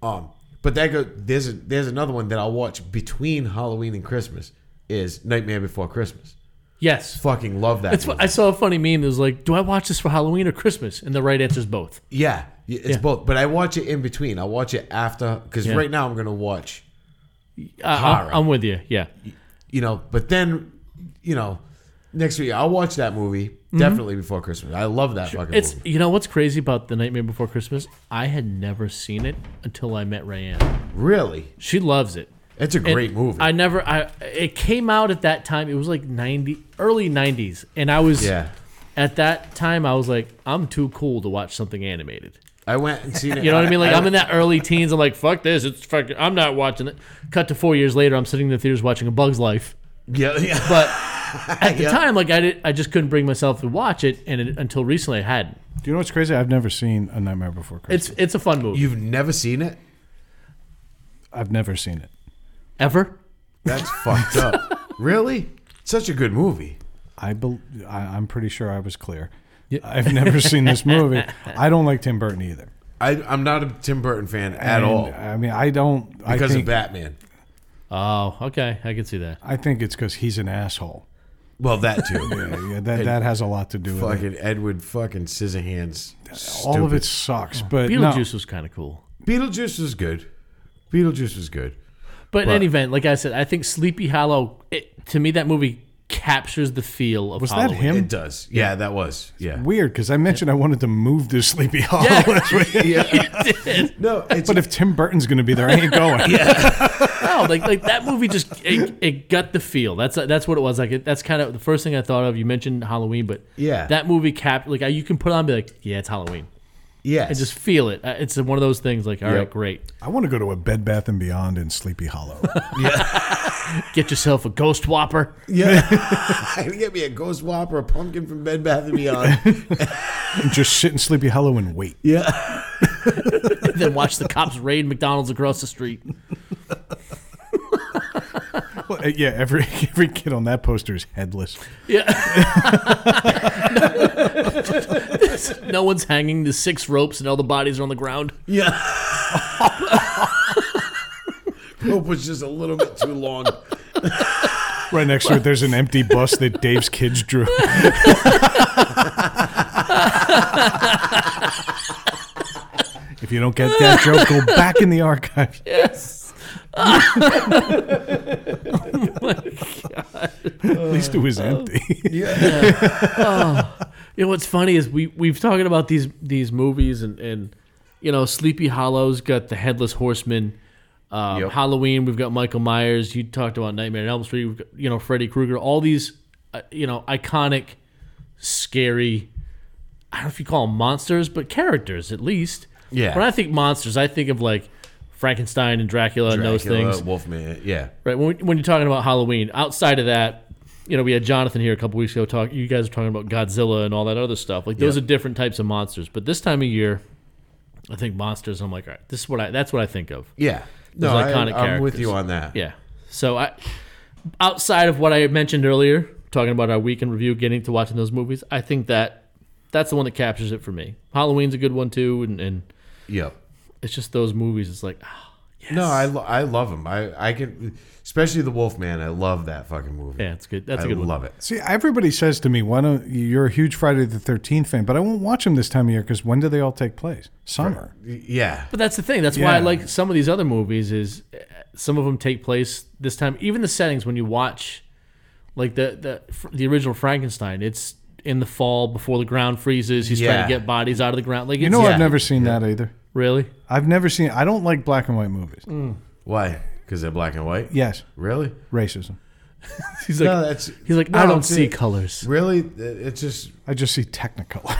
Speaker 3: Um, but that go there's a, there's another one that I'll watch between Halloween and Christmas is Nightmare Before Christmas.
Speaker 5: Yes.
Speaker 3: Fucking love that.
Speaker 5: That's
Speaker 3: movie.
Speaker 5: what I saw a funny meme that was like, Do I watch this for Halloween or Christmas? And the right answer is both.
Speaker 3: Yeah, y- it's both. But I watch it in between. I watch it after because
Speaker 5: Yeah.
Speaker 3: right now I'm gonna watch.
Speaker 5: Uh, I'm,
Speaker 3: Horror.
Speaker 5: I'm with you. Yeah.
Speaker 3: You know, but then, you know, next week I'll watch that movie definitely before Christmas. I love that fucking
Speaker 5: Mm-hmm. It's
Speaker 3: movie.
Speaker 5: you know what's crazy about The Nightmare Before Christmas? I had never seen it until I met Rayanne.
Speaker 3: Really,
Speaker 5: She loves it.
Speaker 3: it's a
Speaker 5: And
Speaker 3: great movie.
Speaker 5: I never I it came out at that time. It was like 90 early 90s and I was
Speaker 3: yeah,
Speaker 5: at that time I was like I'm too cool to watch something animated.
Speaker 3: I went and
Speaker 5: [LAUGHS]
Speaker 3: seen it.
Speaker 5: You know what I mean? Like I'm in that early teens. I'm like, fuck this. It's fucking. I'm not watching it. Cut to four years later. I'm sitting in the theaters watching A Bug's Life.
Speaker 3: Yeah, yeah.
Speaker 5: [LAUGHS] But at the time, like I did, I just couldn't bring myself to watch it, and it, until recently, I hadn't.
Speaker 4: Do you know what's crazy? I've never seen A Nightmare Before Christmas.
Speaker 5: It's it's a fun movie.
Speaker 3: You've never seen it?
Speaker 4: I've never seen it.
Speaker 5: Ever?
Speaker 3: That's fucked up.
Speaker 5: [LAUGHS]
Speaker 3: Really? Such a good movie.
Speaker 4: I, bel I I'm pretty sure I was clear. I've never seen this movie. I don't like Tim Burton either.
Speaker 3: I, I'm not a Tim Burton fan at
Speaker 4: And,
Speaker 3: all
Speaker 4: I mean, I don't. I
Speaker 3: because
Speaker 4: think,
Speaker 3: of Batman.
Speaker 5: Oh, okay. I can see that.
Speaker 4: I think it's because he's an asshole.
Speaker 3: Well, that
Speaker 5: [LAUGHS]
Speaker 3: too.
Speaker 4: Yeah, yeah, that that has a lot to do with it.
Speaker 3: fucking Edward fucking Scissorhands.
Speaker 4: All of
Speaker 3: Stupid.
Speaker 4: it sucks, but no.
Speaker 5: Beetlejuice was kind of cool.
Speaker 3: Beetlejuice was good. Beetlejuice was good.
Speaker 5: But in any event, like I said, I think Sleepy Hollow. It, to me, that movie captures the feel of
Speaker 4: Was that
Speaker 5: Halloween.
Speaker 4: him?
Speaker 3: It does. Yeah, that was. Yeah.
Speaker 4: Weird, because I mentioned I wanted to move to Sleepy Hollow.
Speaker 3: [LAUGHS]
Speaker 5: [LAUGHS]
Speaker 3: No, it's
Speaker 4: but if Tim Burton's going to be there, I ain't going.
Speaker 3: [LAUGHS]
Speaker 5: no, like like that movie just it, it got the feel. That's that's what it was. Like it, that's kind of the first thing I thought of. You mentioned Halloween, but
Speaker 3: Yeah.
Speaker 5: that movie cap like you can put it on and be like, yeah, it's Halloween.
Speaker 3: yeah, [LAUGHS]
Speaker 5: I just feel it. Uh, It's one of those things. Like all right,
Speaker 3: Yep.
Speaker 5: great.
Speaker 4: I want to go to a Bed Bath and Beyond in Sleepy Hollow. [LAUGHS]
Speaker 5: Get yourself a Ghost Whopper.
Speaker 3: yeah. Get me a Ghost Whopper, a pumpkin from Bed Bath and
Speaker 5: [LAUGHS]
Speaker 3: Beyond.
Speaker 4: and just sit in Sleepy Hollow and wait.
Speaker 3: yeah,
Speaker 5: [LAUGHS] then watch the cops raid McDonald's across the street.
Speaker 4: Well, uh, [LAUGHS] yeah, every every kid on that poster is headless.
Speaker 5: Yeah. [LAUGHS] no one's hanging. The six ropes and all the bodies are on the ground.
Speaker 3: yeah. Hope was just a little bit too long.
Speaker 4: Right next to it, there's an empty bus that Dave's kids drew. if you don't get that joke, go back in the archives.
Speaker 5: Yes.
Speaker 4: At least it was empty. [LAUGHS]
Speaker 5: You know what's funny is we we've talking about these these movies and and you know Sleepy Hollow's got the Headless Horseman. Um,
Speaker 3: Yep.
Speaker 5: Halloween, we've got Michael Myers. You talked about Nightmare on Elm Street. We've got, you know Freddy Krueger. All these, uh, you know, iconic, scary. I don't know if you call them monsters, but characters at least.
Speaker 3: Yeah.
Speaker 5: When I think monsters, I think of like Frankenstein and Dracula, and those
Speaker 3: Dracula,
Speaker 5: things.
Speaker 3: Wolfman. Yeah,
Speaker 5: Right. When, we, when you're talking about Halloween, outside of that, you know, we had Jonathan here a couple weeks ago. Talk. You guys were talking about Godzilla and all that other stuff. Like those are different types of monsters. But this time of year, I think monsters. I'm like, all right, this is what I. That's what I think of.
Speaker 3: yeah. No,
Speaker 5: Those
Speaker 3: I,
Speaker 5: iconic
Speaker 3: I'm with
Speaker 5: characters.
Speaker 3: you on that.
Speaker 5: Yeah. So I, outside of what I mentioned earlier, talking about our week in review, getting to watching those movies, I think that that's the one that captures it for me. Halloween's a good one too, and, and
Speaker 3: Yep.
Speaker 5: it's just those movies. It's like, ah,
Speaker 3: No, I lo- I love him. I I can, especially the Wolfman. I love that fucking movie.
Speaker 5: yeah, it's good. That's
Speaker 3: I
Speaker 5: a good one.
Speaker 3: love it.
Speaker 4: See, everybody says to me, "Why don't you're a huge Friday the Thirteenth fan?" But I won't watch them this time of year because when do they all take place? Summer.
Speaker 3: Y- Yeah,
Speaker 5: But that's the thing. That's why I
Speaker 4: Yeah.
Speaker 5: like some of these other movies. Is uh, some of them take place this time. Even the settings when you watch, like the the the original Frankenstein, it's in the fall before the ground freezes. He's trying
Speaker 3: Yeah.
Speaker 5: to get bodies out of the ground. Like
Speaker 4: You
Speaker 5: it's,
Speaker 4: know,
Speaker 3: Yeah.
Speaker 4: I've never seen that either.
Speaker 5: really.
Speaker 4: I've never seen. I don't like black and white movies.
Speaker 3: why? Because they're black and white.
Speaker 4: Yes,
Speaker 3: Really?
Speaker 4: racism.
Speaker 5: he's like,
Speaker 3: No, that's-
Speaker 5: he's like,
Speaker 3: no,
Speaker 5: I don't
Speaker 3: it's-
Speaker 5: see colors.
Speaker 3: Really, it's just
Speaker 4: I just see Technicolor.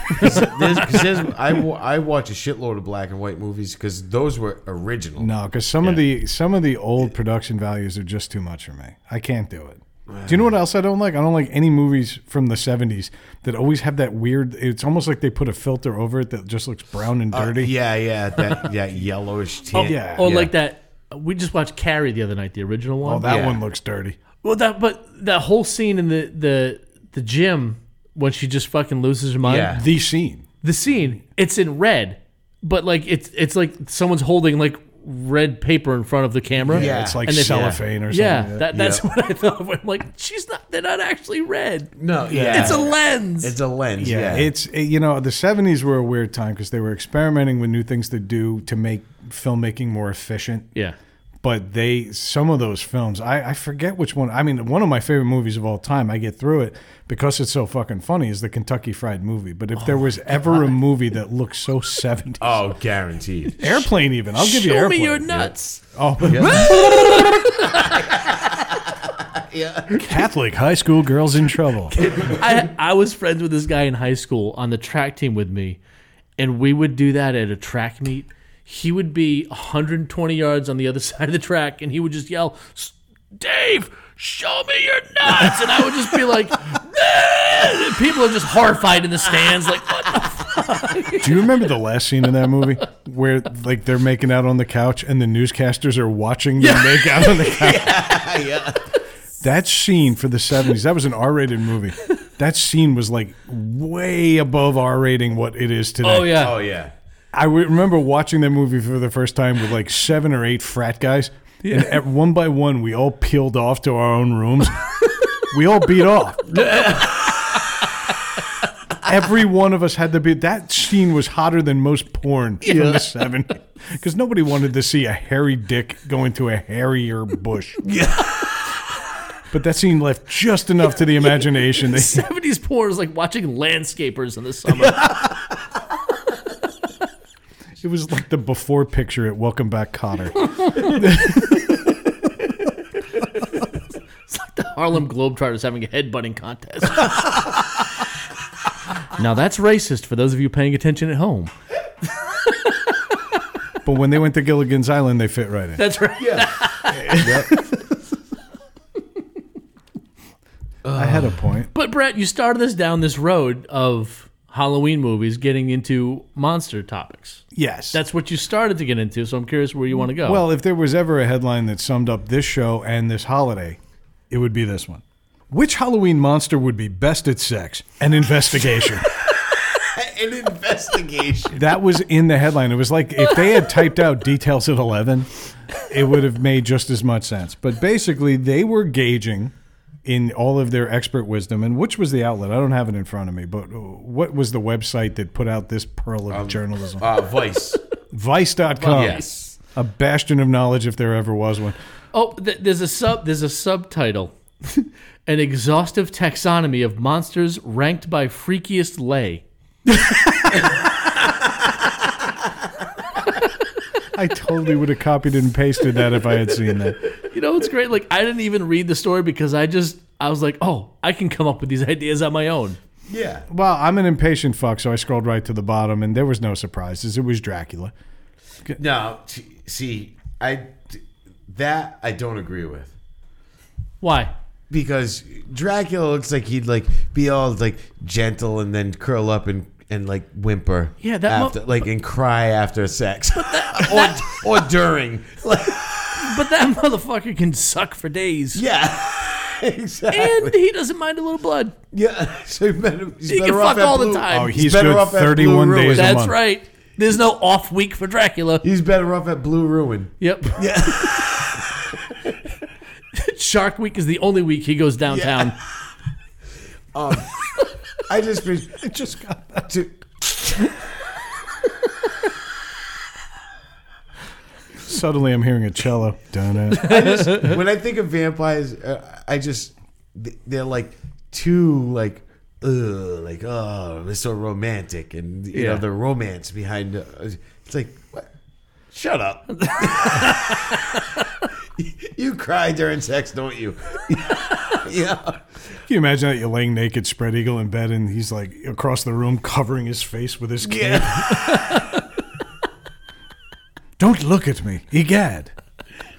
Speaker 3: there's, 'cause there's, I, wa- I watch a shitload of black and white movies because those were original.
Speaker 4: [LAUGHS] no, because some of the some of the old production values are just too much for me. I can't do it. Do you know what else I don't like? I don't like any movies from the '70s that always have that weird. It's almost like they put a filter over it that just looks brown
Speaker 3: Uh,
Speaker 4: and dirty.
Speaker 3: Yeah, yeah, that that yellowish tint.
Speaker 4: yeah.
Speaker 5: Or Oh, like that. We just watched Carrie the other night, the original one.
Speaker 4: Oh, that
Speaker 3: Yeah.
Speaker 4: one looks dirty.
Speaker 5: Well, that but that whole scene in the the the gym when she just fucking loses her mind.
Speaker 3: Yeah.
Speaker 4: The scene.
Speaker 5: The scene it's in red, but like it's it's like someone's holding like red paper in front of the camera.
Speaker 3: Yeah.
Speaker 4: It's like
Speaker 5: And they-
Speaker 4: cellophane or something.
Speaker 5: Yeah, that, that's
Speaker 3: Yeah.
Speaker 5: [LAUGHS] what I thought. of. I'm like, she's not. They're not actually red.
Speaker 3: No, yeah,
Speaker 5: It's a lens.
Speaker 3: it's a lens. Yeah,
Speaker 4: Yeah, it's it- you know the '70s were a weird time because they were experimenting with new things to do to make filmmaking more efficient.
Speaker 5: yeah.
Speaker 4: But they some of those films, I, I forget which one. I mean, one of my favorite movies of all time. I get through it because it's so fucking funny. Is the Kentucky Fried Movie? But
Speaker 5: Oh
Speaker 4: if there was ever a movie that looked so '70s,
Speaker 5: [LAUGHS]
Speaker 3: oh,
Speaker 4: [LAUGHS]
Speaker 3: guaranteed.
Speaker 4: Airplane even. I'll give you
Speaker 5: Show
Speaker 4: Airplane.
Speaker 5: me your nuts.
Speaker 4: Oh, Catholic high school girls in
Speaker 5: [LAUGHS]
Speaker 4: trouble.
Speaker 5: I I was friends with this guy in high school on the track team with me, and we would do that at a track meet. He would be 120 yards on the other [LAUGHS] side of the track, and he would just yell, "S- "Dave, show me your nuts!" And I would just be like, [LAUGHS] "Nah!" And "People are just horrified in the stands, like what the
Speaker 4: Do you remember the last scene in that movie where like they're making out on the couch and the newscasters are watching them make out on the
Speaker 5: [LAUGHS]
Speaker 4: couch? That scene for the 70s, that was an R-rated movie. That scene was like way above R rating what it is today.
Speaker 5: [LAUGHS] oh yeah." [LAUGHS]
Speaker 3: Oh yeah,
Speaker 4: I w- remember watching that movie for the first time with like seven or eight frat guys. And at one by one, we all peeled off to our own rooms. [LAUGHS] we all beat off. Every one of us had to be. That scene was hotter than most porn from the seven, because nobody wanted to see a hairy dick go into a hairier bush. Yeah. But that scene left just enough to the imagination. that-
Speaker 5: 70s porn is like watching landscapers in the [LAUGHS] summer.
Speaker 4: It was like the before picture at Welcome Back, Cotter.
Speaker 5: Harlem Globetrotters having a headbutting contest. [LAUGHS] now that's racist for those of you paying attention at home.
Speaker 4: But when they went to Gilligan's Island, they fit right in.
Speaker 5: That's right.
Speaker 4: I had a point.
Speaker 5: But Brett, you started us down this road of Halloween movies getting into monster topics.
Speaker 4: Yes.
Speaker 5: That's what you started to get into, so I'm curious where you want to go.
Speaker 4: well, if there was ever a headline that summed up this show and this holiday, it would be this one. Which Halloween monster would be best at sex? An investigation.
Speaker 3: an investigation.
Speaker 4: that was in the headline. It was like if they had typed out details at 11, it would have made just as much sense. But basically, they were gauging in all of their expert wisdom and which was the outlet? I don't have it in front of me, but what was the website that put out this pearl of journalism?
Speaker 3: Uh, Vice.
Speaker 4: Vice.com.
Speaker 3: Yes.
Speaker 4: A bastion of knowledge if there ever was one.
Speaker 5: oh, th- there's a sub. There's a subtitle: [LAUGHS] an exhaustive taxonomy of monsters ranked by freakiest lay.
Speaker 4: I totally would have copied and pasted that if I had seen that.
Speaker 5: You know, it's great. Like I didn't even read the story because I just I was like, oh, I can come up with these [LAUGHS] ideas on my own.
Speaker 3: Yeah.
Speaker 4: Well, I'm an impatient fuck, so I scrolled right to the bottom, and there was no surprises. It was Dracula.
Speaker 3: No, t- see, I that I don't agree with.
Speaker 5: Why?
Speaker 3: because Dracula looks like he'd like be all like gentle and then curl up and and like whimper.
Speaker 5: Yeah, that mo-
Speaker 3: after, like and cry after sex [LAUGHS] or or during. Like,
Speaker 5: But that [LAUGHS] motherfucker can suck for days.
Speaker 3: yeah, [LAUGHS] exactly.
Speaker 5: And he doesn't mind a little blood.
Speaker 3: yeah, so he better, he's
Speaker 5: He can
Speaker 3: better off
Speaker 5: fuck
Speaker 3: at
Speaker 5: all the
Speaker 3: Blue-
Speaker 5: time.
Speaker 4: Oh,
Speaker 5: He's
Speaker 4: he's,
Speaker 3: better
Speaker 4: good
Speaker 3: off at
Speaker 4: 31
Speaker 3: Blue
Speaker 4: days
Speaker 3: Ruin.
Speaker 4: a
Speaker 5: That's
Speaker 4: month.
Speaker 5: right. There's no off week for Dracula.
Speaker 3: He's better off at Blue Ruin.
Speaker 5: Yep. Yeah. Shark Week is the only week he goes downtown.
Speaker 3: I
Speaker 5: [LAUGHS]
Speaker 3: just I just got that. To,
Speaker 4: Suddenly, I'm hearing a cello. Dun-dun.
Speaker 3: when I think of vampires, uh, I just th- they're like too like ugh, like oh, it's so romantic, and you
Speaker 5: Yeah.
Speaker 3: know the romance behind. Uh, it's like what? Shut up. you cry during sex, don't you? [LAUGHS] yeah.
Speaker 4: Can you imagine that you're laying naked, spread eagle in bed, and he's like across the room covering his face with his cape? Don't look at me, egad.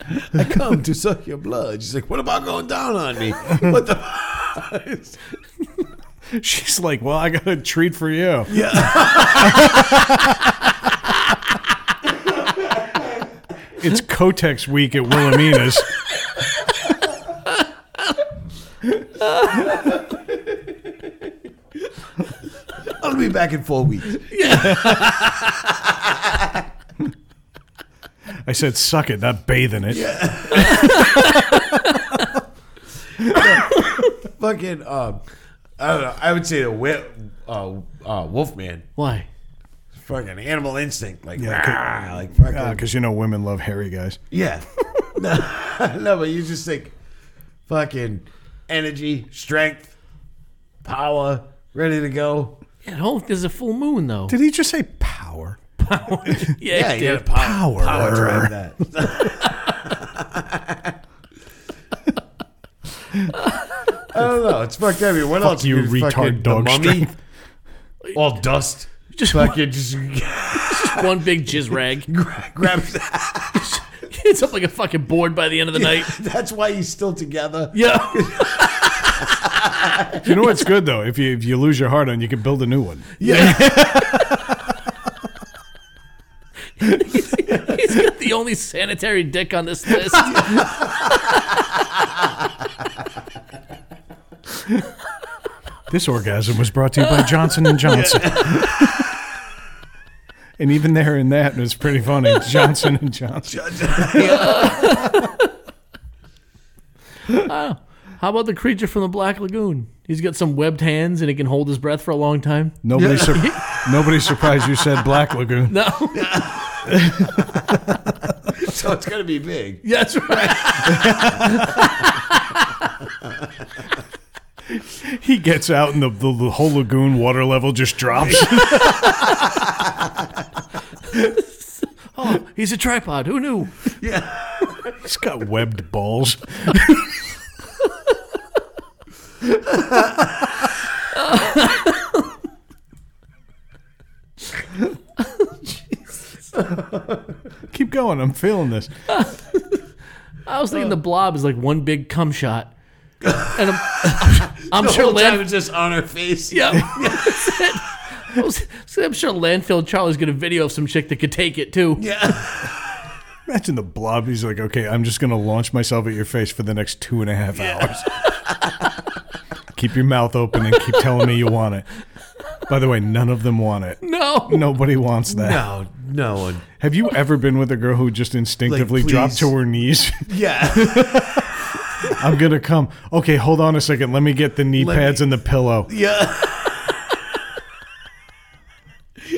Speaker 3: [LAUGHS]
Speaker 4: [LAUGHS]
Speaker 3: I come to suck your blood. She's like, what about going down on me? What the?
Speaker 4: She's like, well, I got a treat for you.
Speaker 3: yeah.
Speaker 4: [LAUGHS] It's Kotex week at Wilhelmina's.
Speaker 3: [LAUGHS] I'll be back in four weeks.
Speaker 4: I said, suck it, not bathe in it.
Speaker 3: Fucking, um, I don't know. I would say the wi- uh, uh, Wolfman.
Speaker 5: Why?
Speaker 3: Fucking animal instinct. Like,
Speaker 4: Yeah, Ah,
Speaker 3: yeah,
Speaker 4: could-
Speaker 3: like fucking.
Speaker 4: Because Uh, you know women love hairy guys.
Speaker 3: Yeah. [LAUGHS] no, no, but you just think fucking energy, strength, power, ready to go.
Speaker 5: At home, there's a full moon though.
Speaker 4: Did he just say power?
Speaker 5: yeah,
Speaker 3: you
Speaker 5: dude.
Speaker 3: gotta power,
Speaker 4: Power.
Speaker 3: power drive that. [LAUGHS] I don't know. It's fucked up. I mean, What else?
Speaker 4: you,
Speaker 3: Fucking
Speaker 4: retard
Speaker 3: the
Speaker 4: dog
Speaker 3: mummy? [LAUGHS]
Speaker 4: strength.
Speaker 3: All dust.
Speaker 5: Just
Speaker 3: Fucking just
Speaker 5: one big jizz rag.
Speaker 3: [LAUGHS] grab.
Speaker 5: it's up like a fucking board by the end of the night.
Speaker 3: That's why he's still together.
Speaker 5: Yeah.
Speaker 4: You know what's good though? If you if you lose your heart on, you can build a new one.
Speaker 5: [LAUGHS] He's got the only sanitary dick on this list.
Speaker 4: This orgasm was brought to you by Johnson and Johnson. [LAUGHS] and even there in that, it was pretty funny. Johnson and Johnson.
Speaker 5: How about the creature from the Black Lagoon? He's got some webbed hands and he can hold his breath for a long time.
Speaker 4: Nobody sur- nobody's surprised you said Black Lagoon.
Speaker 5: No.
Speaker 3: So it's gonna be big.
Speaker 5: Yeah, That's right.
Speaker 4: He gets out and the, the, the whole lagoon water level just drops.
Speaker 5: Oh, he's a tripod. Who knew?
Speaker 4: He's got webbed balls. [LAUGHS] Keep going. I'm feeling this.
Speaker 5: I was thinking the blob is like one big cum [LAUGHS] shot. And I'm, I'm
Speaker 3: The
Speaker 5: sure
Speaker 3: whole time
Speaker 5: Land-
Speaker 3: it's just on her face.
Speaker 5: [LAUGHS] yeah. I was- so I'm sure landfill Charlie's gonna video of some chick that could take it too.
Speaker 3: Yeah. [LAUGHS]
Speaker 4: Imagine the blob. He's like, okay, I'm just going to launch myself at your face for the next two and a half hours. [LAUGHS] keep your mouth open and keep telling me you want it. By the way, none of them want it.
Speaker 5: No,
Speaker 4: Nobody wants that.
Speaker 3: No, no one.
Speaker 4: Have you ever been with a girl who just instinctively
Speaker 3: Like,
Speaker 4: dropped
Speaker 3: please.
Speaker 4: to her knees?
Speaker 3: Yeah.
Speaker 4: I'm gonna come. Okay, hold on a second. Let me get the knee
Speaker 3: Let
Speaker 4: pads
Speaker 3: me-
Speaker 4: and the pillow.
Speaker 3: Yeah. [LAUGHS]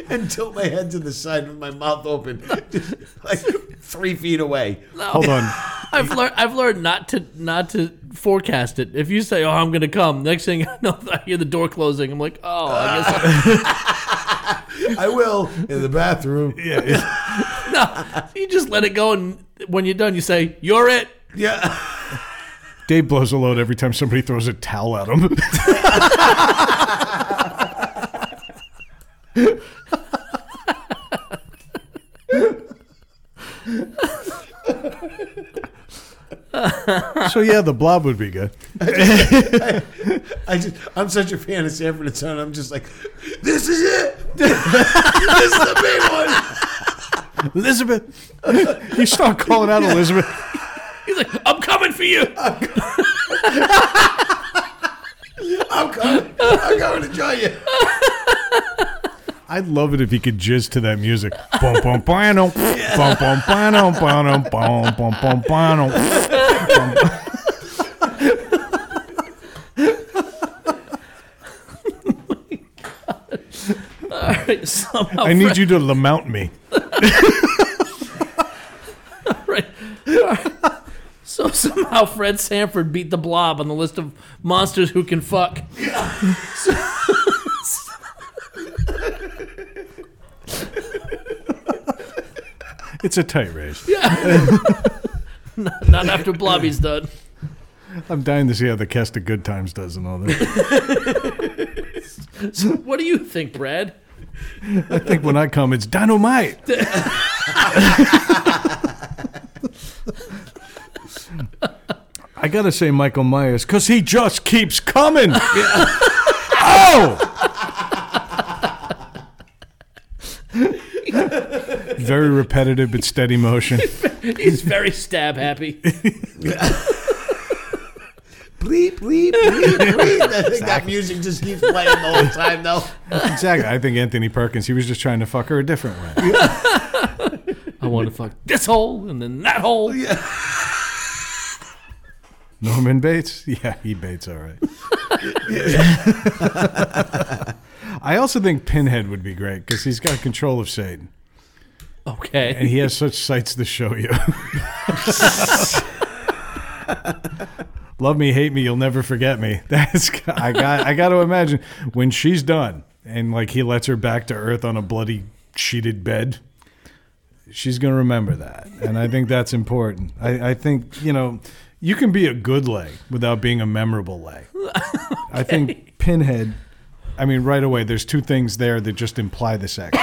Speaker 3: and tilt my head to the side with my mouth open, [LAUGHS] just like three feet away.
Speaker 4: Hold on.
Speaker 5: I've learned I've learned not to not to forecast it. If you say, "Oh, I'm gonna come," next thing I know, [LAUGHS] I hear the door closing. I'm [LAUGHS] like, "Oh, I guess." I-
Speaker 3: I will in the bathroom. Yeah.
Speaker 5: No, you just let it go, and when you're done, you say, "You're it."
Speaker 3: Yeah.
Speaker 4: Dave blows a load every time somebody throws a towel at him. [LAUGHS] so yeah, the blob would be good.
Speaker 3: I just I'm such a fan of Sanford and Son. I'm just like, this is it. [LAUGHS] this is the big one.
Speaker 4: Elizabeth, [LAUGHS] you start calling out Elizabeth.
Speaker 5: He's like, "I'm coming for you." [LAUGHS]
Speaker 3: I'm coming. I'm going to join you.
Speaker 4: I'd love it if he could jizz to that music. Bum, bum, bano. Bum, bum, bano, bano, bum, bum, bum, bano. Bum.
Speaker 5: Somehow,
Speaker 4: I need you to lament me.
Speaker 5: Fred, [LAUGHS] so somehow Fred Sanford beat the Blob on the list of monsters who can fuck.
Speaker 4: It's a tight race.
Speaker 5: Not after Blobby's done.
Speaker 4: I'm dying to see how the cast of Good Times does and all that.
Speaker 5: What do you think, Brad?
Speaker 4: I think when I come, it's dynamite. I gotta say, Michael Myers, because he just keeps coming. oh! Very repetitive but steady motion.
Speaker 5: He's very stab happy.
Speaker 3: Bleep, bleep, bleep, bleep. I think that music just keeps playing the whole time, though.
Speaker 4: Exactly. I think Anthony Perkins, he was just trying to fuck her a different way.
Speaker 5: I want to fuck this hole and then that hole.
Speaker 4: Norman Bates? [LAUGHS] Yeah, he Bates, all right. [LAUGHS] I also think Pinhead would be great because he's got control of Satan and
Speaker 5: [LAUGHS] Okay.
Speaker 4: he has such sights to show you. [LAUGHS] Love me, hate me, you'll never forget me. [LAUGHS] That's I got. I got to imagine when she's done and like he lets her back to earth on a bloody sheeted bed. She's gonna remember that, and I think that's important. I, I think you know you can be a good lay without being a memorable lay. I think Pinhead. I mean, right away, there's two things there that just imply the sex.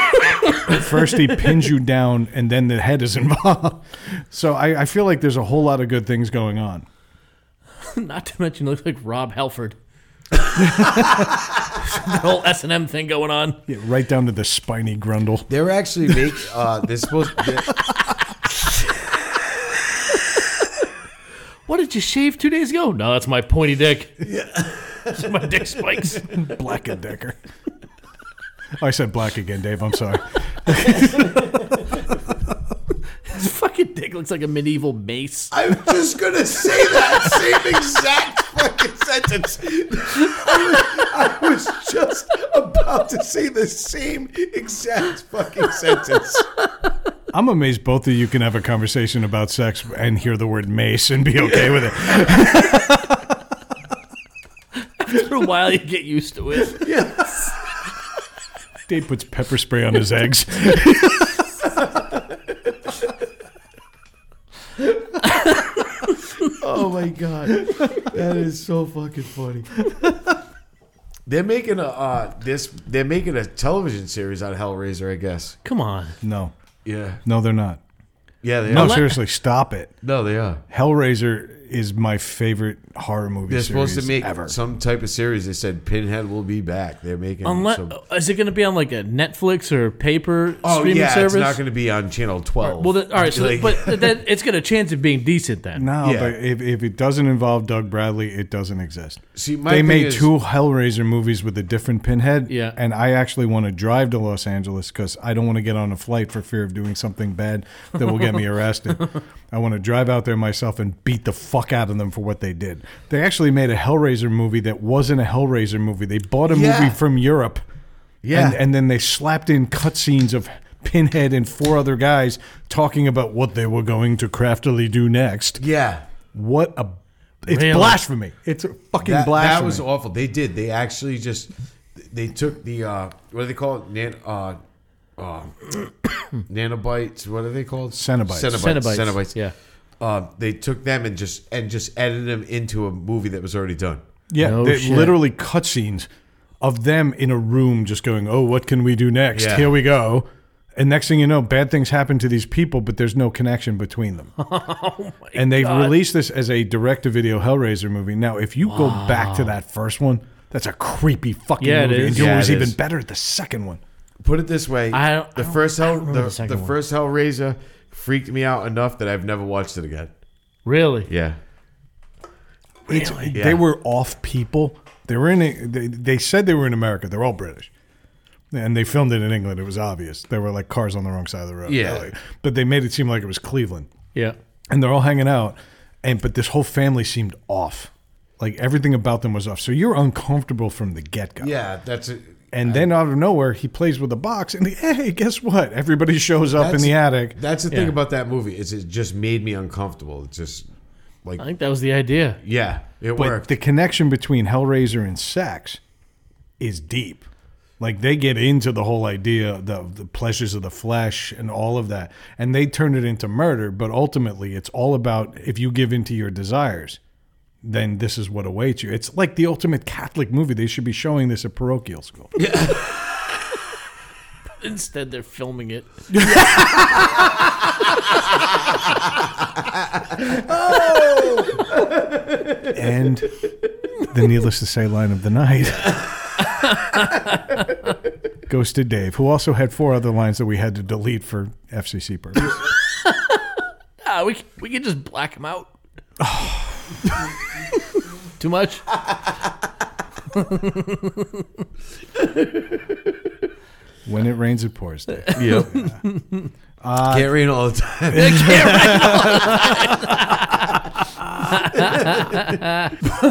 Speaker 4: First, he pins you down, and then the head is [LAUGHS] involved. So I, I feel like there's a whole lot of good things going on.
Speaker 5: Not to mention, he looks like Rob Halford. [LAUGHS] the whole S and M thing going on.
Speaker 4: Yeah, right down to the spiny grundle.
Speaker 3: They're actually make uh they're supposed they're,
Speaker 5: What did you shave two days ago? No, that's my pointy dick. Yeah. [LAUGHS] my dick spikes.
Speaker 4: Black and Decker. Oh, I said black again, Dave. I'm sorry.
Speaker 5: His fucking dick looks like a medieval mace.
Speaker 3: I'm just gonna say that same exact fucking sentence. [LAUGHS] I was, I was [LAUGHS] just about to say the same exact fucking sentence.
Speaker 4: I'm amazed both of you can have a conversation about sex and hear the word mace and be okay
Speaker 3: [LAUGHS]
Speaker 4: with it.
Speaker 5: After a while, you get used to it.
Speaker 4: Dave puts pepper spray on his eggs.
Speaker 3: Oh my god, that is so fucking funny. They're making a uh, this. They're making a television series on Hellraiser, I guess.
Speaker 5: Come on.
Speaker 4: No,
Speaker 3: Yeah,
Speaker 4: no, they're not.
Speaker 3: yeah, they
Speaker 4: No,
Speaker 3: are.
Speaker 4: seriously, stop it.
Speaker 3: No, they are.
Speaker 4: Hellraiser is my favorite horror movie
Speaker 3: They're
Speaker 4: series
Speaker 3: supposed to make
Speaker 4: ever.
Speaker 3: some type of series. They said Pinhead will be back. They're making
Speaker 5: Unless
Speaker 3: some-
Speaker 5: is it going to be on like a Netflix or paper
Speaker 3: Oh
Speaker 5: streaming
Speaker 3: yeah,
Speaker 5: service?
Speaker 3: it's not going to be on channel twelve.
Speaker 5: well, then, all right. So,
Speaker 3: [LAUGHS] Like-
Speaker 5: but then it's got a chance of being decent then.
Speaker 4: No,
Speaker 3: Yeah.
Speaker 4: but if, if it doesn't involve Doug Bradley, it doesn't exist.
Speaker 3: See, my
Speaker 4: they
Speaker 3: thing
Speaker 4: made
Speaker 3: is-
Speaker 4: two Hellraiser movies with a different pinhead.
Speaker 5: Yeah.
Speaker 4: And I actually want to drive to Los Angeles because I don't want to get on a flight for fear of doing something bad that
Speaker 3: [LAUGHS]
Speaker 4: will get me arrested. I want to drive out there myself and beat the fuck out of them for what they did. They actually made a Hellraiser movie that wasn't a Hellraiser movie. They bought a
Speaker 3: Yeah.
Speaker 4: movie from Europe.
Speaker 3: Yeah.
Speaker 4: And, and then they slapped in cutscenes of Pinhead and four other guys talking about what they were going to craftily do next.
Speaker 3: yeah,
Speaker 4: What a it's
Speaker 5: Really?
Speaker 4: blasphemy. It's a fucking
Speaker 3: that,
Speaker 4: blasphemy.
Speaker 3: that was awful. They did. They actually just they took the uh, what do they call it? Nan, uh, uh, [COUGHS] nanobites. What are they called?
Speaker 4: Cenobites.
Speaker 3: Cenobites.
Speaker 5: Cenobites.
Speaker 3: Cenobites.
Speaker 5: Yeah.
Speaker 3: Uh, they took them and just and just edited them into a movie that was already done.
Speaker 4: yeah,
Speaker 5: No
Speaker 4: they-
Speaker 5: shit.
Speaker 4: literally cutscenes of them in a room just going, "Oh, what can we do next?
Speaker 3: Yeah.
Speaker 4: Here we go." And next thing you know, bad things happen to these people, but there's no connection between [LAUGHS] them. and they've released this as a direct-to-video Hellraiser movie. Now, if you go back to that first one, that's a creepy fucking
Speaker 5: Yeah, it
Speaker 4: movie.
Speaker 5: is.
Speaker 4: And you know
Speaker 3: Yeah,
Speaker 4: what was
Speaker 3: it
Speaker 4: even
Speaker 3: is.
Speaker 4: better at the second one.
Speaker 3: Put it this way:
Speaker 5: I don't-
Speaker 3: the
Speaker 5: I don't-
Speaker 3: first
Speaker 5: I don't
Speaker 3: hell
Speaker 5: remember
Speaker 3: the,
Speaker 5: the second
Speaker 3: the
Speaker 5: one.
Speaker 3: first Hellraiser freaked me out enough that I've never watched it again.
Speaker 5: Really?
Speaker 3: Yeah.
Speaker 4: It's,
Speaker 3: Yeah.
Speaker 4: They were off people. They were in. A, they, they said they were in America. They're all British, and they filmed it in England. It was obvious. There were like cars on the wrong side of the road.
Speaker 3: Yeah.
Speaker 4: really. but they made it seem like it was Cleveland,
Speaker 5: Yeah.
Speaker 4: and they're all hanging out. And but this whole family seemed off. Like everything about them was off. So you're uncomfortable from the get go.
Speaker 3: Yeah, that's it.
Speaker 4: And then out of nowhere, he plays with a box, and hey, guess what? Everybody [LAUGHS] shows up in
Speaker 3: That's-
Speaker 4: the attic.
Speaker 3: That's the thing
Speaker 5: Yeah.
Speaker 3: about that movie is it just made me uncomfortable. It just like
Speaker 5: I think that was the idea.
Speaker 3: yeah, it
Speaker 4: But
Speaker 3: worked.
Speaker 4: the connection between Hellraiser and sex is deep. Like they get into the whole idea of the, the pleasures of the flesh and all of that, and they turn it into murder. But ultimately, it's all about if you give in to your desires, then this is what awaits you. It's like the ultimate Catholic movie. They should be showing this at parochial school.
Speaker 5: Instead, they're filming it.
Speaker 4: and the needless to say line of the night goes to Dave, who also had four other lines that we had to delete for FCC purposes.
Speaker 5: Ah, we, c- we can just black them out.
Speaker 3: [SIGHS]
Speaker 5: Too much?
Speaker 4: when it rains, it pours. Dave.
Speaker 3: Yep. Can't rain all the time.
Speaker 4: [LAUGHS]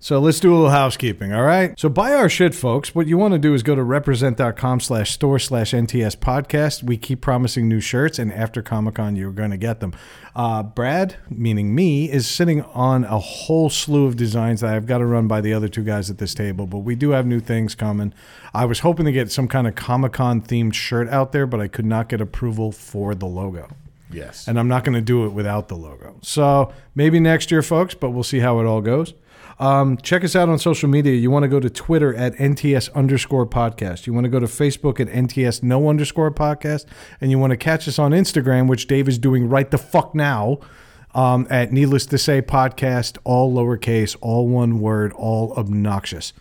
Speaker 4: So let's do a little housekeeping, all right? So buy our shit, folks. What you want to do is go to represent.com slash store slash NTS podcast. We keep promising new shirts, and after Comic Con, you're going to get them. Uh, Brad, meaning me, is sitting on a whole slew of designs that I've got to run by the other two guys at this table, but we do have new things coming. I was hoping to get some kind of Comic Con themed shirt out there, but I could not get approval for the logo.
Speaker 3: Yes.
Speaker 4: And I'm not going to do it without the logo. So maybe next year, folks, but we'll see how it all goes. Um, check us out on social media. You want to go to Twitter at NTS underscore podcast. You want to go to Facebook at NTS no underscore podcast. And you want to catch us on Instagram, which Dave is doing right the fuck now um, at Needless to Say podcast, all lowercase, all one word, all obnoxious.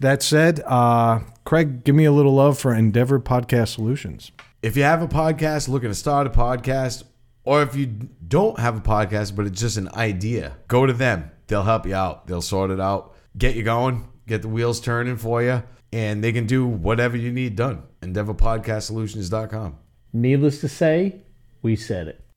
Speaker 4: That said, uh, Craig, give me a little love for Endeavor Podcast Solutions.
Speaker 3: if you have a podcast looking to start a podcast or if you don't have a podcast but it's just an idea go to them they'll help you out they'll sort it out get you going get the wheels turning for you and they can do whatever you need done endeavorpodcastsolutions.com
Speaker 5: Needless to say, we said it.